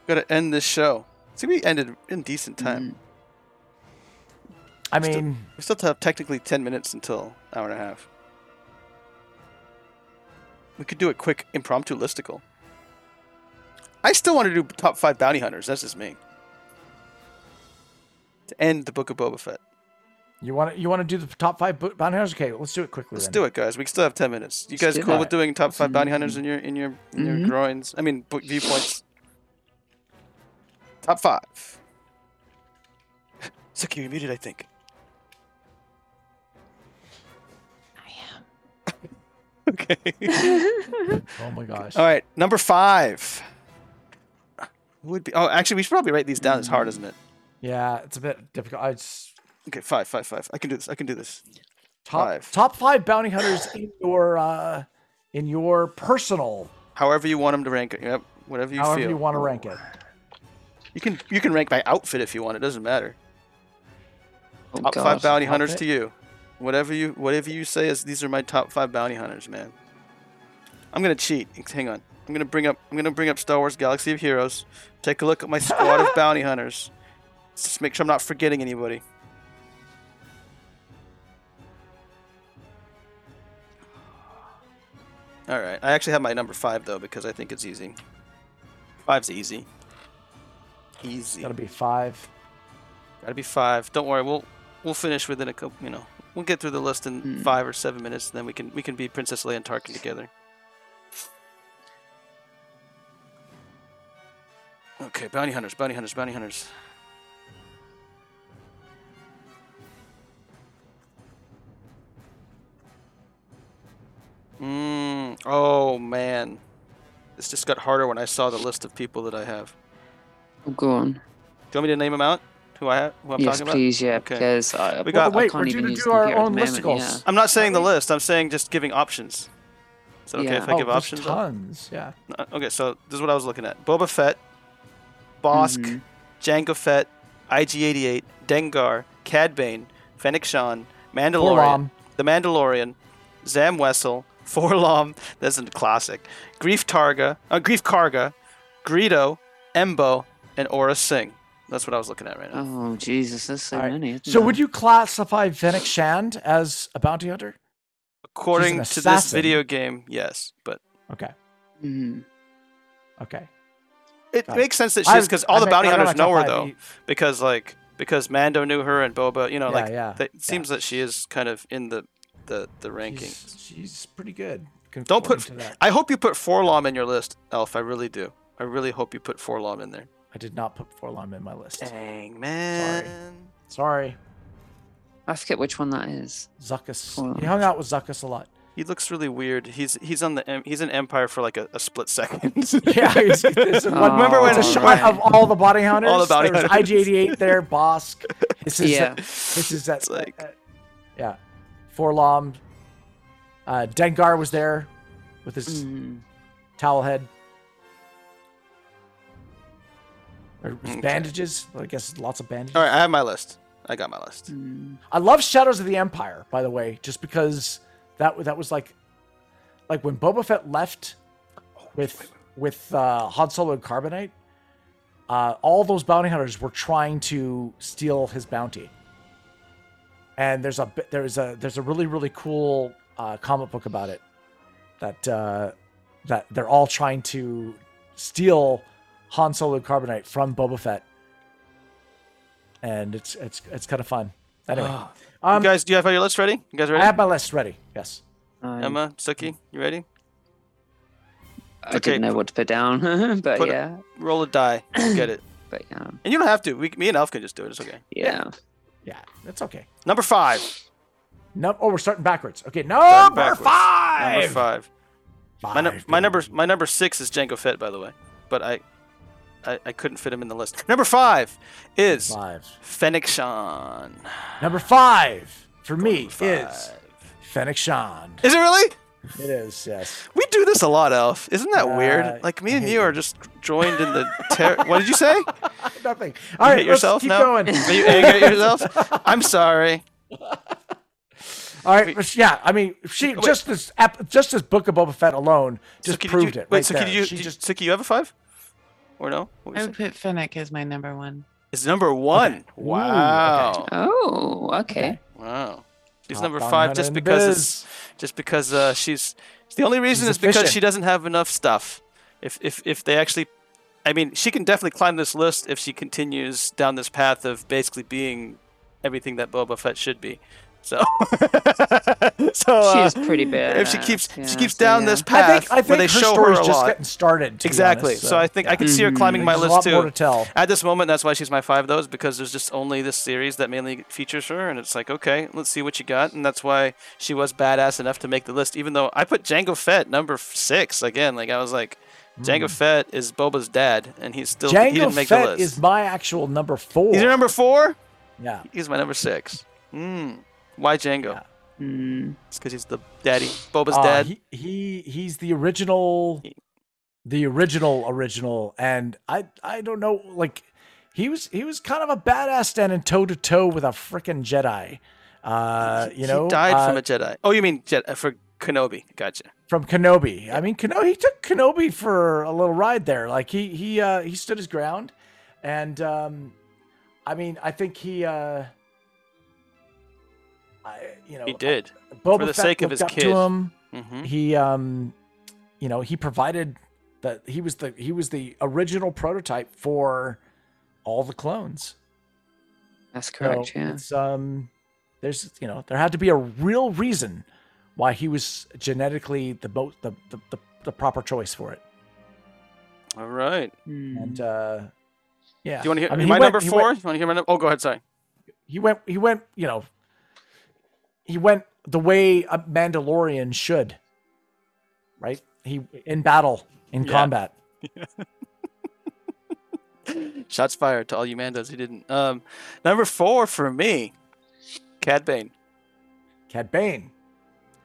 S1: Gotta end this show. See, we ended in decent time.
S2: I mean,
S1: We still have technically 10 minutes until hour and a half. We could do a quick impromptu listicle. I still want to do top five bounty hunters. That's just me. To end the Book of Boba Fett.
S2: you want to you want to do the top five bo- bounty hunters? Okay, let's do it quickly.
S1: Let's
S2: then.
S1: do it, guys. We still have 10 minutes. You
S2: Let's
S1: guys
S2: do
S1: cool
S2: that. Mm-hmm.
S1: with doing top five bounty hunters in your in your in your
S2: Mhm.
S1: groins? I mean, book viewpoints. top five. Suki, you're muted, I think.
S2: Oh my gosh.
S1: All right, number five. Who would be? Oh, actually, we should probably write these down. It's hard, isn't it?
S2: Yeah, it's a bit difficult. I just
S1: Okay, five, five, five. I can do this. I can do this.
S2: top
S1: Five.
S2: top five bounty hunters in your uh in your personal
S1: However you want them to rank it. Yep. Whatever you
S2: however
S1: feel.
S2: you want to rank it.
S1: You can you can rank by outfit if you want. It doesn't matter.
S8: Oh,
S1: top
S8: God.
S1: five bounty hunters
S8: Outfit?
S1: to you. Whatever you whatever you say is these are my top five bounty hunters, man. I'm gonna cheat. Hang on. I'm gonna bring up I'm gonna bring up Star Wars Galaxy of Heroes. Take a look at my squad of bounty hunters. Just make sure I'm not forgetting anybody. All right. I actually have my number five though because I think it's easy. Five's easy. Easy.
S2: Gotta be five.
S1: Gotta be five. Don't worry, we'll we'll finish within a couple. You know, we'll get through the list in
S8: Hmm.
S1: five or seven minutes, and then we can we can be Princess Leia and Tarkin together. Okay, bounty hunters, bounty hunters, bounty hunters. Mm, oh man, this just got harder when I saw the list of people that I have.
S8: Oh, Go on.
S1: Do you want me to name them out? Who I have? Who I'm
S8: yes,
S1: talking about?
S8: please, yeah,
S1: Okay.
S8: because I,
S1: We got-
S8: I
S1: Wait,
S8: can't
S1: we're due
S8: even
S1: to
S8: use
S1: do
S8: the
S1: our
S8: computer at
S1: own
S8: the moment,
S1: listicles.
S8: yeah.
S1: I'm not saying the list. I'm saying just giving options. Is it okay
S8: Yeah.
S1: if I
S8: Oh,
S1: give
S8: there's
S1: options?
S2: Tons. Yeah.
S1: Uh, Okay, so this is what I was looking at: Boba Fett, Bosk, Jango Fett, IG-88, Dengar, Cad Bane, Fennec Shan, Mandalorian,
S2: Forlom.
S1: The Mandalorian, Zam Wessel, Forlom. That's a classic. Grief Targa, uh, Grief Karga, Greedo, Embo, and Aura Singh. That's what I was looking at right now.
S8: Oh Jesus, there's so
S2: All right.
S8: many. Isn't
S2: So would
S8: there?
S2: you classify Fennec Shand as a bounty hunter?
S1: According to this
S2: assassin.
S1: video game, yes, but
S2: Okay.
S8: Mhm.
S2: Okay.
S1: It
S2: Got it.
S1: makes sense that
S2: I-
S1: she's because all
S2: I
S1: the
S2: meant-
S1: bounty
S2: I got
S1: hunters
S2: my
S1: know her
S2: top five.
S1: though,
S2: You-
S1: because like because Mando knew her and Boba, you know,
S2: Yeah,
S1: like
S2: yeah,
S1: that- it seems that she is kind of in the the the rankings.
S2: She's, she's pretty good.
S1: Don't put.
S2: according to that.
S1: I hope you put Forlom in your list, Elf. I really do. I really hope you put Forlom in there.
S2: I did not put Forlom in my list.
S1: Dang man.
S2: Sorry,
S8: I forget which one that is.
S2: Zuckus.
S8: Forlom.
S2: He hung out with Zuckus a lot.
S1: He looks really weird. He's he's on the em- he's in Empire for like a, a split second.
S2: Yeah, he's, there's one,
S1: Remember when-
S2: it's a shot of all the bounty hunters?
S1: All the bounty
S2: There's
S1: hunters.
S2: IG88 there, Bosk. This is
S8: Yeah.
S2: this is that.
S1: It's like-
S2: uh, yeah, Forlom. Uh, Dengar was there with
S1: Hmm.
S2: his
S8: Mm.
S2: towel head. Or his
S1: Okay.
S2: bandages. I guess lots of bandages.
S1: All right, I have my list. I got my list.
S2: I love Shadows of the Empire, by the way, just because that that was like, like when Boba Fett left with with uh, Han Solo and Carbonite, uh, all those bounty hunters were trying to steal his bounty. And there's a bit- there's a there's a really really cool uh, comic book about it that uh, that they're all trying to steal Han Solo and Carbonite from Boba Fett, and it's it's it's kind of fun. Anyway, um,
S1: you guys, do you have your list ready? You guys ready?
S2: I have Mm. my list ready. Yes.
S1: Emma, Suki, you ready?
S8: I didn't know what to put down, but
S1: Put it-
S8: yeah,
S1: Roll a die. You'll Get it.
S8: but yeah,
S1: And you don't have to. We, me and Alf can just do it. It's okay.
S8: yeah.
S2: Yeah, that's okay.
S1: Number five.
S2: No, oh, we're starting backwards. Okay,
S1: Starting
S2: number
S1: backwards.
S2: five.
S1: Number five. My, nu-
S2: Five,
S1: my number my number six is Jango Fett, by the way, but I, I I couldn't fit him in the list. Number five is
S2: Five.
S1: Fennec Shan.
S2: Number five for me is
S1: Five.
S2: Fennec Shand.
S1: Is it really?
S2: It is, yes.
S1: We do this a lot, Elf. Isn't that
S2: Uh,
S1: weird? Like me and you are just joined in the. Ter- what did you say? You
S2: Nothing. All right,
S1: hit
S2: let's
S1: yourself
S2: keep
S1: now?
S2: going.
S1: Are you angry at yourself? I'm sorry.
S2: All right, but yeah. I mean, she just this ep- just this book of Boba Fett alone just
S1: Suki, did
S2: proved
S1: you,
S2: it.
S1: Wait,
S2: right
S1: Suki,
S2: there.
S1: did you,
S2: she
S1: did,
S2: just
S1: Suki, you have a five? Or no? What were
S4: I
S1: you
S4: would put Fennec as my number one.
S1: It's number one. Wow.
S8: Oh, okay.
S1: Wow. She's
S8: Top
S1: number
S8: on
S1: five
S8: that
S1: just
S8: in
S1: because
S8: biz.
S1: it's, just because uh, she's the only reason
S8: She's
S1: is because she
S8: efficient.
S1: doesn't have enough stuff. If if if they actually, I mean, she can definitely climb this list if she continues down this path of basically being everything that Boba Fett should be. So, so
S8: She
S1: uh,
S8: is pretty
S1: If she
S8: badass,
S1: keeps
S8: yeah,
S1: she keeps
S8: so
S1: down
S8: yeah.
S1: this
S2: I
S1: path
S2: think I think
S1: where they
S2: her
S1: show her
S2: story's
S1: a lot.
S2: just getting started. to be
S1: Exactly.
S2: honest,
S1: so, I think I could see her climbing my
S2: Hmm. There's
S1: list
S2: a
S1: too.
S2: lot More to tell.
S1: At this moment, that's why she's my five of those because there's just only this series that mainly features her, and it's like, okay, let's see what you got, and that's why she was badass enough to make the list. Even though I put Django Fett number f- six again, like I was like,
S2: Hmm.
S1: Django Fett is Boba's dad, and he's still he
S2: Django
S1: didn't make the
S2: Fett
S1: list.
S2: is my actual number four.
S1: He's your number four.
S2: Yeah.
S1: He's my number six. Mm. Why Django?
S2: Hmm.
S1: It's because he's the daddy. Boba's
S2: Uh,
S1: dad.
S2: He, he he's the original, the original original, and I I don't know like he was he was kind of a badass standing toe to toe with a freaking Jedi. Uh, you know,
S1: he died
S2: uh,
S1: from a Jedi. Oh, you mean Jedi, for Kenobi? Gotcha.
S2: from Kenobi. I mean, Kenobi he took Kenobi for a little ride there. Like he he uh, he stood his ground, and um, I mean, I think he uh, I, you know
S1: He did.
S2: Boba
S1: for the
S2: Fett
S1: sake of
S2: looked
S1: his
S2: up
S1: kid.
S2: To him.
S1: Mhm.
S2: He um, you know, he provided that he was the he was the original prototype for all the clones.
S8: That's
S2: So
S8: correct. yeah.
S2: It's, um, there's you know there had to be a real reason why he was genetically the most the, the, the, the proper choice for it.
S1: All right.
S8: Hmm.
S2: And uh, yeah,
S1: Mm-hmm. Do you want to hear
S2: I mean, he
S1: my
S2: went-
S1: number
S2: he
S1: four?
S2: went-
S1: you want to hear my number? Oh, go ahead. Sorry.
S2: he went he went you know he went the way a Mandalorian should, right? He in battle in
S1: Yeah.
S2: combat.
S1: Shots fired to all you Mandos who didn't. Um, number four for me, Cad Bane.
S2: Cad Bane.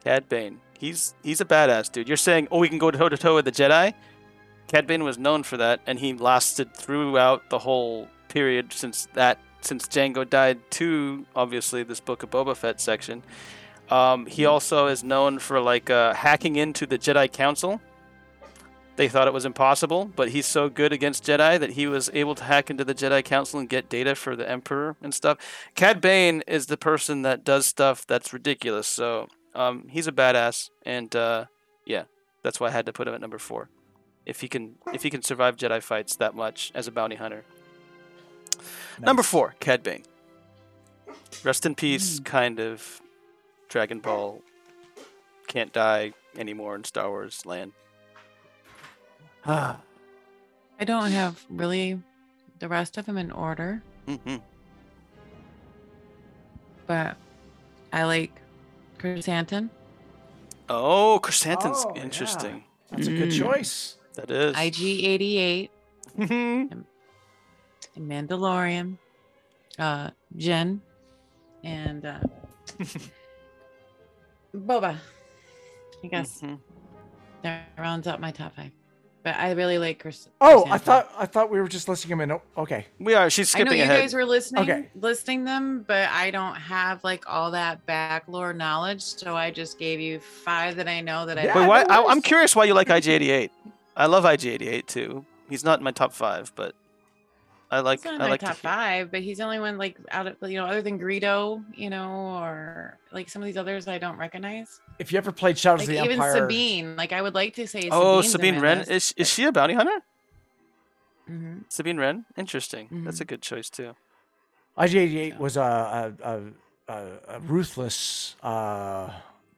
S1: Cad Bane. He's he's a badass dude. You're saying, oh, we can go toe to toe with the Jedi. Cad Bane was known for that, and he lasted throughout the whole period since that since Django died to obviously this book of Boba Fett section. Um, he also is known for like uh, hacking into the Jedi Council. They thought it was impossible, but he's so good against Jedi that he was able to hack into the Jedi Council and get data for the Emperor and stuff. Cad Bane is the person that does stuff that's ridiculous. So um, he's a badass, and uh, yeah, that's why I had to put him at number four. If he can, if he can survive Jedi fights that much as a bounty hunter. Number four, Cad Bane. Rest in
S4: Hmm.
S1: peace, kind of. Dragon Ball can't die anymore in Star Wars land. Ah.
S4: I don't have really the rest of them in order,
S1: Mm-hmm.
S4: but I like Chrysanthemum.
S1: Oh, Chrysanthem's
S4: Oh, yeah.
S1: interesting.
S2: That's a good
S4: Mm.
S2: choice.
S1: That is.
S4: IG88.
S1: and
S4: Mandalorian. Uh, Jen. And uh, Boba. I guess
S1: Mm-hmm.
S4: that rounds up my top five. But I really like Chris.
S2: Oh, I thought I thought we were just listing him in. o- Okay,
S1: we are. She's
S4: I know
S1: skipping
S4: you
S1: ahead.
S4: guys were listening,
S2: Okay.
S4: listing them, but I don't have like all that back lore knowledge, so I just gave you five that I know that I.
S1: Wait, why? I, I'm curious why you like IG88. I love IG88 too. He's not in my top five, but I like.
S4: He's not in
S1: I
S4: my
S1: like. to
S4: top
S1: hear-
S4: five, but he's the only one like out of you know other than Greedo, you know, or like some of these others I don't recognize.
S2: if you ever played Shadows
S4: Like
S2: of the
S4: even
S2: Empire,
S4: Sabine, like I would like to say.
S1: oh,
S4: Sabine's in
S1: Sabine
S4: my
S1: Wren
S4: list.
S1: is is she a bounty hunter?
S4: Mhm.
S1: Sabine Wren, interesting.
S4: Mm-hmm.
S1: That's a good choice too.
S2: IG88 was a a, a, a, a ruthless uh,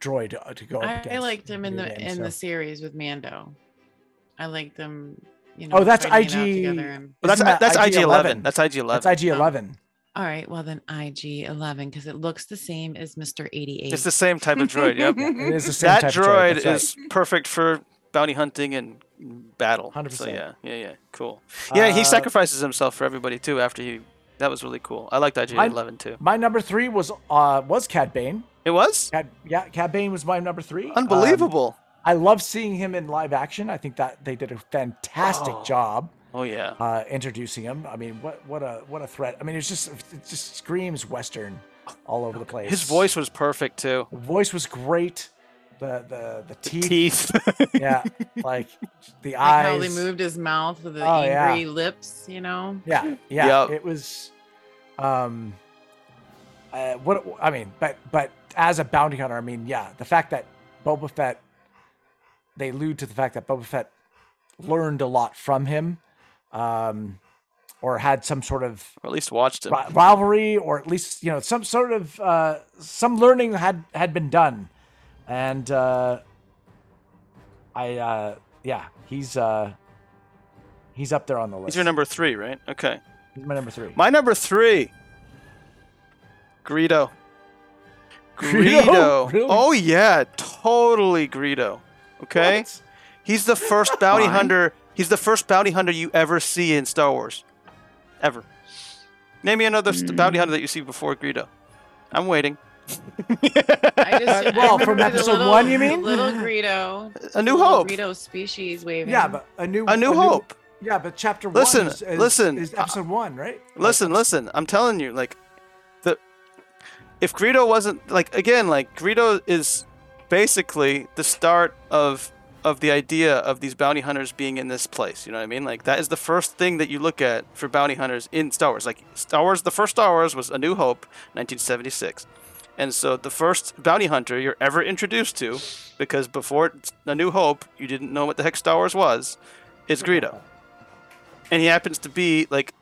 S2: droid uh, to go up
S4: I,
S2: against.
S4: I liked him in the
S2: video game,
S4: in the
S2: so-
S4: series with Mando. I liked them. You know,
S2: Oh, that's
S4: fighting
S2: IG.
S4: it out together and-
S1: Well, that's
S2: isn't that
S1: that's IG11. That's
S2: That's
S1: IG11.
S2: IG11.
S4: All right, well then IG eleven because it looks the same as Mister eighty eight.
S1: It's the same type of droid. Yep.
S4: Mm-hmm.
S2: It is the same
S1: that
S2: type of droid,
S1: droid,
S2: that's right.
S1: is perfect for bounty hunting and battle. 100%. So
S2: 100%.
S1: yeah, yeah, yeah. Cool. Yeah, he
S2: Uh,
S1: sacrifices himself for everybody too. After he, that was really cool. I liked IG11 too.
S2: My number three was uh was Cad Bane.
S1: It was.
S2: Cad, yeah, Cad Bane was my number three. Um,
S1: Unbelievable.
S2: I love seeing him in live action. I think that they did a fantastic
S1: Oh.
S2: job
S1: oh yeah.
S2: uh, introducing him. I mean, what what a what a threat! I mean, it's just it just screams Western all over the place.
S1: His voice was perfect too.
S2: voice was great. the the the teeth.
S1: teeth.
S2: yeah, like the
S4: Like how
S2: eyes.
S4: they moved his mouth with the
S2: Oh, yeah.
S4: angry lips, you know?
S2: Yeah, yeah.
S1: Yep.
S2: It was, um, uh, what I mean, but but as a bounty hunter, I mean, yeah, the fact that Boba Fett, they allude to the fact that Boba Fett learned a lot from him, um, or had some sort of
S1: or at least watched him.
S2: ri- rivalry, or at least you know some sort of uh, some learning had had been done, and uh, I uh, yeah, he's uh, he's up there on the list.
S1: He's your number three, right? Okay.
S2: He's my number three.
S1: My number three, Greedo.
S2: Greedo?
S1: Greedo.
S2: Really?
S1: Oh yeah, totally Greedo. Okay. He's the first bounty hunter. He's the first bounty hunter you ever see in Star Wars, ever. Name me another st- bounty hunter that you see before Greedo. I'm waiting.
S4: I just, I
S2: Well, from
S4: remember the
S2: episode
S4: little-
S2: one, you mean?
S4: Little Greedo.
S1: A New
S4: little
S1: Hope.
S4: Greedo species waving.
S2: Yeah, but a new
S1: A New Hope.
S2: yeah, but chapter
S1: Listen,
S2: one. is- is-
S1: listen,
S2: Is
S1: uh,
S2: episode one right?
S1: Listen, listen. I'm telling you, like, the if Greedo wasn't like again, like Greedo is basically the start of of the idea of these bounty hunters being in this place. You know what I mean? Like that is the first thing that you look at for bounty hunters in Star Wars. Like Star Wars, the first Star Wars was A New Hope, 1976. And so the first bounty hunter you're ever introduced to, because before A New Hope, you didn't know what the heck Star Wars was, is Greedo. And he happens to be like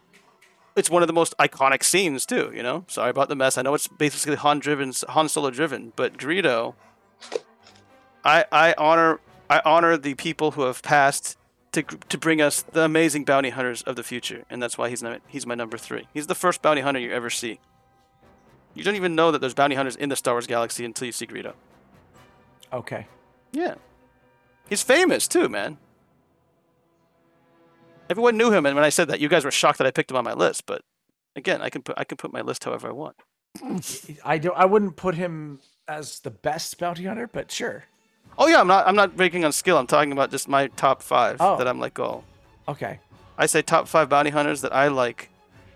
S1: it's one of the most iconic scenes too. You know, sorry about the mess. I know it's basically Han driven, Han Solo driven, but Greedo. I I honor I honor the people who have passed to to bring us the amazing bounty hunters of the future, and that's why he's num- he's my number three. He's the first bounty hunter you ever see. You don't even know that there's bounty hunters in the Star Wars galaxy until you see Greedo.
S2: Okay.
S1: Yeah, he's famous too, man. Everyone knew him, and when I said that, you guys were shocked that I picked him on my list. But again, I can put I can put my list however I want.
S2: I do. I wouldn't put him as the best bounty hunter, but sure.
S1: Oh yeah, I'm not I'm not ranking on skill. I'm talking about just my top five
S2: Oh.
S1: that I'm like, oh,
S2: Okay.
S1: I say top five bounty hunters that I like,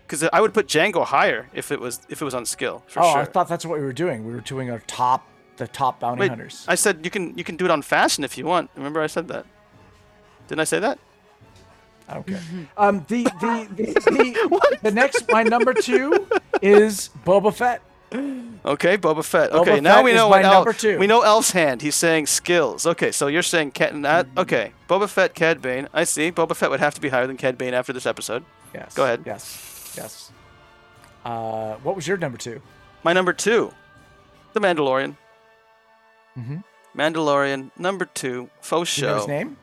S1: because I would put Django higher if it was if it was on skill for
S2: oh,
S1: sure.
S2: I thought that's what we were doing. We were doing our top, the top bounty
S1: Wait,
S2: hunters.
S1: I said you can you can do it on fashion if you want. Remember I said that. Didn't I say that?
S2: I don't care. Um, the the the, the, the next my number two is Boba Fett.
S1: Okay, Boba Fett. okay,
S2: Boba
S1: now
S2: Fett
S1: we
S2: is
S1: know
S2: my
S1: what Elf.
S2: number two.
S1: We know Elf's hand. He's saying skills. Okay, so you're saying Cat and that. Okay, Boba Fett, Cad Bane. I see. Boba Fett would have to be higher than Cad Bane after this episode.
S2: Yes.
S1: Go ahead.
S2: Yes. Yes. Uh, what was your number two?
S1: My number two, The Mandalorian.
S2: Mhm.
S1: Mandalorian number two, faux
S2: Do you know his
S1: show.
S2: name?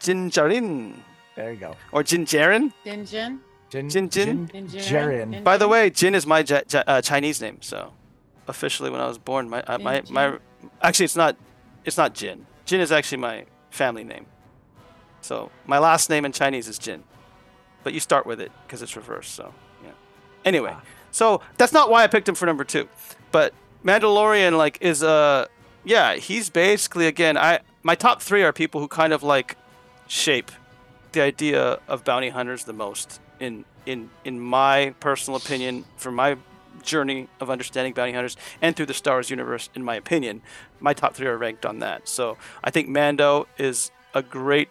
S1: Jinjarin
S2: There you go.
S1: or Jinjarin.
S4: Dinjin.
S2: Jin
S1: Jin- Jin?
S2: Jin
S4: Dinjarin.
S2: Jarin.
S1: By the way, Jin is my ja- ja- uh, Chinese name. So, officially, when I was born, my uh, my
S4: Jin
S1: my actually it's not it's not Jin. Jin is actually my family name. So my last name in Chinese is Jin, but you start with it because it's reversed. So yeah. Anyway,
S4: Ah.
S1: so that's not why I picked him for number two, but Mandalorian like is uh, yeah he's basically again I my top three are people who kind of like shape the idea of bounty hunters the most in in in my personal opinion from my journey of understanding bounty hunters and through the Star Wars universe in my opinion my top 3 are ranked on that so i think mando is a great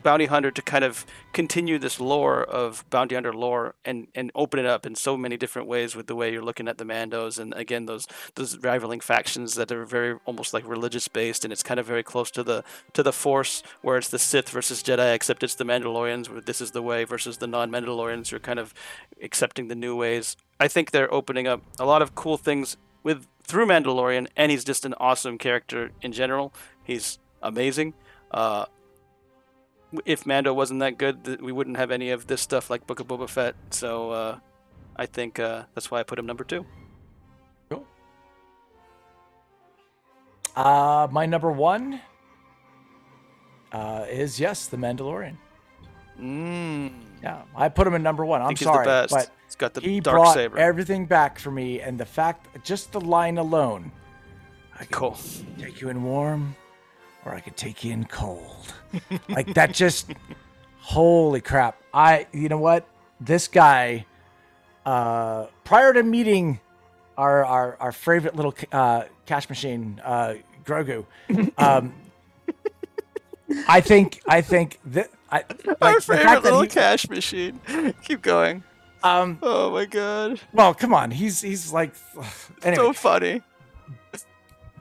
S1: bounty hunter to kind of continue this lore of bounty hunter lore and and open it up in so many different ways with the way you're looking at the mandos and again those those rivaling factions that are very almost like religious based and it's kind of very close to the to the force where it's the sith versus jedi except it's the mandalorians where this is the way versus the non-mandalorians who are kind of accepting the new ways i think they're opening up a lot of cool things with through mandalorian and he's just an awesome character in general he's amazing uh if Mando wasn't that good, th- we wouldn't have any of this stuff like Book of Boba Fett. So uh, I think uh, that's why I put him number two.
S2: Uh, my number one uh, is yes, The Mandalorian.
S1: Mm.
S2: Yeah, I put him in number one. I'm
S1: think he's
S2: sorry,
S1: the best.
S2: but
S1: he's got the
S2: he
S1: dark
S2: brought
S1: saber.
S2: everything back for me, and the fact, just the line alone, I could
S1: cool.
S2: take you in warm, or I could take you in cold. like that, just holy crap! I, you know what, this guy, uh, prior to meeting our our, our favorite little uh, cash machine, uh, Grogu. Um, I think I think that I
S1: Our
S2: like, the fact
S1: favorite
S2: that
S1: little
S2: he-
S1: cash machine. Keep going.
S2: Um.
S1: Oh my god.
S2: Well, come on. He's he's like anyway.
S1: So funny.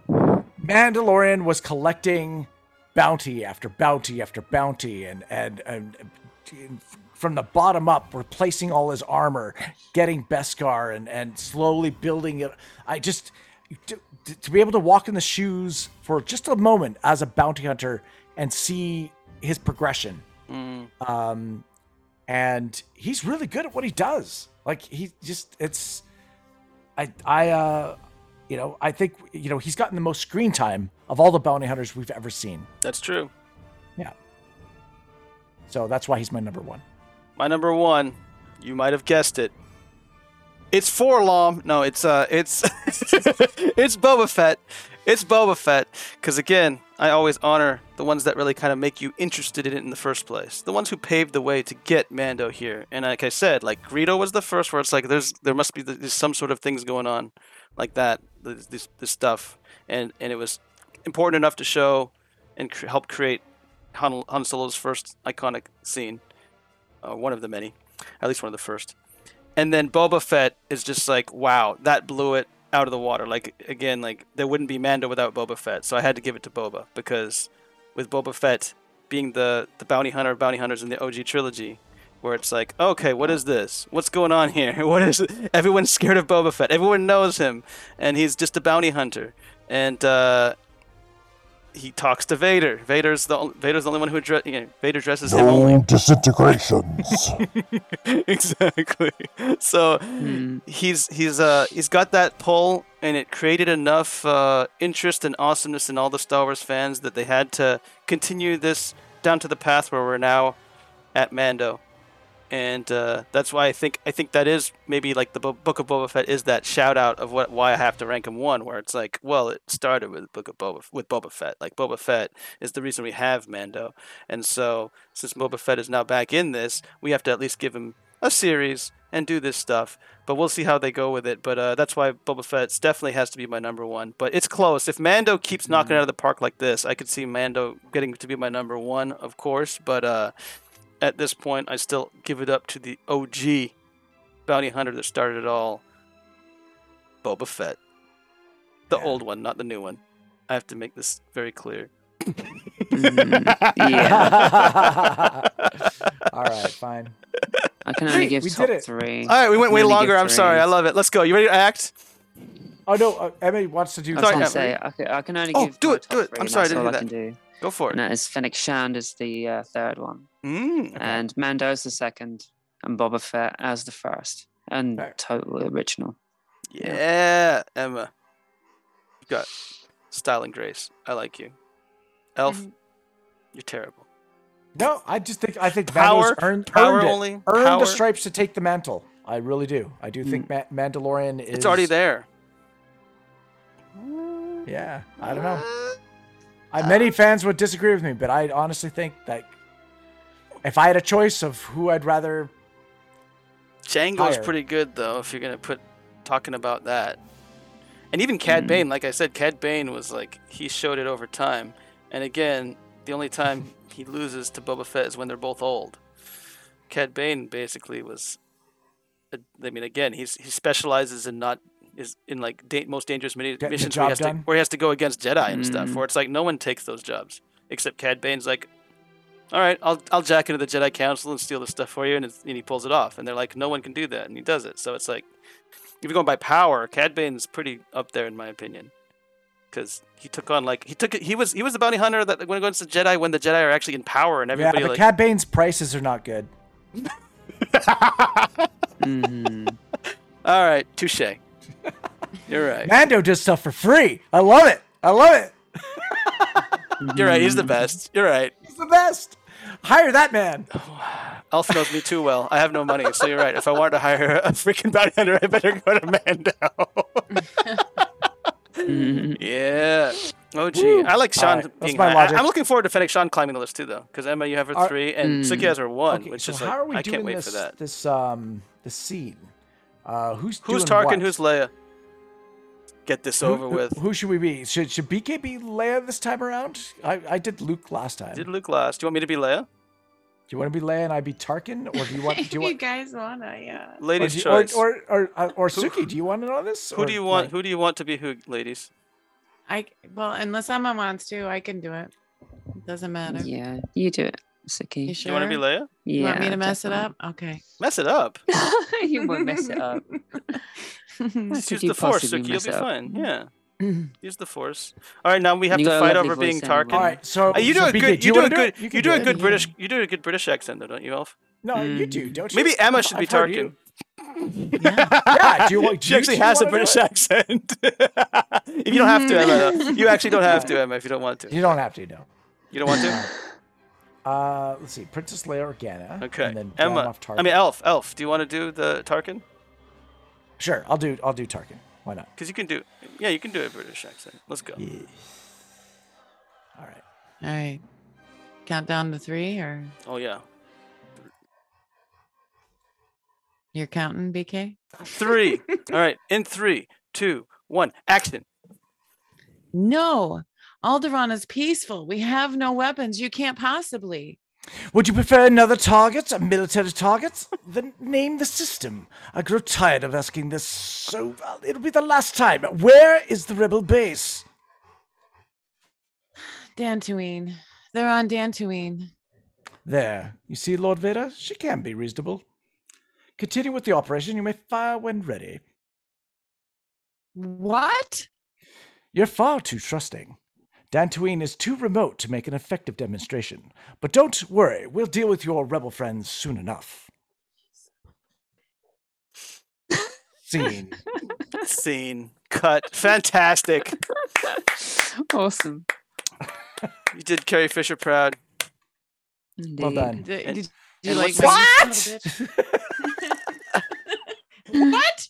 S2: Mandalorian was collecting bounty after bounty after bounty, and and, and from the bottom up, replacing all his armor, getting Beskar, and and slowly building it. I just to, to be able to walk in the shoes for just a moment as a bounty hunter and see his progression.
S1: Mm,
S2: Um, and he's really good at what he does. Like he just it's I I uh you know, I think you know, he's gotten the most screen time of all the bounty hunters we've ever seen.
S1: That's true.
S2: So that's why he's my number one.
S1: My number one, you might have guessed it. It's Forlom. No, it's uh, it's it's Boba Fett. It's Boba Fett. Because again, I always honor the ones that really kind of make you interested in it in the first place. The ones who paved the way to get Mando here. And like I said, like Greedo was the first where it's like there's there must be th- there's some sort of things going on, like that. This this, this stuff, and and it was important enough to show and cr- help create Han, Han Solo's first iconic scene uh, one of the many, at least one of the first. And then Boba Fett is just like, wow, that blew it out of the water. Like again, like there wouldn't be Mando without Boba Fett, so I had to give it to Boba because with Boba Fett being the the bounty hunter of bounty hunters in the OG trilogy, where it's like, okay, what is this? What's going on here? What is it? Everyone's scared of Boba Fett. Everyone knows him, and he's just a bounty hunter. And uh, he talks to Vader. Vader's the only, Vader's the only one who addre- you know, Vader dresses him only.
S12: disintegrations.
S1: exactly. So he's he's uh he's got that pull, and it created enough uh, interest and awesomeness in all the Star Wars fans that they had to continue this down to the path where we're now at Mando, and uh, that's why I think I think that is maybe like the Bo- Book of Boba Fett is that shout out of what why I have to rank him one, where it's like, well, it started with Book of Boba with Boba Fett. Like Boba Fett is the reason we have Mando, and so since Boba Fett is now back in this, we have to at least give him a series and do this stuff. But we'll see how they go with it. But uh, that's why Boba Fett definitely has to be my number one. But it's close. If Mando keeps knocking it out of the park like this, I could see Mando getting to be my number one, of course. But uh, at this point, I still give it up to the OG bounty hunter that started it all, Boba Fett. The old one, not the new one. I have to make this very clear.
S2: yeah. All right, fine.
S8: I can only
S2: Hey,
S8: give
S2: we
S8: top
S2: did it.
S8: three.
S1: All right, we went
S8: I can
S1: way
S8: only give
S1: longer. I'm sorry.
S8: three.
S1: I love it. Let's go. You ready to act?
S2: Oh no, uh, Emmy wants to do.
S8: I was gonna say I can, I can only
S1: Oh,
S8: give.
S1: do
S8: my
S1: it,
S8: top
S1: do it.
S8: three,
S1: I'm
S8: and
S1: sorry, I
S8: that's
S1: didn't
S8: all
S1: do
S8: I can
S1: that.
S8: do.
S1: Go for
S8: And that is Fennec Shand as the uh, third one,
S1: Mm,
S8: and Mando's the second, and Boba Fett as the first, and totally original.
S1: Yeah, Emma. You got style and grace. I like you. Elf, you're terrible.
S2: No, I just think I think
S1: Power-
S2: Mando's earned,
S1: power
S2: earned it.
S1: only,
S2: earned
S1: power. Hmm.
S2: the stripes to take the mantle. I really do. I do think Ma- Mandalorian is
S1: It's already there.
S2: Yeah, I don't know. I, many fans would disagree with me, but I honestly think that if I had a choice of who I'd rather,
S1: Django's
S2: Higher.
S1: pretty good though. If you're gonna put talking about that, and even Cad
S2: Hmm.
S1: Bane, like I said, Cad Bane was like he showed it over time. And again, the only time he loses to Boba Fett is when they're both old. Cad Bane basically was. I mean, again, he's he specializes in not is in like da- most dangerous mini-
S2: the
S1: missions where
S2: job
S1: he, has to,
S2: done.
S1: where he has to go against Jedi and stuff.
S2: Mm.
S1: Where it's like no one takes those jobs except Cad Bane's like, all right, I'll, I'll jack into the Jedi Council and steal this stuff for you. And, it's, and he pulls it off. And they're like, no one can do that. And he does it. So it's like, if you're going by power, Cad Bane's pretty up there, in my opinion. Because he took on like he took he was he was the bounty hunter that went against the Jedi when the Jedi are actually in power and
S2: yeah,
S1: everybody
S2: but
S1: like
S2: Cad Bane's prices are not good.
S1: all right touche you're right
S2: Mando does stuff for free. I love it. I love it.
S1: you're right he's the best you're right
S2: He's the best. Hire that man.
S1: Um, Elf knows me too well I have no money so you're right if I wanted to hire a freaking bounty hunter I better go to Mando yeah oh gee
S2: Woo.
S1: I like Sean
S2: All right, that's
S1: being
S2: my
S1: high.
S2: logic.
S1: I, am looking forward to Fennec Sean climbing the list too though because Emma you have her
S2: Are-
S1: three and
S2: Mm.
S1: Suki has her one
S2: Okay,
S1: which
S2: so
S1: is
S2: how
S1: like
S2: are we
S1: I
S2: doing
S1: can't wait
S2: this,
S1: for that
S2: This um, the scene. Uh, who's
S1: who's
S2: doing
S1: Tarkin
S2: what?
S1: who's Leia get this
S2: Who-
S1: over
S2: who-
S1: with.
S2: Who, should we be? Should should BK be Leia this time around? I, I did Luke last time.
S1: Did Luke last? Do you want me to be Leia?
S2: Do you want to be Leia and I be Tarkin, or do you want? Do
S4: if
S2: you
S4: you,
S2: want?
S4: guys wanna, yeah.
S1: Ladies'
S2: or, do you-
S1: choice.
S2: Or or or, or Suki? Do you want it on this?
S1: who
S2: or
S1: do you want?
S2: like-
S1: Who do you want to be who, ladies?
S4: I well, unless Emma wants to, I can do it. It doesn't matter.
S8: Yeah, you do it. It's okay.
S4: You
S1: You want to be Leia?
S4: You want me
S8: Yeah,
S4: to mess it up?
S8: definitely.
S4: Okay.
S1: Mess it up.
S8: you won't mess it up.
S1: Just
S8: could
S1: use
S8: you
S1: the force,
S8: possibly
S1: Suki. You'll
S8: mess
S1: be
S8: it up? Mm-hmm.
S1: fine. Yeah. Use the force. All right, now we have
S8: You
S1: to
S8: got a
S1: fight
S8: lovely
S1: over being
S8: voice, Emma.
S1: Tarkin.
S8: All right,
S2: so-
S1: Uh, you do
S2: so
S1: a good.
S2: BK, do
S1: You
S2: you
S1: do
S2: wanna
S1: a
S2: do it?
S1: good.
S2: You
S1: You
S2: can
S1: do
S2: do
S1: a
S2: it.
S1: good British. You do a good British accent, though, don't you, Elf?
S2: No, you do. Don't you?
S1: Maybe Emma should be
S2: I've heard
S1: Tarkin.
S2: you. yeah. Do you want?
S1: She actually has a British accent. if you don't have to, Emma. You actually don't have to, Emma, if you don't want to.
S2: You don't have to. No.
S1: You don't want to.
S2: Uh, let's see. Princess Leia Organa.
S1: Okay.
S2: And then
S1: Emma.
S2: Off Tarkin.
S1: I mean, Elf. Elf. Do you want to do the Tarkin?
S2: sure. I'll do. I'll do Tarkin. Why not?
S1: Because you can do. Yeah, you can do a British accent. Let's go.
S4: All right. Count down to three or
S1: Oh yeah.
S4: you're counting, BK?
S1: Three. All right. In three, two, one. Action.
S4: No. Alderaan is peaceful. We have no weapons. You can't possibly.
S2: Would you prefer another target, a military target? then name the system. I grow tired of asking this, so uh, it'll be the last time. Where is the rebel base?
S4: Dantooine. They're on Dantooine.
S2: There. You see, Lord Vader, she can be reasonable. Continue with the operation. You may fire when ready.
S4: What?
S2: You're far too trusting. Dantooine is too remote to make an effective demonstration. But don't worry, we'll deal with your rebel friends soon enough. Scene.
S1: Scene. Cut. Fantastic.
S8: awesome.
S1: You did Carrie Fisher proud.
S2: Well done.
S4: Did,
S1: And-
S4: did you
S1: and
S4: like
S1: what's-
S4: my music a little bit? what?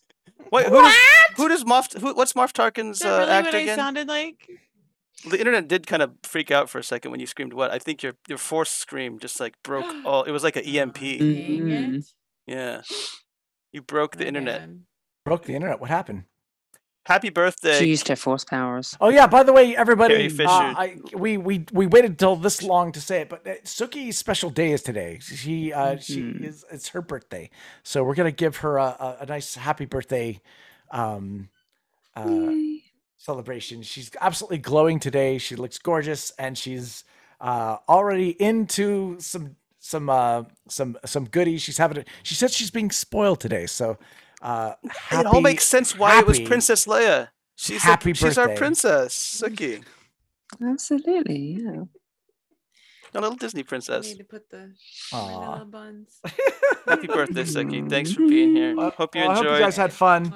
S1: Wait, who does, who does Moff? Who, what's Moff Tarkin's
S4: Is that
S1: uh,
S4: really
S1: act
S4: what I
S1: again?
S4: sounded like?
S1: The internet did kind of freak out for a second when you screamed. What? I think your your force scream just like broke all. It was like an EMP.
S4: Dang it. Oh,
S1: Yeah. You broke the internet.
S2: Broke the internet. What happened?
S1: Happy birthday.
S8: She used her force powers.
S2: Oh yeah. By the way, everybody,
S1: Carrie Fisher.
S2: uh, I, we we we waited until this long to say it, but uh, Suki's special day is today. She uh,
S1: Mm-hmm.
S2: she is it's her birthday, so we're gonna give her a, a, a nice happy birthday um, uh, celebration. She's absolutely glowing today. She looks gorgeous, and she's uh, already into some some uh, some some goodies. She's having. A, she said she's being spoiled today, so. Uh, happy,
S1: it all makes sense why it was
S2: happy-
S1: Princess Leia. She's a-
S2: Happy
S1: she's our
S2: birthday.
S1: princess, Suki.
S8: Absolutely, yeah.
S1: A little Disney
S4: I
S1: princess.
S4: need to put the
S2: Aw.
S4: vanilla buns.
S1: Happy birthday, Suki. Thanks for being here. hope you
S2: Well, I
S1: enjoyed.
S2: hope you guys had fun.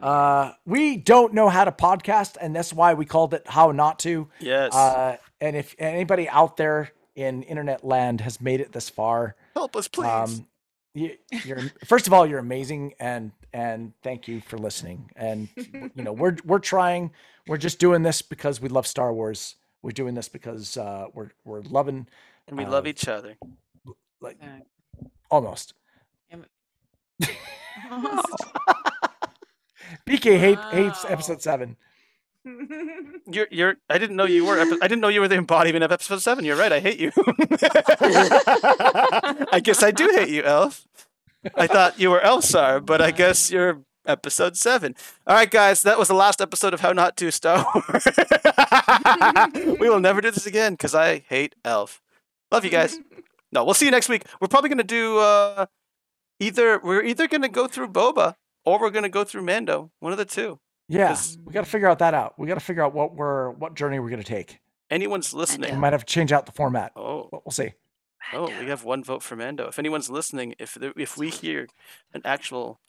S2: Uh, we don't know how to podcast, and that's why we called it "How Not to."
S1: Yes.
S2: Uh, and if anybody out there in internet land has made it this far,
S1: Help us, please.
S2: um, you, you're first of all, you're amazing, and and thank you for listening. And you know, we're we're trying. We're just doing this because we love Star Wars. We're doing this because uh, we're we're loving
S1: and we
S2: uh,
S1: love each other.
S2: like
S4: Alright.
S2: almost.
S4: Almost.
S2: BK hate, hates
S4: Wow.
S2: episode seven.
S1: You're, you're. I didn't know you were. epi- I didn't know you were the embodiment of episode seven. You're right. I hate you. I guess I do hate you, Elf. I thought you were Elsar, but I guess you're episode seven. All right, guys, that was the last episode of How Not to Star Wars. we will never do this again because I hate Elf. Love you guys. No, we'll see you next week. We're probably gonna do uh, either. We're either gonna go through Boba or we're gonna go through Mando. One of the two.
S2: Yeah,
S1: 'Cause
S2: we got to figure out that out. We got to figure out what we're what journey we're going to take.
S1: Anyone's
S2: We
S1: listening.
S2: might have to change out the format.
S1: Oh.
S2: But we'll see.
S1: Oh, we have one vote for Mando. If anyone's listening, if there, if we hear an actual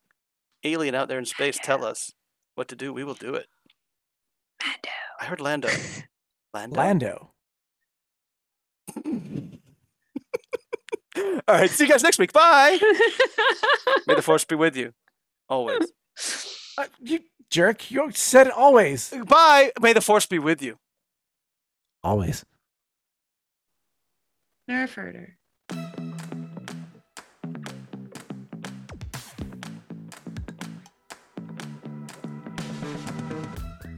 S1: alien out there in space tell us what to do, we will do it. Mando. I heard Lando. Lando.
S2: Lando.
S1: All right. See you guys next week. Bye. May the force be with you, always.
S2: Uh, you jerk. You said it always.
S1: Bye. May the force be with you.
S2: Always.
S4: Nerf herder.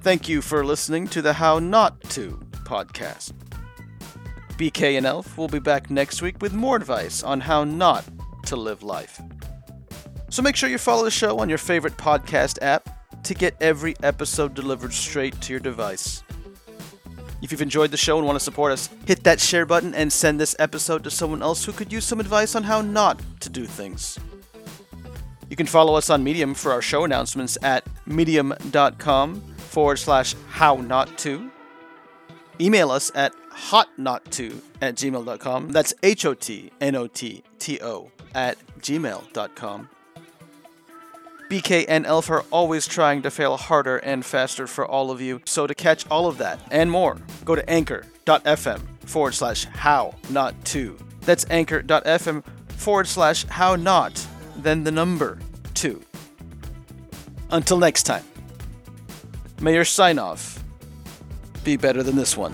S1: Thank you for listening to the How Not To podcast. BK and Elf will be back next week with more advice on how not to live life. So make sure you follow the show on your favorite podcast app to get every episode delivered straight to your device. If you've enjoyed the show and want to support us, hit that share button and send this episode to someone else who could use some advice on how not to do things. You can follow us on Medium for our show announcements at medium.com forward slash how not to. Email us at hotnot2 at gmail.com. That's H O T N O T T O at gmail.com. BK and Elf are always trying to fail harder and faster for all of you. So to catch all of that and more, go to anchor.fm forward slash how not to. That's anchor.fm forward slash how not, then the number two. Until next time, may your sign off be better than this one.